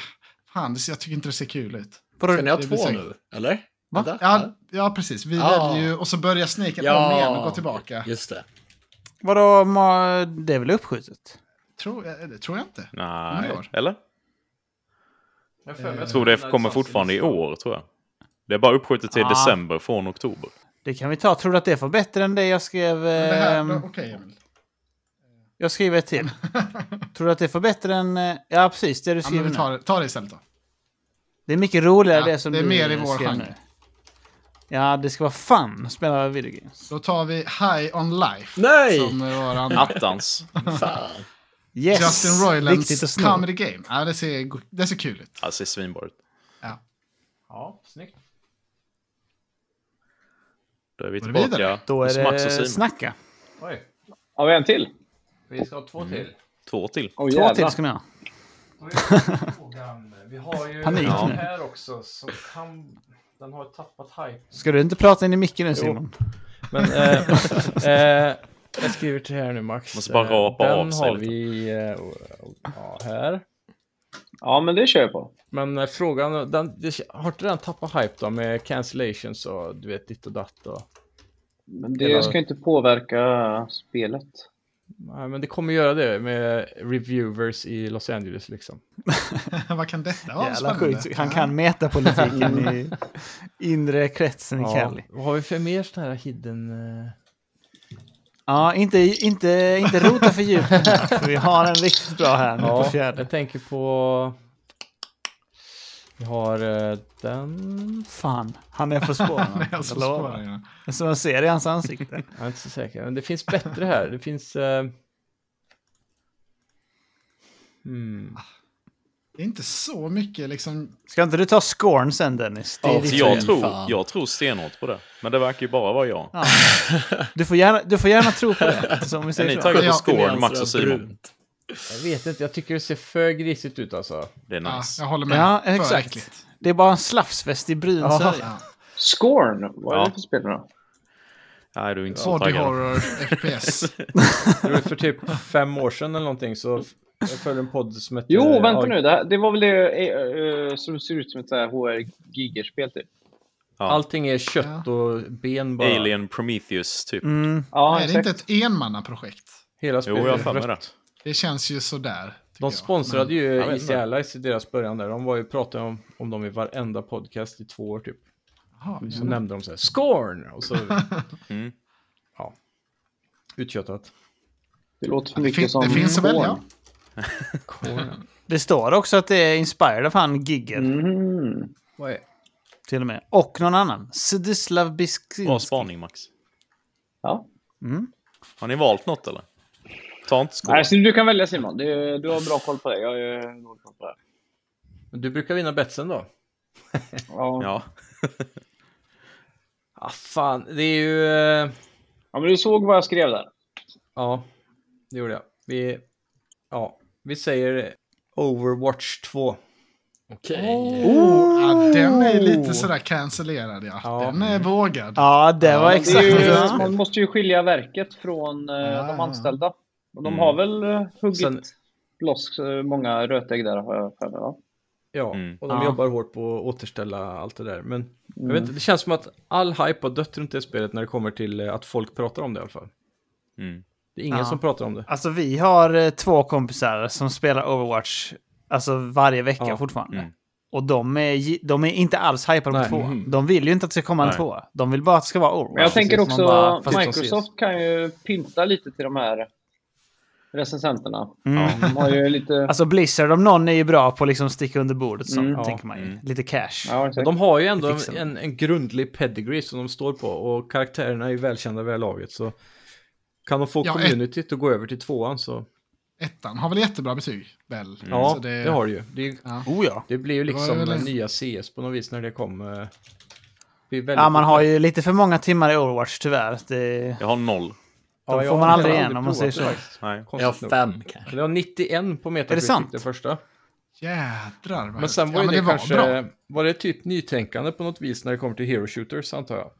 A: fan, det, jag tycker inte det ser kul ut.
C: Ska ni ha
A: Det blir
C: två
A: säkert.
C: nu, eller?
A: Va?
C: Vänta.
A: Ja, ja, precis. Vi
C: Ja.
A: väljer ju och så börjar sneken
C: Ja.
A: om igen och går tillbaka.
C: Just det.
E: Vadå, ma- det är väl uppskjutet?
A: Tror, jag- det tror jag inte.
F: Nej,
A: i år.
F: eller? Jag tror det kommer fortfarande i år, tror jag. Det är bara uppskjutet till
E: Ja.
F: december från oktober.
E: Det kan vi ta. Tror du att det var bättre än det jag skrev?
A: Men Det här,
E: ehm,
A: då- okej, Emil.
E: Jag skriver ett till. Tror du att det var bättre än... eh, Ja, precis. Det du
A: Ja, men
E: skriver
A: vi
E: nu.
A: tar, tar det istället då.
E: Det är mycket roligare
A: Ja,
E: det som
A: det är
E: du
A: mer i vår
E: skrev
A: genre.
E: nu. Ja, det ska vara fun att spela video games.
A: Då tar vi High on Life.
C: Nej!
A: Som var andra.
F: Attans!
C: Fan.
E: Yes!
A: Justin
E: Viktigt att
A: Roilands
E: sno.
A: comedy game. Ja, det, ser, go- det ser kul ut.
F: Ja, Alltså, det ser svinbra ut.
A: Ja.
B: Ja, snyggt.
F: Då är vi
A: Går det
F: tillbaka
A: vidare?
E: Då
F: hos
E: är
F: Max och
E: det
F: Simon.
E: snacka.
B: Oj,
D: Har vi en till?
B: vi ska ha två till.
F: Två till.
D: Oh,
E: Två till ska ni ha.
B: Vi har ju
E: Panik
B: den
E: nu.
B: här också som kan... Den har tappat hype.
E: Ska du inte prata in i micken nu Simon?
B: Men, eh, eh, jag skriver till här nu Max. Eh,
F: Måste bara rapa
B: Den
F: av sig
B: har
F: lite.
B: vi eh, och- och- ja, här.
D: Ja, men det kör jag på.
B: Men eh, frågan, den, det, har inte den tappat hype då med cancellations och du vet ditt och datt och...
D: Men det
B: Eller-
D: ska inte påverka spelet.
B: Nej, men det kommer göra det med reviewers i Los Angeles liksom.
A: Vad kan detta vara?
E: Jävla
A: Spännande.
E: sjukt. Han kan metapolitiken i inre kretsen i Cali.
B: Vad har vi för mer sådana här hidden... eh,
E: Ja, inte, inte, inte rota för djupt. för vi har en riktigt bra här nu på fjärde.
B: jag tänker på... Vi har eh, den...
E: Fan, han är på spåren.
A: Jag så
E: jag lovar.
A: spårar jag.
E: Som man ser i hans ansikte.
B: Jag är inte så säker. Men det finns bättre här. Det finns... eh, Hmm.
A: Det är inte så mycket liksom.
E: Ska inte du ta scorn sen Dennis? Det är
C: Ja,
E: ditt
F: Så
E: fel.
F: jag, tror,
C: Fan.
F: jag tror stenhårt på det. Men det verkar ju bara vara jag.
E: Ja. Du, får gärna, du får gärna tro på det. Som vi
F: är ni
E: säger så.
F: taggade på
A: Ja.
F: scoren, Max och Simon?
C: alltså Brunt.
B: Jag vet inte, jag tycker det ser för grisigt ut alltså.
F: Det är
A: Ja,
F: nice.
A: jag håller med.
E: Ja,
A: För äckligt.
E: exakt. Det är bara en slafsfest i bryn
B: Ja.
E: sörja.
A: Ja.
D: Scorn, vad är
F: Ja.
D: det för spel då?
F: Nej, du är inte så
A: Body
F: taggad.
A: horror FPS.
B: Det var för typ fem år sedan eller någonting så f- jag följde en podd som hette...
E: Eh,
D: Jo, vänta
B: AG
D: nu. Det, här, det var väl det eh, eh, som ser ut som ett så här HR Giger-spel typ?
F: Ja.
B: Allting är kött och ben bara.
F: Alien Prometheus, typ.
E: Mm.
D: Ja,
A: Nej, det är
D: exakt.
A: inte ett enmannaprojekt.
B: Hela
F: Jo,
B: spelet
F: jag har
B: är
F: för mig det.
B: rött.
A: Det känns ju sådär. tycker
B: De
A: jag.
B: sponsrade
A: Men-
B: ju
F: jag vet
B: Easy
F: inte.
B: Allies i deras början där. De var ju pratade om, om dem i varenda podcast i två år typ.
A: Jaha,
B: Så
A: ja.
B: nämnde de så här Scorn! Och så...
F: Mm.
B: Ja. Utköttat.
D: Det låter för
A: det,
D: mycket
A: fin-
D: som
A: det finns väl,
D: Scorn.
A: ja.
B: Corn.
E: Det står också att det är inspired av han Giger,
D: Mhm.
B: Vad är...
E: till och med. Och någon annan. Zdislav
F: Bra
E: Biskinski.
F: spaning, Max.
D: Ja.
E: Mm.
F: Har ni valt något, eller? Ta inte skål.
D: Nej, så du kan välja Simon. Du, du har bra koll på det. Jag har dålig koll på det.
B: Men Du brukar vinna betsen då?
D: Ja. Ja.
F: Ja.
B: Ah, fan, det är ju... eh,
D: men du såg vad jag skrev där.
B: Ja, det gjorde jag. Vi, ja, vi säger Overwatch 2.
C: Okej.
A: Ja, den är lite sådär cancellerad ja.
B: Ja.
A: Den är vågad.
E: Ja, det var
D: Men
E: exakt
D: det
E: vad
D: är ju,
E: jag sa.
D: Man måste ju skilja verket från eh,
A: Ja.
D: de anställda. Och de
F: Mm.
D: har väl eh, huggit
B: Sen-
D: loss eh, många rötägg där har jag för mig, va?
B: Ja,
F: Mm.
B: och de
E: Ja.
B: jobbar hårt på att återställa allt det där. Men jag
D: Mm.
B: vet inte, det känns som att all hype har dött runt det spelet när det kommer till eh, att folk pratar om det i alla fall.
F: Mm.
B: Det är ingen
E: Ja.
B: som pratar om det.
E: Alltså vi har eh, två kompisar som spelar Overwatch alltså varje vecka
B: Ja,
E: fortfarande.
F: mm.
E: Och de är, gi- de är inte alls hypade på
B: Nej,
E: tvåa.
B: mhm.
E: De vill ju inte att det ska komma en
F: Nej.
E: tvåa. De vill bara att det ska vara Overwatch.
D: Men jag tänker
E: Precis,
D: också
E: man bara- fast-
B: Mike-
D: Microsoft kan ju pynta lite till de här recensenterna.
E: Mm.
D: De har ju lite...
E: Alltså Blizzard om någon är ju bra på att liksom sticka under bordet så,
D: Mm.
E: tänker man ju.
F: Mm.
E: Lite cash.
D: Ja, exakt.
B: De har ju ändå
E: Det fixar
B: en,
E: de.
B: en, en grundlig pedigree som de står på och karaktärerna är ju välkända vid det här laget. Så kan de få
A: Ja, ett-
B: communityt att gå över till tvåan så...
A: Ettan har väl jättebra betyg? Väl? Alltså,
B: Ja,
A: Så
B: det... har det ju. Det, är-
E: Oh ja.
B: det blir ju
A: var
B: liksom
A: väl
B: eh,
A: en-
B: nya CS på något vis när det kom. eh, det blir väldigt-
E: Ja, man har ju lite för många timmar i Overwatch tyvärr. Det...
F: Jag har noll.
E: de
B: jag
E: får man
B: har
E: aldrig
B: heller
E: igen, om man
B: provat
E: säger
B: det
E: så.
B: faktiskt,
F: Nej.
C: Jag har
B: konstigt nog.
C: fem kanske.
B: Men Det var 91 på Metacritic,
E: sant?
B: det första.
A: Jädrar vad
B: Men sen
A: högt.
B: var ju
A: ja, men
B: det,
A: det
B: kanske,
A: var bra.
B: var, det typ nytänkande på något vis när det kommer till Hero Shooters antar jag.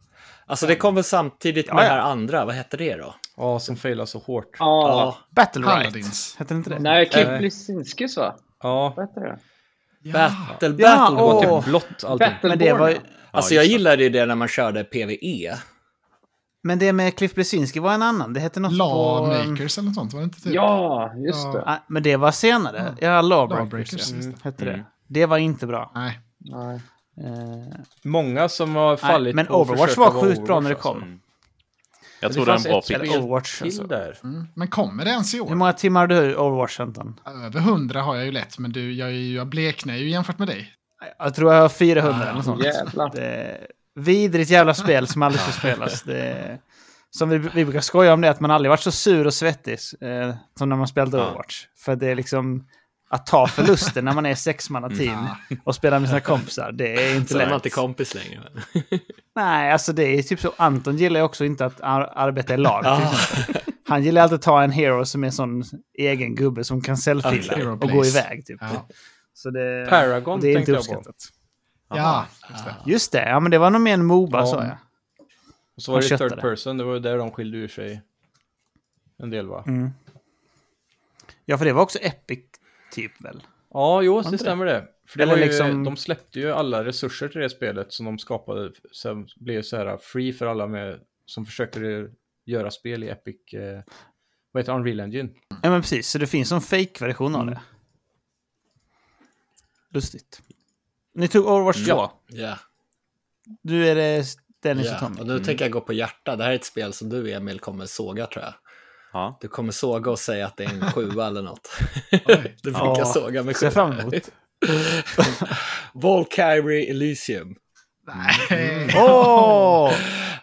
C: Alltså det kom väl samtidigt med
E: Ja,
C: det
E: ja.
C: här andra, vad hette det då?
B: Ja, som failar så hårt.
D: Ja.
E: Battle Right.
A: Paladins.
E: Hette inte det?
D: Nej,
B: Nej.
D: Kip Lisinskis va?
B: Ja,
D: Vad heter det?
C: Battle, battle.
E: Ja,
B: det var
E: Åh.
B: typ blått allting.
E: Men det,
D: Battleborn,
E: var,
D: ja.
E: ju-
C: Alltså jag gillade ju det när man körde E. PVE.
E: men det med Cliff Blesinski var en annan. Det hette något på... ehm,
A: Lawmakers eller något sånt, var det inte typ?
D: Ja, just det.
E: Ah, men det var senare. Ja, Lawbreakers
A: Lawbreakers,
E: ja.
A: just
E: Mm, hette
F: Mm.
E: det. Det var inte bra.
A: Nej.
D: Nej.
E: Eh,
B: Många som har
E: nej,
B: fallit
E: men
B: på att
E: Overwatch
B: försöka
E: var
B: vara
E: sjukt bra när det
B: Overwatch,
E: kom.
B: alltså.
F: Jag
B: Det
F: tror det är en
B: fanns
F: bra
B: ett
F: pick.
B: spel
E: Eller Overwatch.
B: till
E: Alltså.
B: där.
A: Mm. Men kommer det ens i
E: Hur
A: år?
E: många timmar har du i Overwatch, Anton?
A: Över hundra har jag ju lätt, men du, jag, är ju- jag bleknar ju jämfört med dig.
E: Jag tror jag har 400 eller något sånt.
D: Jävlar.
E: Det är vidrigt jävla spel som aldrig ska spelas. Det är, som vi, vi brukar skoja om det, att man aldrig varit så sur och svettig eh, som när man spelade Overwatch. För det är liksom att ta förlusten när man är sexmannateam och spelar med sina kompisar. Det är inte
C: Så är man
E: lätt.
C: inte kompis längre.
E: Nej, alltså det är typ så. Anton gillar ju också inte att ar- arbeta i lag. till exempel. Han gillar alltid att ta en hero som är sån egen gubbe som kan
A: Hero
E: selfila och gå
A: please.
E: iväg. Typ.
A: Ja,
E: Så det,
B: Paragon
E: det är
B: tänkte
E: inte
B: jag på.
E: uppskattat.
A: ja just det.
E: Just det, ja men det var nog mer en Moba
B: Ja.
E: sa jag.
B: Och så var
E: Han
B: det
E: köttade.
B: third person, det var ju där de skilde ur sig en del va?
E: Ja, för det var också Epic typ väl?
B: Ja, jo, det
E: inte det?
B: stämmer det. För det
E: Eller
B: var ju,
E: liksom-
B: De släppte ju alla resurser till det spelet som de skapade. Sen blev det så här free för alla med, som försöker göra spel i Epic. Eh, vad heter det? Unreal Engine?
E: Ja, men precis. Så det finns en fake-version
C: Mm.
E: av det. Lustigt. Ni tog Overwatch 2.
C: Ja.
E: Du är det Mm. Dennis
C: ja.
E: och
C: Och
E: Tommy.
C: nu tänker jag gå på hjärta. Det här är ett spel som du Emil kommer såga tror jag.
F: Ja.
C: Du kommer såga och säga att det är en sjua eller något.
A: Oj.
C: Du brukar
E: Ja.
C: såga med
E: Ser jag
C: sjua.
E: fram emot.
C: Volkyrie Elysium.
A: Nej.
E: Åh!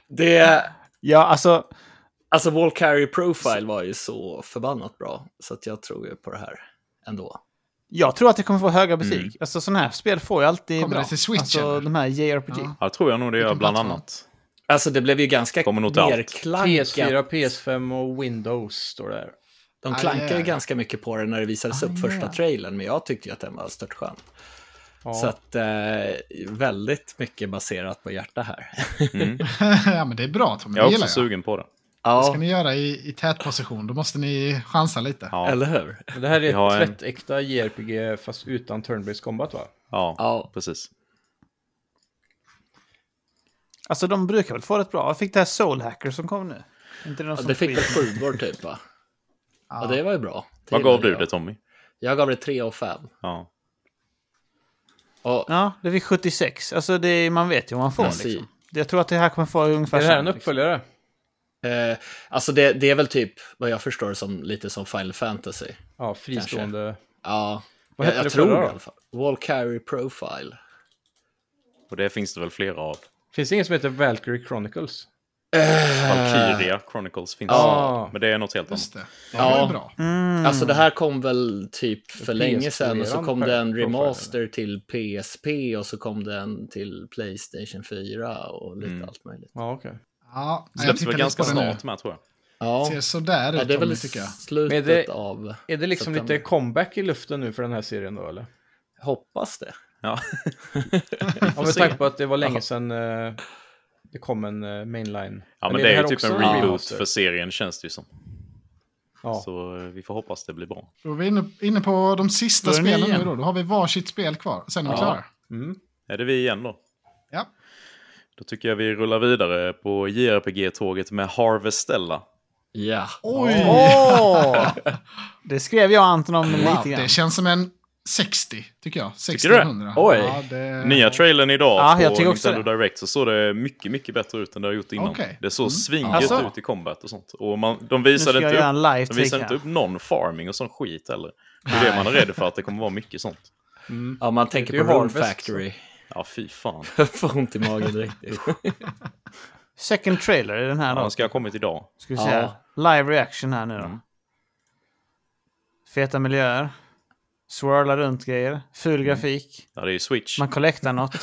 C: Det,
E: Ja, alltså.
C: alltså Volkyrie Profile var ju så förbannat bra. Så att jag tror ju på det här ändå.
E: Jag tror att det kommer få höga
C: Mm.
E: betyg. Alltså sådana här spel får ju alltid
A: Kommer
E: bra.
A: det till Switch,
E: alltså
A: eller?
E: de här JRPG.
A: Ja.
F: Ja, det tror jag nog det gör,
A: Vilken
F: bland
A: plattform?
F: annat.
C: Alltså det blev ju ganska
F: Kommer nog till allt.
C: nerklankat.
B: PS4, PS5 och Windows står det här.
C: De
A: Aj,
B: Ah,
C: klankade
A: aj,
C: ju
A: aj.
C: ganska mycket på den när det visades upp första trailern, men jag tyckte ju att den var störtskön. Så att eh, väldigt mycket baserat på hjärta här.
A: ja, men det är bra Tommy, det
F: Jag är också
A: gillar jag.
F: sugen på det.
A: Det ska
C: ja,
A: ni göra i, i tät position, då måste ni chansa lite.
F: Ja.
C: eller hur?
B: Men det här är
F: Vi
B: ett
F: har en-
B: tvättäkta JRPG fast utan turn-based combat va?
F: Ja,
C: Ja.
F: precis.
E: Alltså de brukar väl få rätt bra. Jag fick det här Soul Hacker som kom nu. Inte någon
C: Ja,
B: Alltså,
E: som
C: det fick väl
E: skiter.
C: sjuor typ va? Ja, det var ju bra. Det
F: Vad gav
C: gillade
F: du
C: jag.
F: det Tommy?
C: Jag gav det 3 och 5.
F: Ja.
C: Och,
E: Ja, det fick 76. Alltså det, är- man vet ju vad man får
C: Precis.
E: liksom. Jag tror att det här kommer få ungefär
B: Är det här en
E: samma,
B: uppföljare?
C: eh, alltså det, det är väl typ, vad jag förstår, som, lite som Final Fantasy.
B: Ja, fristående.
C: Ja,
B: Vad
C: jag,
B: hette
C: jag
B: det förra
C: tror det i
B: då?
C: alla fall. Wall Carry Profile.
F: Och det finns det väl flera av.
B: Finns det ingen som heter Valkyrie Chronicles?
F: Valkyria Chronicles finns
B: Ja.
F: det. Men det är något helt annat.
A: Just det, det
C: Ja.
A: var ju bra.
E: Mm.
C: Alltså det här kom väl typ för länge sedan och så
B: PS4
C: kom det en
B: profile,
C: remaster till PSP och så kom den till Playstation 4 och lite allt möjligt.
B: Ja, okej.
A: Ja, jag
F: Släpps
A: tittar
F: väl
A: lite
F: ganska
A: på den nu.
F: snart med tror jag.
C: Ja,
A: Ser sådär
C: ja
A: ut
C: det är
A: Tommy,
C: väl
A: tycker jag.
C: slutet
B: Men det-
C: av...
B: Är det liksom
C: september.
B: lite comeback i luften nu för den här serien då eller?
C: Hoppas det.
F: Ja.
B: Ja, med tanke på att det var länge sedan eh, det kom en eh, mainline.
F: ja, men
B: Eller
F: det är
B: här
F: ju typ
B: också
F: en reboot
B: remaster?
F: för serien känns det ju som.
B: Ja.
F: Så eh, vi får hoppas det blir bra.
A: Då är vi inne, inne på de sista
E: Då är ni
A: spelen nu
E: igen.
A: då. Då har vi varsitt spel kvar. Sen är vi
F: Ja.
A: klara.
B: Mm.
F: Är det vi igen då?
A: Ja.
F: Då tycker jag vi rullar vidare på JRPG-tåget med Harvestella.
C: Ja.
A: Oj!
E: Åh! Det skrev jag och Anton om lite
A: Wow,
E: grann.
A: det känns som en 60, tycker jag. 60
F: du det?
A: 100.
C: Oj.
A: Ja, det...
F: Nya trailern idag
E: Eh, Ja, jag
F: på
E: tycker också
F: Nintendo Direct så såg det mycket, mycket bättre ut än det har gjort innan.
A: Okej. Mm.
F: Det såg svingött
E: Alltså?
F: ut i combat och sånt. Och man, de
E: Nu ska
F: visade,
E: jag
F: inte
E: göra en
F: upp,
E: live
F: de
E: take
F: visade inte
E: här.
F: upp någon farming och sån skit heller. Det är det man är rädd för, att det kommer vara mycket sånt.
C: ja, man tänker
B: Det är
C: på Rune
B: Harvest,
C: Factory.
F: Ja, fy fan.
C: Får ont i magen direkt.
E: Second trailer i den här
F: Ja,
E: då.
F: den ska ha kommit idag.
E: Ska vi se här. Live reaction här nu då.
F: Mm.
E: Feta miljöer. Swirla runt grejer. Ful
F: Mm.
E: grafik.
F: Ja, det är ju Switch.
E: Man collectar något.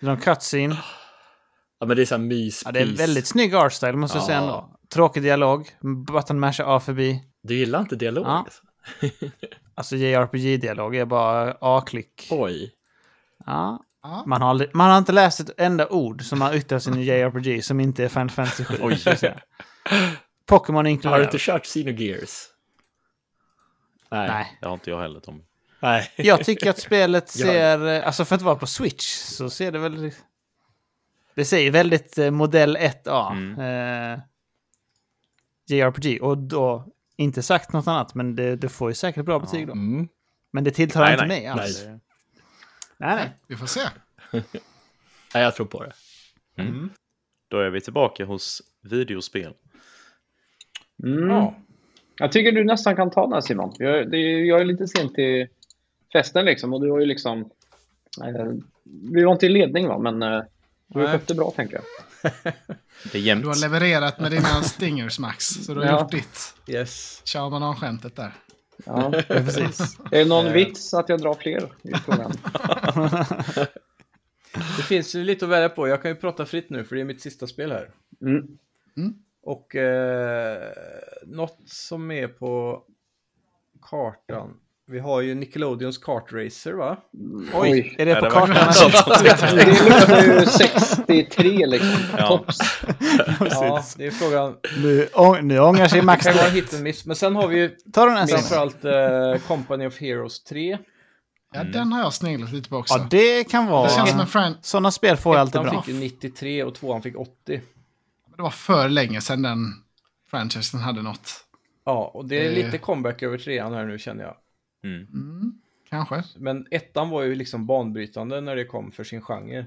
E: Någon cutscene.
F: Ah,
C: ja, men det är så här myspis.
E: Ja, det är väldigt snygg artstyle måste jag säga
C: Ja.
E: ändå. Tråkig dialog. Button masha A förbi.
C: Du gillar inte dialog?
E: Ja.
C: alltså?
E: Alltså JRPG-dialog är bara A-klick.
C: Oj.
E: Ja.
A: Ja.
E: Man, har aldrig, man har inte läst ett enda ord som har yttrats i en JRPG som inte är Final Fantasy 7. Oj. Pokémon
C: Har du
E: inkluderat.
C: inte kört Xenogears? Nej.
E: Nej.
F: Det har inte jag heller Tommy.
C: Nej.
E: Jag tycker att spelet
C: Ja.
E: ser, eh, alltså för att vara på Switch så ser det väl... Det säger väldigt eh, modell 1A. Eh, JRPG. Och då, inte sagt något annat, men det, det får ju säkert bra betyg då.
C: Mm.
E: Men det tilltalar
F: Nej,
E: inte
F: nej.
E: mig alls.
C: Nej.
E: Nej. nej,
A: Vi får se.
C: Nej, jag tror på det.
F: Då är vi tillbaka hos videospel.
B: Ja.
D: Mm. Jag tycker du nästan kan ta den här Simon. Jag, det, jag är lite sent till festen liksom och du har ju liksom... Eh, vi var inte i ledning va, men eh, du har skött det bra tänker jag.
F: Det är jämnt.
A: Du har levererat med dina stingers Max, så du har
D: Ja.
A: gjort ditt.
B: Yes.
A: Kör man av skämtet där.
D: Ja.
E: Precis.
D: Är det någon vits att jag drar fler? Det är frågan.
B: Det finns ju lite att välja på. Jag kan ju prata fritt nu för det är mitt sista spel här.
D: Mm.
B: Och eh, något som är på kartan. Vi har ju Nickelodeons kartracer va?
E: Oj,
D: Oj.
E: är det på
F: det
E: kartan?
F: verkligen
E: alltså?
D: Det luktar ju 63 liksom.
F: Ja.
D: Tops.
B: Ja, det är frågan.
E: Nu, å- nu ångrar sig Max.
B: Det kan vara hit and miss. Men sen har vi ju
F: Alltså-
E: Ta den här sen.
B: framförallt eh, Company of Heroes 3.
A: Ja, den har jag sneglat lite på också.
E: Ja, det kan
A: det, känns som
E: vara...
A: en friend...
E: Sådana spel får jag alltid
B: Han
E: bra.
B: fick ju 93 och tvåan fick 80.
A: Det var för länge sedan den franchisen hade något.
B: Ja, och det är
A: Eh.
B: lite comeback över trean här nu känner jag.
A: Mm, Kanske.
B: Men ettan var ju liksom banbrytande när det kom för sin genre.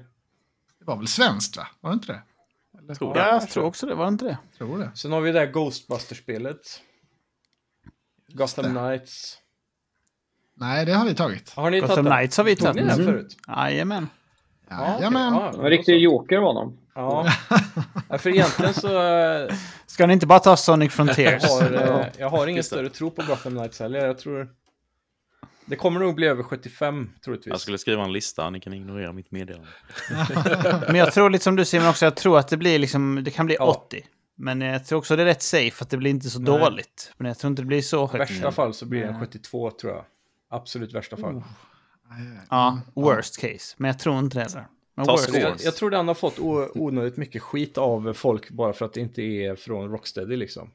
A: Det var väl svenskt, va? Var det inte det? Eller,
F: Tror
E: Ja,
F: jag.
E: jag tror också det. Var det inte det?
A: jag tror det.
B: Sen har vi det här Ghostbusters-spelet. Gotham Knights.
A: Nej, det har vi tagit.
B: Har ni
E: Gotham
B: tagit den?
E: Knights har vi
B: Tog
E: tagit.
B: ni den
E: Mm.
B: förut?
E: Jajamän.
A: Ja,
B: okej.
A: men
B: Ja,
D: En riktig
B: då så.
D: joker var de.
B: Ja. ja, för egentligen så eh,
E: Ska ni inte bara ta Sonic Frontiers?
B: har eh, jag har ingen
F: Just det.
B: större tro på Gotham Knights heller. Jag tror... Det kommer nog bli över 75 troligtvis.
F: Jag skulle skriva en lista, ni kan ignorera mitt meddelande.
E: Men jag tror lite som du Simon också, jag tror att det blir liksom, det kan bli
B: Ja.
E: 80. Men jag tror också det är rätt safe att det blir inte så
B: Nej.
E: dåligt. Men jag tror inte det blir så
B: I
E: högt.
F: Mm.
B: värsta fall så blir det en
E: Mm.
B: 72 tror jag. Absolut värsta fall.
E: Ja, worst case. Men jag tror inte det heller. Men
F: Ta
E: worst
F: skor.
E: case.
B: Jag, jag tror den har fått o- onödigt mycket skit av folk bara för att det inte är från Rocksteady liksom.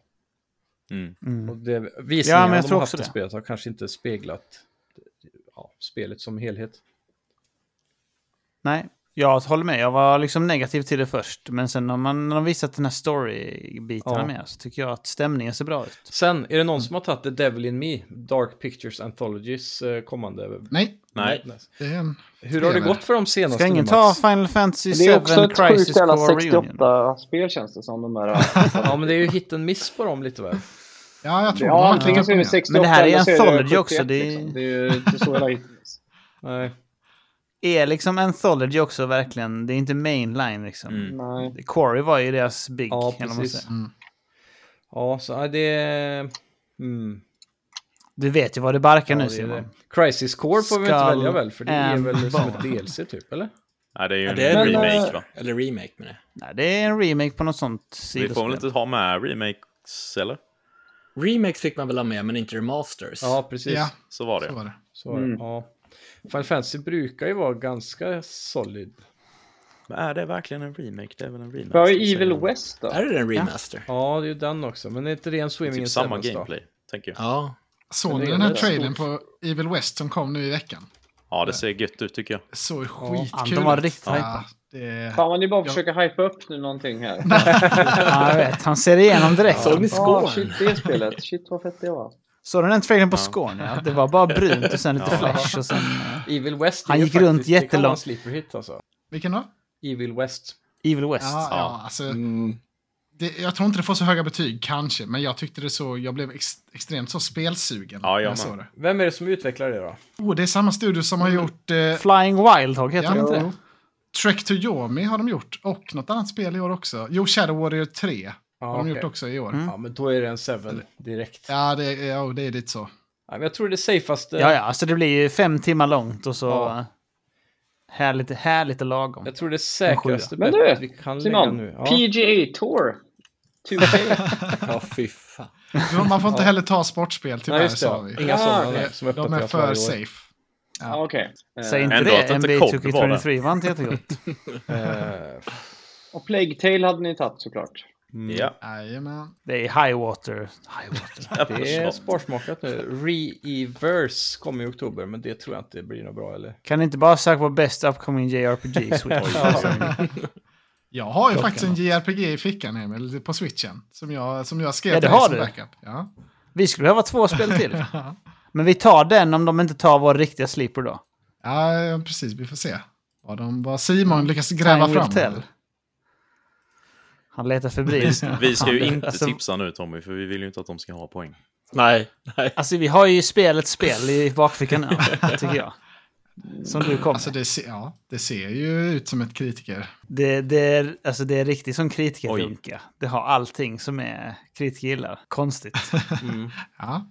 F: Mm.
B: Och det, visningarna
E: Ja, men jag
B: de
E: tror
B: har haft i
E: också det.
B: spelet har kanske inte speglat ja, spelet som helhet.
E: Nej, jag håller med. Jag var liksom negativ till det först. Men sen när, man, när de visat den här story-bitarna
B: Ja.
E: med så tycker jag att stämningen ser bra ut.
B: Sen, är det
E: Mm.
B: någon som har tagit The Devil in Me, Dark Pictures Anthologies eh, kommande?
A: Nej,
F: Nej.
A: det är en...
B: Hur har det
A: Spelar.
B: gått för de senaste
E: Ska ingen
B: nu,
E: ta
B: Mats?
E: Final Fantasy
D: Det är också
E: 7
D: ett sjukt
E: Crisis
D: jävla
E: Core Reunion?
D: 68-spel känns det som. De här,
B: Ja, men det är ju hit and miss på dem lite väl?
A: Ja, jag tror det.
D: ja, antingen så är det
A: Ja.
D: 68
E: Men det här är
D: eller så
E: anthology
D: 71,
E: också, det är-
D: Liksom. Det är ju inte så jävla hittills.
B: Nej.
E: Är liksom Anthology också verkligen, det är inte mainline liksom.
F: Mm.
D: Nej.
E: Quarry var ju deras big.
B: Ja,
E: eller vad man
B: precis.
E: säger.
B: Ja, så ja, det är... Mm.
E: Du vet ju vad det barkar
B: Ja,
E: nu
B: det är det.
E: Simon.
B: Crisis Core får vi inte
E: Skull
B: välja väl? För det är
E: and
B: väl som ett
E: Bone.
B: DLC typ, eller?
F: Nej, det är ju en
C: det är
D: en-
F: remake va?
C: Eller remake med det.
E: Nej, det är en remake på något sånt
F: Vi får
E: sidospel.
F: väl inte ha med remakes eller?
C: Remakes fick man väl ha med, men inte remasters.
B: Ja, precis.
A: Ja,
F: Så var
A: så
F: det.
A: var det.
B: Så, var det.
E: Mm.
B: ja. Final Fantasy brukar ju vara ganska solid.
F: Men är det verkligen en remake? Det är väl en remake?
D: Vad är
F: som säger
D: Evil
F: man.
D: West då?
C: Är det en remaster? Ja.
B: Ja, det är ju den också. Men det är inte ren
F: Det är
B: Swimming
F: Typ
B: in
F: samma
B: Sevens då?
F: gameplay, tänker jag.
C: ja.
A: Såg
B: Men
A: ni
B: det är
A: den här
B: rätt
A: trailern på Evil West som kom nu i veckan?
F: Ja, det ser gött ut tycker jag.
A: Det såg skitkul
E: Ja, de var
A: ut.
E: riktigt hypade.
A: det...
D: Fan, man det är bara att försöka hypa upp nu någonting här.
E: Ja, jag vet. Han ser igenom direkt.
C: Såg ni
D: Ah,
C: skål?
D: shit, det spelet. Shit, vad fett det var.
E: Såg du den trailern på Skåne? Ja, det var bara brunt och sen lite flash och sen... eh,
B: Evil West är
E: Han
B: ju
E: gick runt
B: faktiskt- det kan
E: jättelångt.
B: vara en sleeper hit alltså.
A: Vilken då?
B: Evil West.
E: Evil West.
A: Ja, ja, alltså,
E: Mm.
A: det, jag tror inte det får så höga betyg kanske, men jag tyckte det så, jag blev ex, extremt så spelsugen.
F: Ja, jag
A: när
F: med.
A: såg det.
B: Vem är det som utvecklar det då?
A: Oh, det är samma studio som har gjort eh,
E: Flying Wildhog heter
A: Ja.
E: den inte det?
A: Trek to Yomi har de gjort, och något annat spel i år också. Jo, Shadow Warrior 3 har de
B: okej.
A: gjort också i år.
E: Mm.
B: Ja, men då är det en Seven direkt. Ja.
A: Ja, det, är- ja, det är lite så.
B: men jag tror det är eh, safeaste.
E: Ja, ja, alltså det blir ju fem timmar långt och så...
B: Ja.
E: Ja. Härligt, härligt och lagom.
B: Jag tror det är säkraste
D: Men
B: bettet vi
D: du,
B: kan lägga
D: Simon.
B: nu. Ja.
D: PGA Tour. 2K.
C: Ja, fy fan.
A: Jo, Man får inte heller ta sportspel, tyvärr,
B: Nej, just det.
A: sa vi.
B: Inga
D: Ah,
B: sådana
A: Det-
B: där som
A: de är
B: uppdateras
A: för
B: varje år.
A: safe.
D: Ja, Okej. Eh,
E: Säg inte
F: Ändå att
E: det,
F: inte
E: NBA
F: Cobb var där.
E: 2K23 var inte jättegott.
B: Eh,
D: Och Plague Tale hade ni tagit såklart.
F: Ja.
A: Jajamän.
E: Det är High Water. High Water.
B: Det är sparsmakat nu. Re-Everse kommer i oktober, men det tror jag inte blir något bra eller?
E: Kan ni inte bara söka på Best Upcoming JRPGs?
A: Jag har ju faktiskt en JRPG i fickan, Emil, på switchen. Som jag, som jag skrev
E: Ja, det
A: till dig
E: har
A: som
E: du.
A: backup. Ja.
E: Vi skulle behöva två spel till. Men vi tar den om de inte tar vår riktiga sleeper då.
A: Ja, ja, precis. Vi får se vad, de, vad Simon lyckas gräva
E: Time will
A: fram.
E: tell. Han letar febrilt.
F: Vi ska ju
E: Fan,
F: inte
E: alltså-
F: tipsa nu Tommy, för vi vill ju inte att de ska ha poäng.
C: Nej, nej.
E: Alltså vi har ju spelet spel i bakfickan nu, tycker jag. Som du kom.
A: Alltså det, ser, ja, det ser ju ut som ett kritiker.
E: Det, det, är, alltså, det är riktigt som
F: Oj.
E: kritikerrunka. Det har allting som är kritiker gillar. Konstigt.
A: Ja.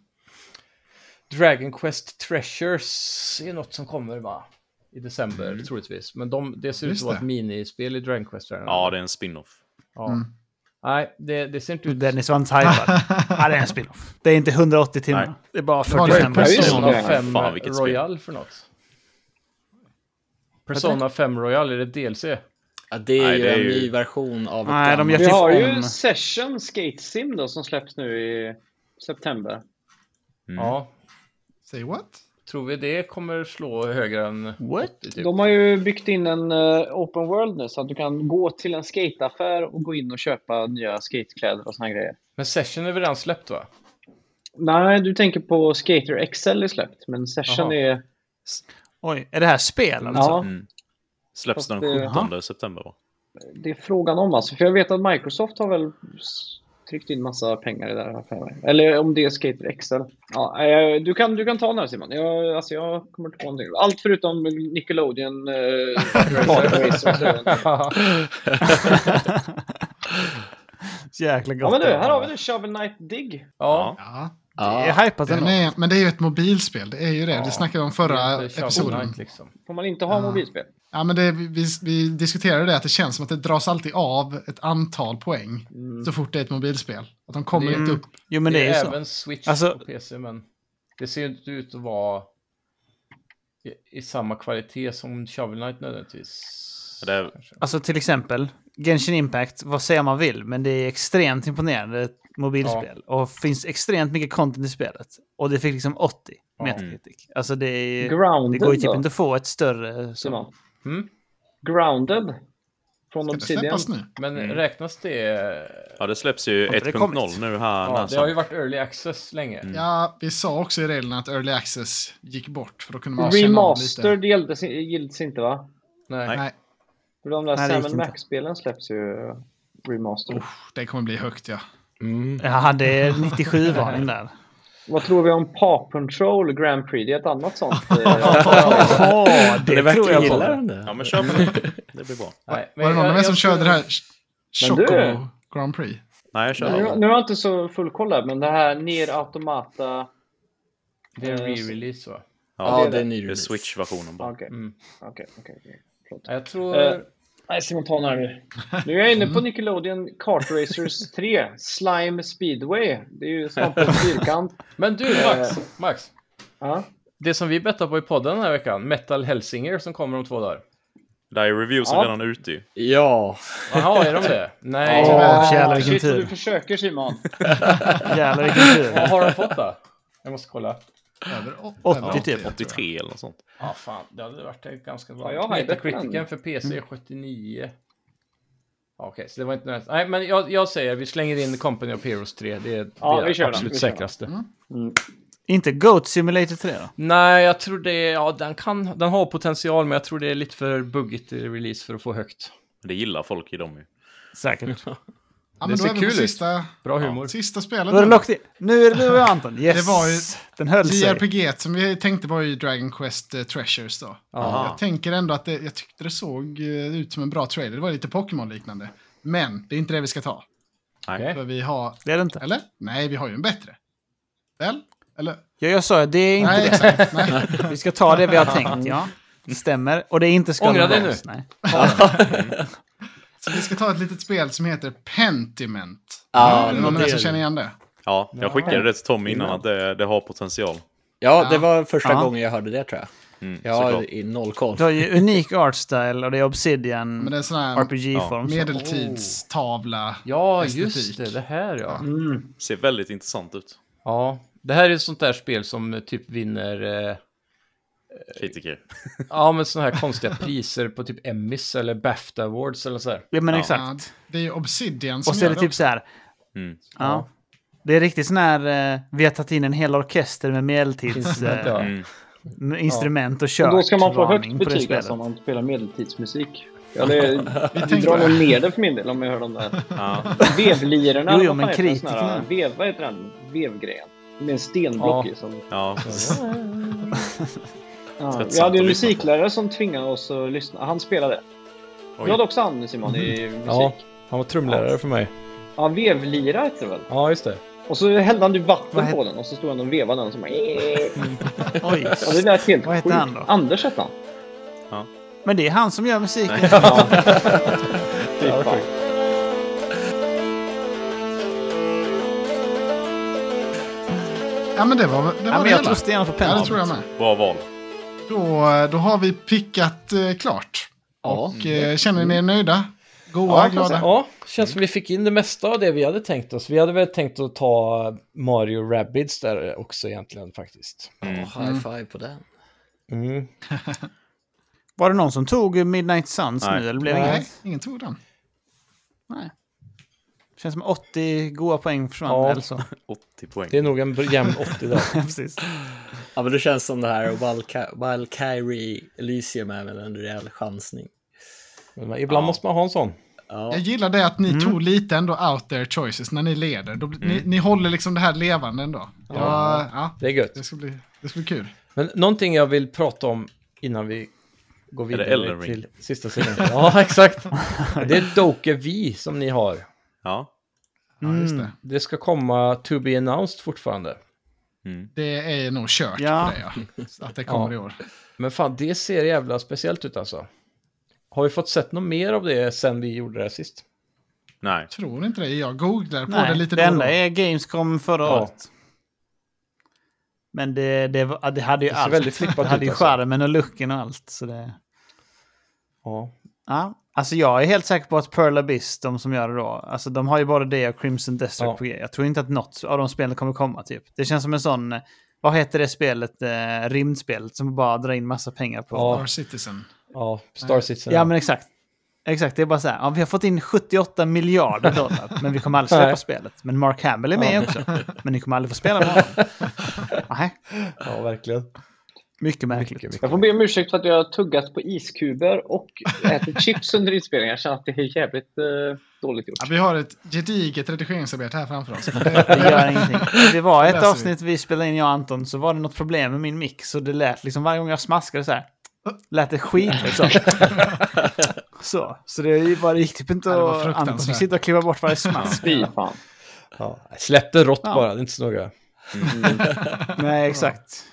B: Dragon Quest Treasures är något som kommer va? I december
F: Mm.
B: troligtvis. Men de, det ser ut
A: Just
B: att vara ett
A: det.
B: minispel i Dragon Quest. Där.
F: Ja, det är en spin-off.
B: Ja. Nej, det, det ser inte ut.
E: Dennis var inte hypad. Ja, det är en spin-off. Det är inte 180 timmar.
F: Nej.
E: Det är bara
A: var det.
E: 45
A: Ja, just
E: minuter.
A: det.
B: Persona
D: Ja,
B: 5
F: fan, vilket spel.
B: Royal för något. Persona 5 Royal, är det DLC?
F: Mm.
C: Ja, det är
F: Nej,
C: ju
F: det är
C: en
F: ju-
C: ny version av ett
E: Nej, de gör
D: Vi
E: typ
D: har ju
E: om-
D: Session Skate Sim då som släpps nu i september.
B: Ja.
A: Say what?
B: Tror vi det kommer slå högre än...
E: What?
B: Typ.
D: De har ju byggt in en eh, open world nu så att du kan gå till en skateaffär och gå in och köpa nya skatekläder och såna grejer.
B: Men Session är väl redan släppt va?
D: Nej, du tänker på Skater XL är släppt, men Session
B: Jaha.
D: är...
E: Oj, är det här spel alltså?
D: Ja,
F: Mm. Släpps
D: Fast
F: den
D: det-
F: 17 september va?
D: det är frågan om alltså. För jag vet att Microsoft har väl s- tryckt in massa pengar i det här. här för mig. Eller om det är Skater XL. Ja, eh, du, kan, du kan ta den här Simon. Jag, alltså, jag kommer inte på någonting. Allt förutom Nickelodeon. Eh,
E: Jäkla gott.
D: ja men du, här har vi nu Shovel Knight Dig.
B: Ja.
A: Ja.
C: Ja.
E: Jag är hypat
A: Den
E: ändå.
A: är, men det är ju ett mobilspel, det är ju det.
B: Alltså, Ja,
A: det snackade vi om
B: Det är
A: förra
B: inte Shovel
A: episoden.
B: Knight, liksom.
D: Får man inte ha mobilspel?
A: Ja, men det, vi, vi diskuterade det, att det känns som att det dras alltid av ett antal poäng
D: Mm.
A: så fort det är ett mobilspel. Att de kommer
B: Det är-
A: inte upp.
E: Jo, men det är ju så.
B: även Switch
E: Alltså-
B: och PC, men det ser ju inte ut att vara i, i samma kvalitet som Shovel Knight nödvändigtvis.
F: Ja, det är-
B: kanske.
E: Alltså till exempel, Genshin Impact, vad säger man vill, men det är extremt imponerande ett mobilspel. Och finns extremt mycket content i spelet. Och det fick liksom 80
B: Ja.
E: Metacritic. Alltså det är ju... Det
D: Grounded
E: går ju typ
D: då,
E: inte att få ett större... Så.
D: Simon?
B: Mm?
D: Grounded? Från
A: Ska det
D: Obsidian?
A: släppas nu?
B: Men
F: Mm.
B: räknas det?
F: Ja, det släpps ju
E: Har inte det
F: 1.0 nu här.
B: Ja,
F: när
B: det
F: som-
B: har ju varit early access länge.
F: Mm.
A: Ja, vi sa också i reglerna att Early Access gick bort för då kunde man känna av lite.
D: Remastered gildes, gildes inte va?
B: Nej.
A: Nej,
D: För de där
E: Nej, det gick
D: Sam
E: inte.
D: Max-spelen släpps ju eh, remastered.
A: det kommer bli högt ja.
C: Mm.
E: Ja, det är 97-varning där.
D: Vad tror vi om Paw Patrol Grand Prix? Det är ett annat sånt. eh,
E: Ja, det,
C: Det
E: tror
C: verkar
E: jag
C: gilla
E: på.
C: den där.
F: Ja, men köp det. Det blir bra.
B: Nej, men
A: Var det någon
B: jag-
A: av er
B: jag
A: som körde det
B: skulle-
A: här Ch-
D: Men du-
A: Chocobo Grand Prix?
F: Nej, jag kör
D: nu,
F: alla.
D: nu har jag inte så full koll här, men det här Nier Automata...
B: Det är en re-release va?
C: Ja,
D: det-
C: det är en ny
F: Det är
C: release.
F: Switch-versionen bara.
D: Okej, Ah, okej,
B: Mm.
D: okej. okej.
B: Ja, Jag tror...
D: Eh, Nej, Simon, ta den här nu. Nu är jag inne på Nickelodeon Kart Racers 3, Slime Speedway. Det är ju svamp på en fyrkant.
B: Men du Max, Max.
D: Ja.
B: Det som vi bettar på i podden den här veckan, Metal Hellsinger som kommer om två dagar.
F: Där är reviewsen
D: Ja.
F: redan ute ju.
C: Ja,
B: Jaha, är de det? Nej.
E: Åh,
D: Ah,
E: jävlar vilken
D: Shit, vad du
E: tur.
D: försöker Simon.
E: Jävlar vilken tur.
B: Vad har de fått då? Jag måste kolla.
A: Över åt-
E: 80
A: över
E: typ.
A: tror jag.
F: 83 eller något sånt.
B: Ja, fan. Det hade varit ett ganska bra.
D: Ja, jag har hypat den. Mm.
B: Metacriticen för PC är 79. Ja, Okej, så det var inte nödvändigt. Nej, men jag, jag säger vi slänger in Company of Heroes 3. Det är
D: Ja,
B: det
D: vi kör den,
B: absolut
D: vi kör den.
B: säkraste.
F: Mm.
E: Inte Goat Simulator 3 då?
B: Nej, jag tror det är, ja, den, kan, den har potential, men jag tror det är lite för buggigt i release för att få högt.
F: Det gillar folk i dem ju.
E: Säkert.
A: Ja,
B: Det
A: men då
B: ser
A: är vi
B: kul
A: på
B: ut.
A: sista,
B: Bra humor.
A: sista
E: Då är det
A: spelet. nu.
E: locked in. Nu är det du och jag Anton. Yes!
A: Det var ju-
E: Den höll sig.
A: JRPG som vi tänkte var ju Dragon Quest eh, Treasures då.
B: Ja.
A: Jag tänker ändå att det, jag tyckte det såg eh, ut som en bra trailer. Det var lite Pokémon-liknande. Men det är inte det vi ska ta.
F: Nej.
A: För vi har,
E: Det är det inte.
A: eller? Nej, vi har ju en bättre. Väl? Eller?
E: Ja, jag sa ju, det är inte
A: Nej,
E: det.
A: exakt. Nej.
E: Vi ska ta det vi har tänkt, ja. Det stämmer. Och det är inte Skull
B: Ångra
E: and
B: dig
E: Bones, Nej.
A: Så vi ska ta ett litet spel som heter Pentiment.
C: Ja,
A: är det någon av er som känner igen det?
F: Ja, jag skickade det till Tommy innan att det, det har potential.
C: ja, det var första
E: Ja.
C: gången jag hörde det tror jag.
F: Mm,
C: Jag
F: såklart.
C: har i noll koll.
E: Du har ju unik art style och det är Obsidian
A: Men det är en sån här
E: RPG-form.
A: medeltidstavla.
B: Ja,
A: Estetik.
B: just det. Det här ja.
F: Mm. Ser väldigt intressant ut.
B: Ja, det här är ett sånt där spel som eh, typ vinner, eh,
F: Kritiker.
B: ja men såna här konstiga priser på typ Emmys eller Bafta Awards eller så här.
E: Ja, men
F: Ja.
A: Ja,
E: exakt.
A: det är ju Obsidian som
E: Och så är
A: gör
E: det
A: det.
E: typ
A: också.
E: så här.
F: Mm.
E: Ja. Det är riktigt sån här, eh, vi har tagit in en hel orkester med medeltids eh,
B: Ja.
F: Mm.
E: med instrument och
D: Och
E: kört
D: då ska man få högt
E: varning på det
D: betyg
E: spelet.
D: alltså, om man spelar medeltidsmusik. Ja, det, vi
A: tänkte-
D: drar nog ner det för min del om jag hör de där
F: Ja.
D: vevlirorna.
E: Jo, jo,
D: vad
E: men
D: fan heter den sån
E: kritikerna.
D: här? Vev, vad heter den? Vevgrejen. Med en stenblock
B: Ja.
D: i. Som,
F: Ja, precis.
D: ja.
F: Tröttsamt
D: Vi hade ju en
F: att lyssna på.
D: musiklärare som tvingade oss att lyssna. Han spelade.
F: Oj.
D: Du hade också han Simon
E: Mm.
D: i musik.
B: Ja,
D: Ja,
B: han var trumlärare för mig.
D: vevlira hette det väl?
B: Ja, just det.
D: Och så hällde han ju
E: Vad
D: vatten
E: het-
D: på den och så stod han och vevade den som bara... Ja,
E: Oj.
D: det lät helt
E: Vad hette
D: sjukt.
E: han då?
D: Anders hette han.
E: Men det är han som gör musiken.
D: Fy fan.
A: Ja, men det var det, var
E: Ja, men
A: det
E: jag
A: hela.
E: tror stenarna på
A: Ja,
E: pennan.
A: det tror jag med.
F: Bra val.
A: Då, då har vi pickat eh, klart.
C: Ja.
A: Och, eh, känner ni er nöjda? Goa,
D: Ja,
A: glada?
B: Ja, känns som vi fick in det mesta av det vi hade tänkt oss. Vi hade väl tänkt att ta Mario Rabbids där också egentligen faktiskt.
C: High five på den.
B: Mm.
E: Var det någon som tog Midnight Suns
F: Nej.
E: nu eller blev det
A: Nej,
E: inget?
A: ingen tog den.
E: Nej. Känns som 80 goda poäng försvann
B: Ja.
E: eller så.
F: 80 poäng.
B: Det är nog en br- jämn 80 där.
E: Precis.
C: Ja, men det känns som det här och Valka- Valkyrie Elysium är väl en rejäl chansning.
B: Men ibland måste man ha en sån.
C: Ja.
A: Jag gillar det att ni tog lite ändå out there choices när ni leder. Då, blir- ni, ni håller liksom det här levande ändå. Ja, ja,
B: Det är gött.
A: det, ska bli, det ska bli kul.
B: Men någonting jag vill prata om innan vi går
F: det
B: vidare
F: Elden Ring?
B: till sista sidan. Ja, exakt. Det är Doke V som ni har.
F: Ja.
A: Ja, just det.
E: Mm.
B: Det ska komma to be announced fortfarande.
A: Det är nog kört
E: Ja.
A: på det, ja. Att det kommer
B: Ja.
A: i år.
B: Men fan, det ser jävla speciellt ut alltså. Har vi fått sett något mer av det sen vi gjorde det här sist?
F: Nej.
A: Tror inte det. Jag googlar på det
E: Nej,
A: lite
E: det
A: då och då.
E: enda är Gamescom förra
B: Ja.
E: året. Men det, det, var- det hade ju
B: Det ser
E: allt.
B: väldigt flippat
E: det hade
B: ut,
E: ju
B: alltså.
E: charmen och looken och allt. Så det,
B: Ja.
E: ja. Alltså jag är helt säker på att Pearl Abyss, de som gör det då, alltså de har ju bara det och Crimson Destruct
B: Ja.
E: på G. Jag tror inte att något av de spelen kommer komma typ. Det känns som en sån, eh, vad heter det spelet, eh, rymdspelet som bara drar in massa pengar på.
B: Ja.
A: Star Citizen.
B: Ja, Star Citizen.
E: Ja, men exakt. Exakt, det är bara så här. Ja, vi har fått in 78 miljarder dollar, men vi kommer aldrig släppa
B: Nej.
E: spelet. Men Mark Hamill är med också, men ni kommer aldrig få spela med honom. Nej,
B: ja verkligen.
E: mycket märkligt.
B: Mycket, mycket.
D: Jag får be om ursäkt för att jag har tuggat på iskuber och ätit chips under inspelningen. Jag känner att det är jävligt eh, dåligt gjort.
A: Ja, vi har ett gediget redigeringsarbete här framför oss.
E: Det gör ingenting. Det var ett
A: Läser vi.
E: avsnitt vi spelade in, jag och Anton, så var det något problem med min mix. Och det lät liksom varje gång jag smaskade så här, lät det skit liksom. Så, så det var det gick typ inte
A: Ja, det var
E: att... Anton fick
A: fruktansvärt.
E: sitta och kliva bort varje smask.
D: Fy fan.
B: Ja. Släpp det rått
E: Ja.
B: bara, det är inte så noga.
E: Nej, exakt.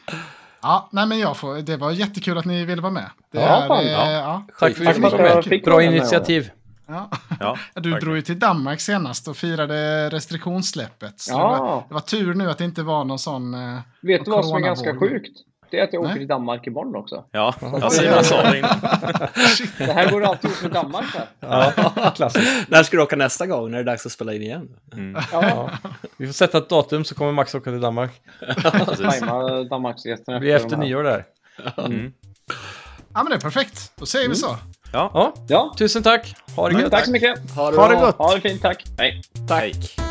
A: Ja, nej men jag får, det var jättekul att ni ville vara med. Det
D: Ja, fan,
A: eh,
F: ja.
A: ja.
B: Tack för att
F: Tack
B: du fick
F: för
B: vara
F: att jag
B: med.
D: fick
B: Bra
D: vara med.
B: initiativ.
A: Ja.
F: Ja,
A: Du
F: verkligen.
A: drog ju till Danmark senast och firade restriktionssläppet. Så
D: Ja.
A: det, var, det var tur nu att det inte var någon sån... eh,
D: Vet du vad som är
A: coronavåg.
D: ganska sjukt? Det är att jag åker
A: Nej.
D: till Danmark imorgon också.
F: Ja, ja Simon sa det innan.
D: Det här går alltid ut med Danmark här.
B: Ja, klassiskt.
C: När ska du åka nästa gång? När det är dags att spela in igen?
D: Ja,
B: Ja. Vi får sätta ett datum så kommer Max åka till Danmark.
F: Precis.
D: tajma Danmarksresorna.
B: Vi är efter
D: de här.
B: nyår där.
A: Ja men det är perfekt, då säger vi så.
F: Ja.
B: Ja,
D: Ja,
B: tusen tack. Ha det gött.
D: Mm, tack så mycket.
C: Ha det
E: Ha det
C: bra.
E: gott!
D: Ha det fint, tack. Hej.
C: Tack.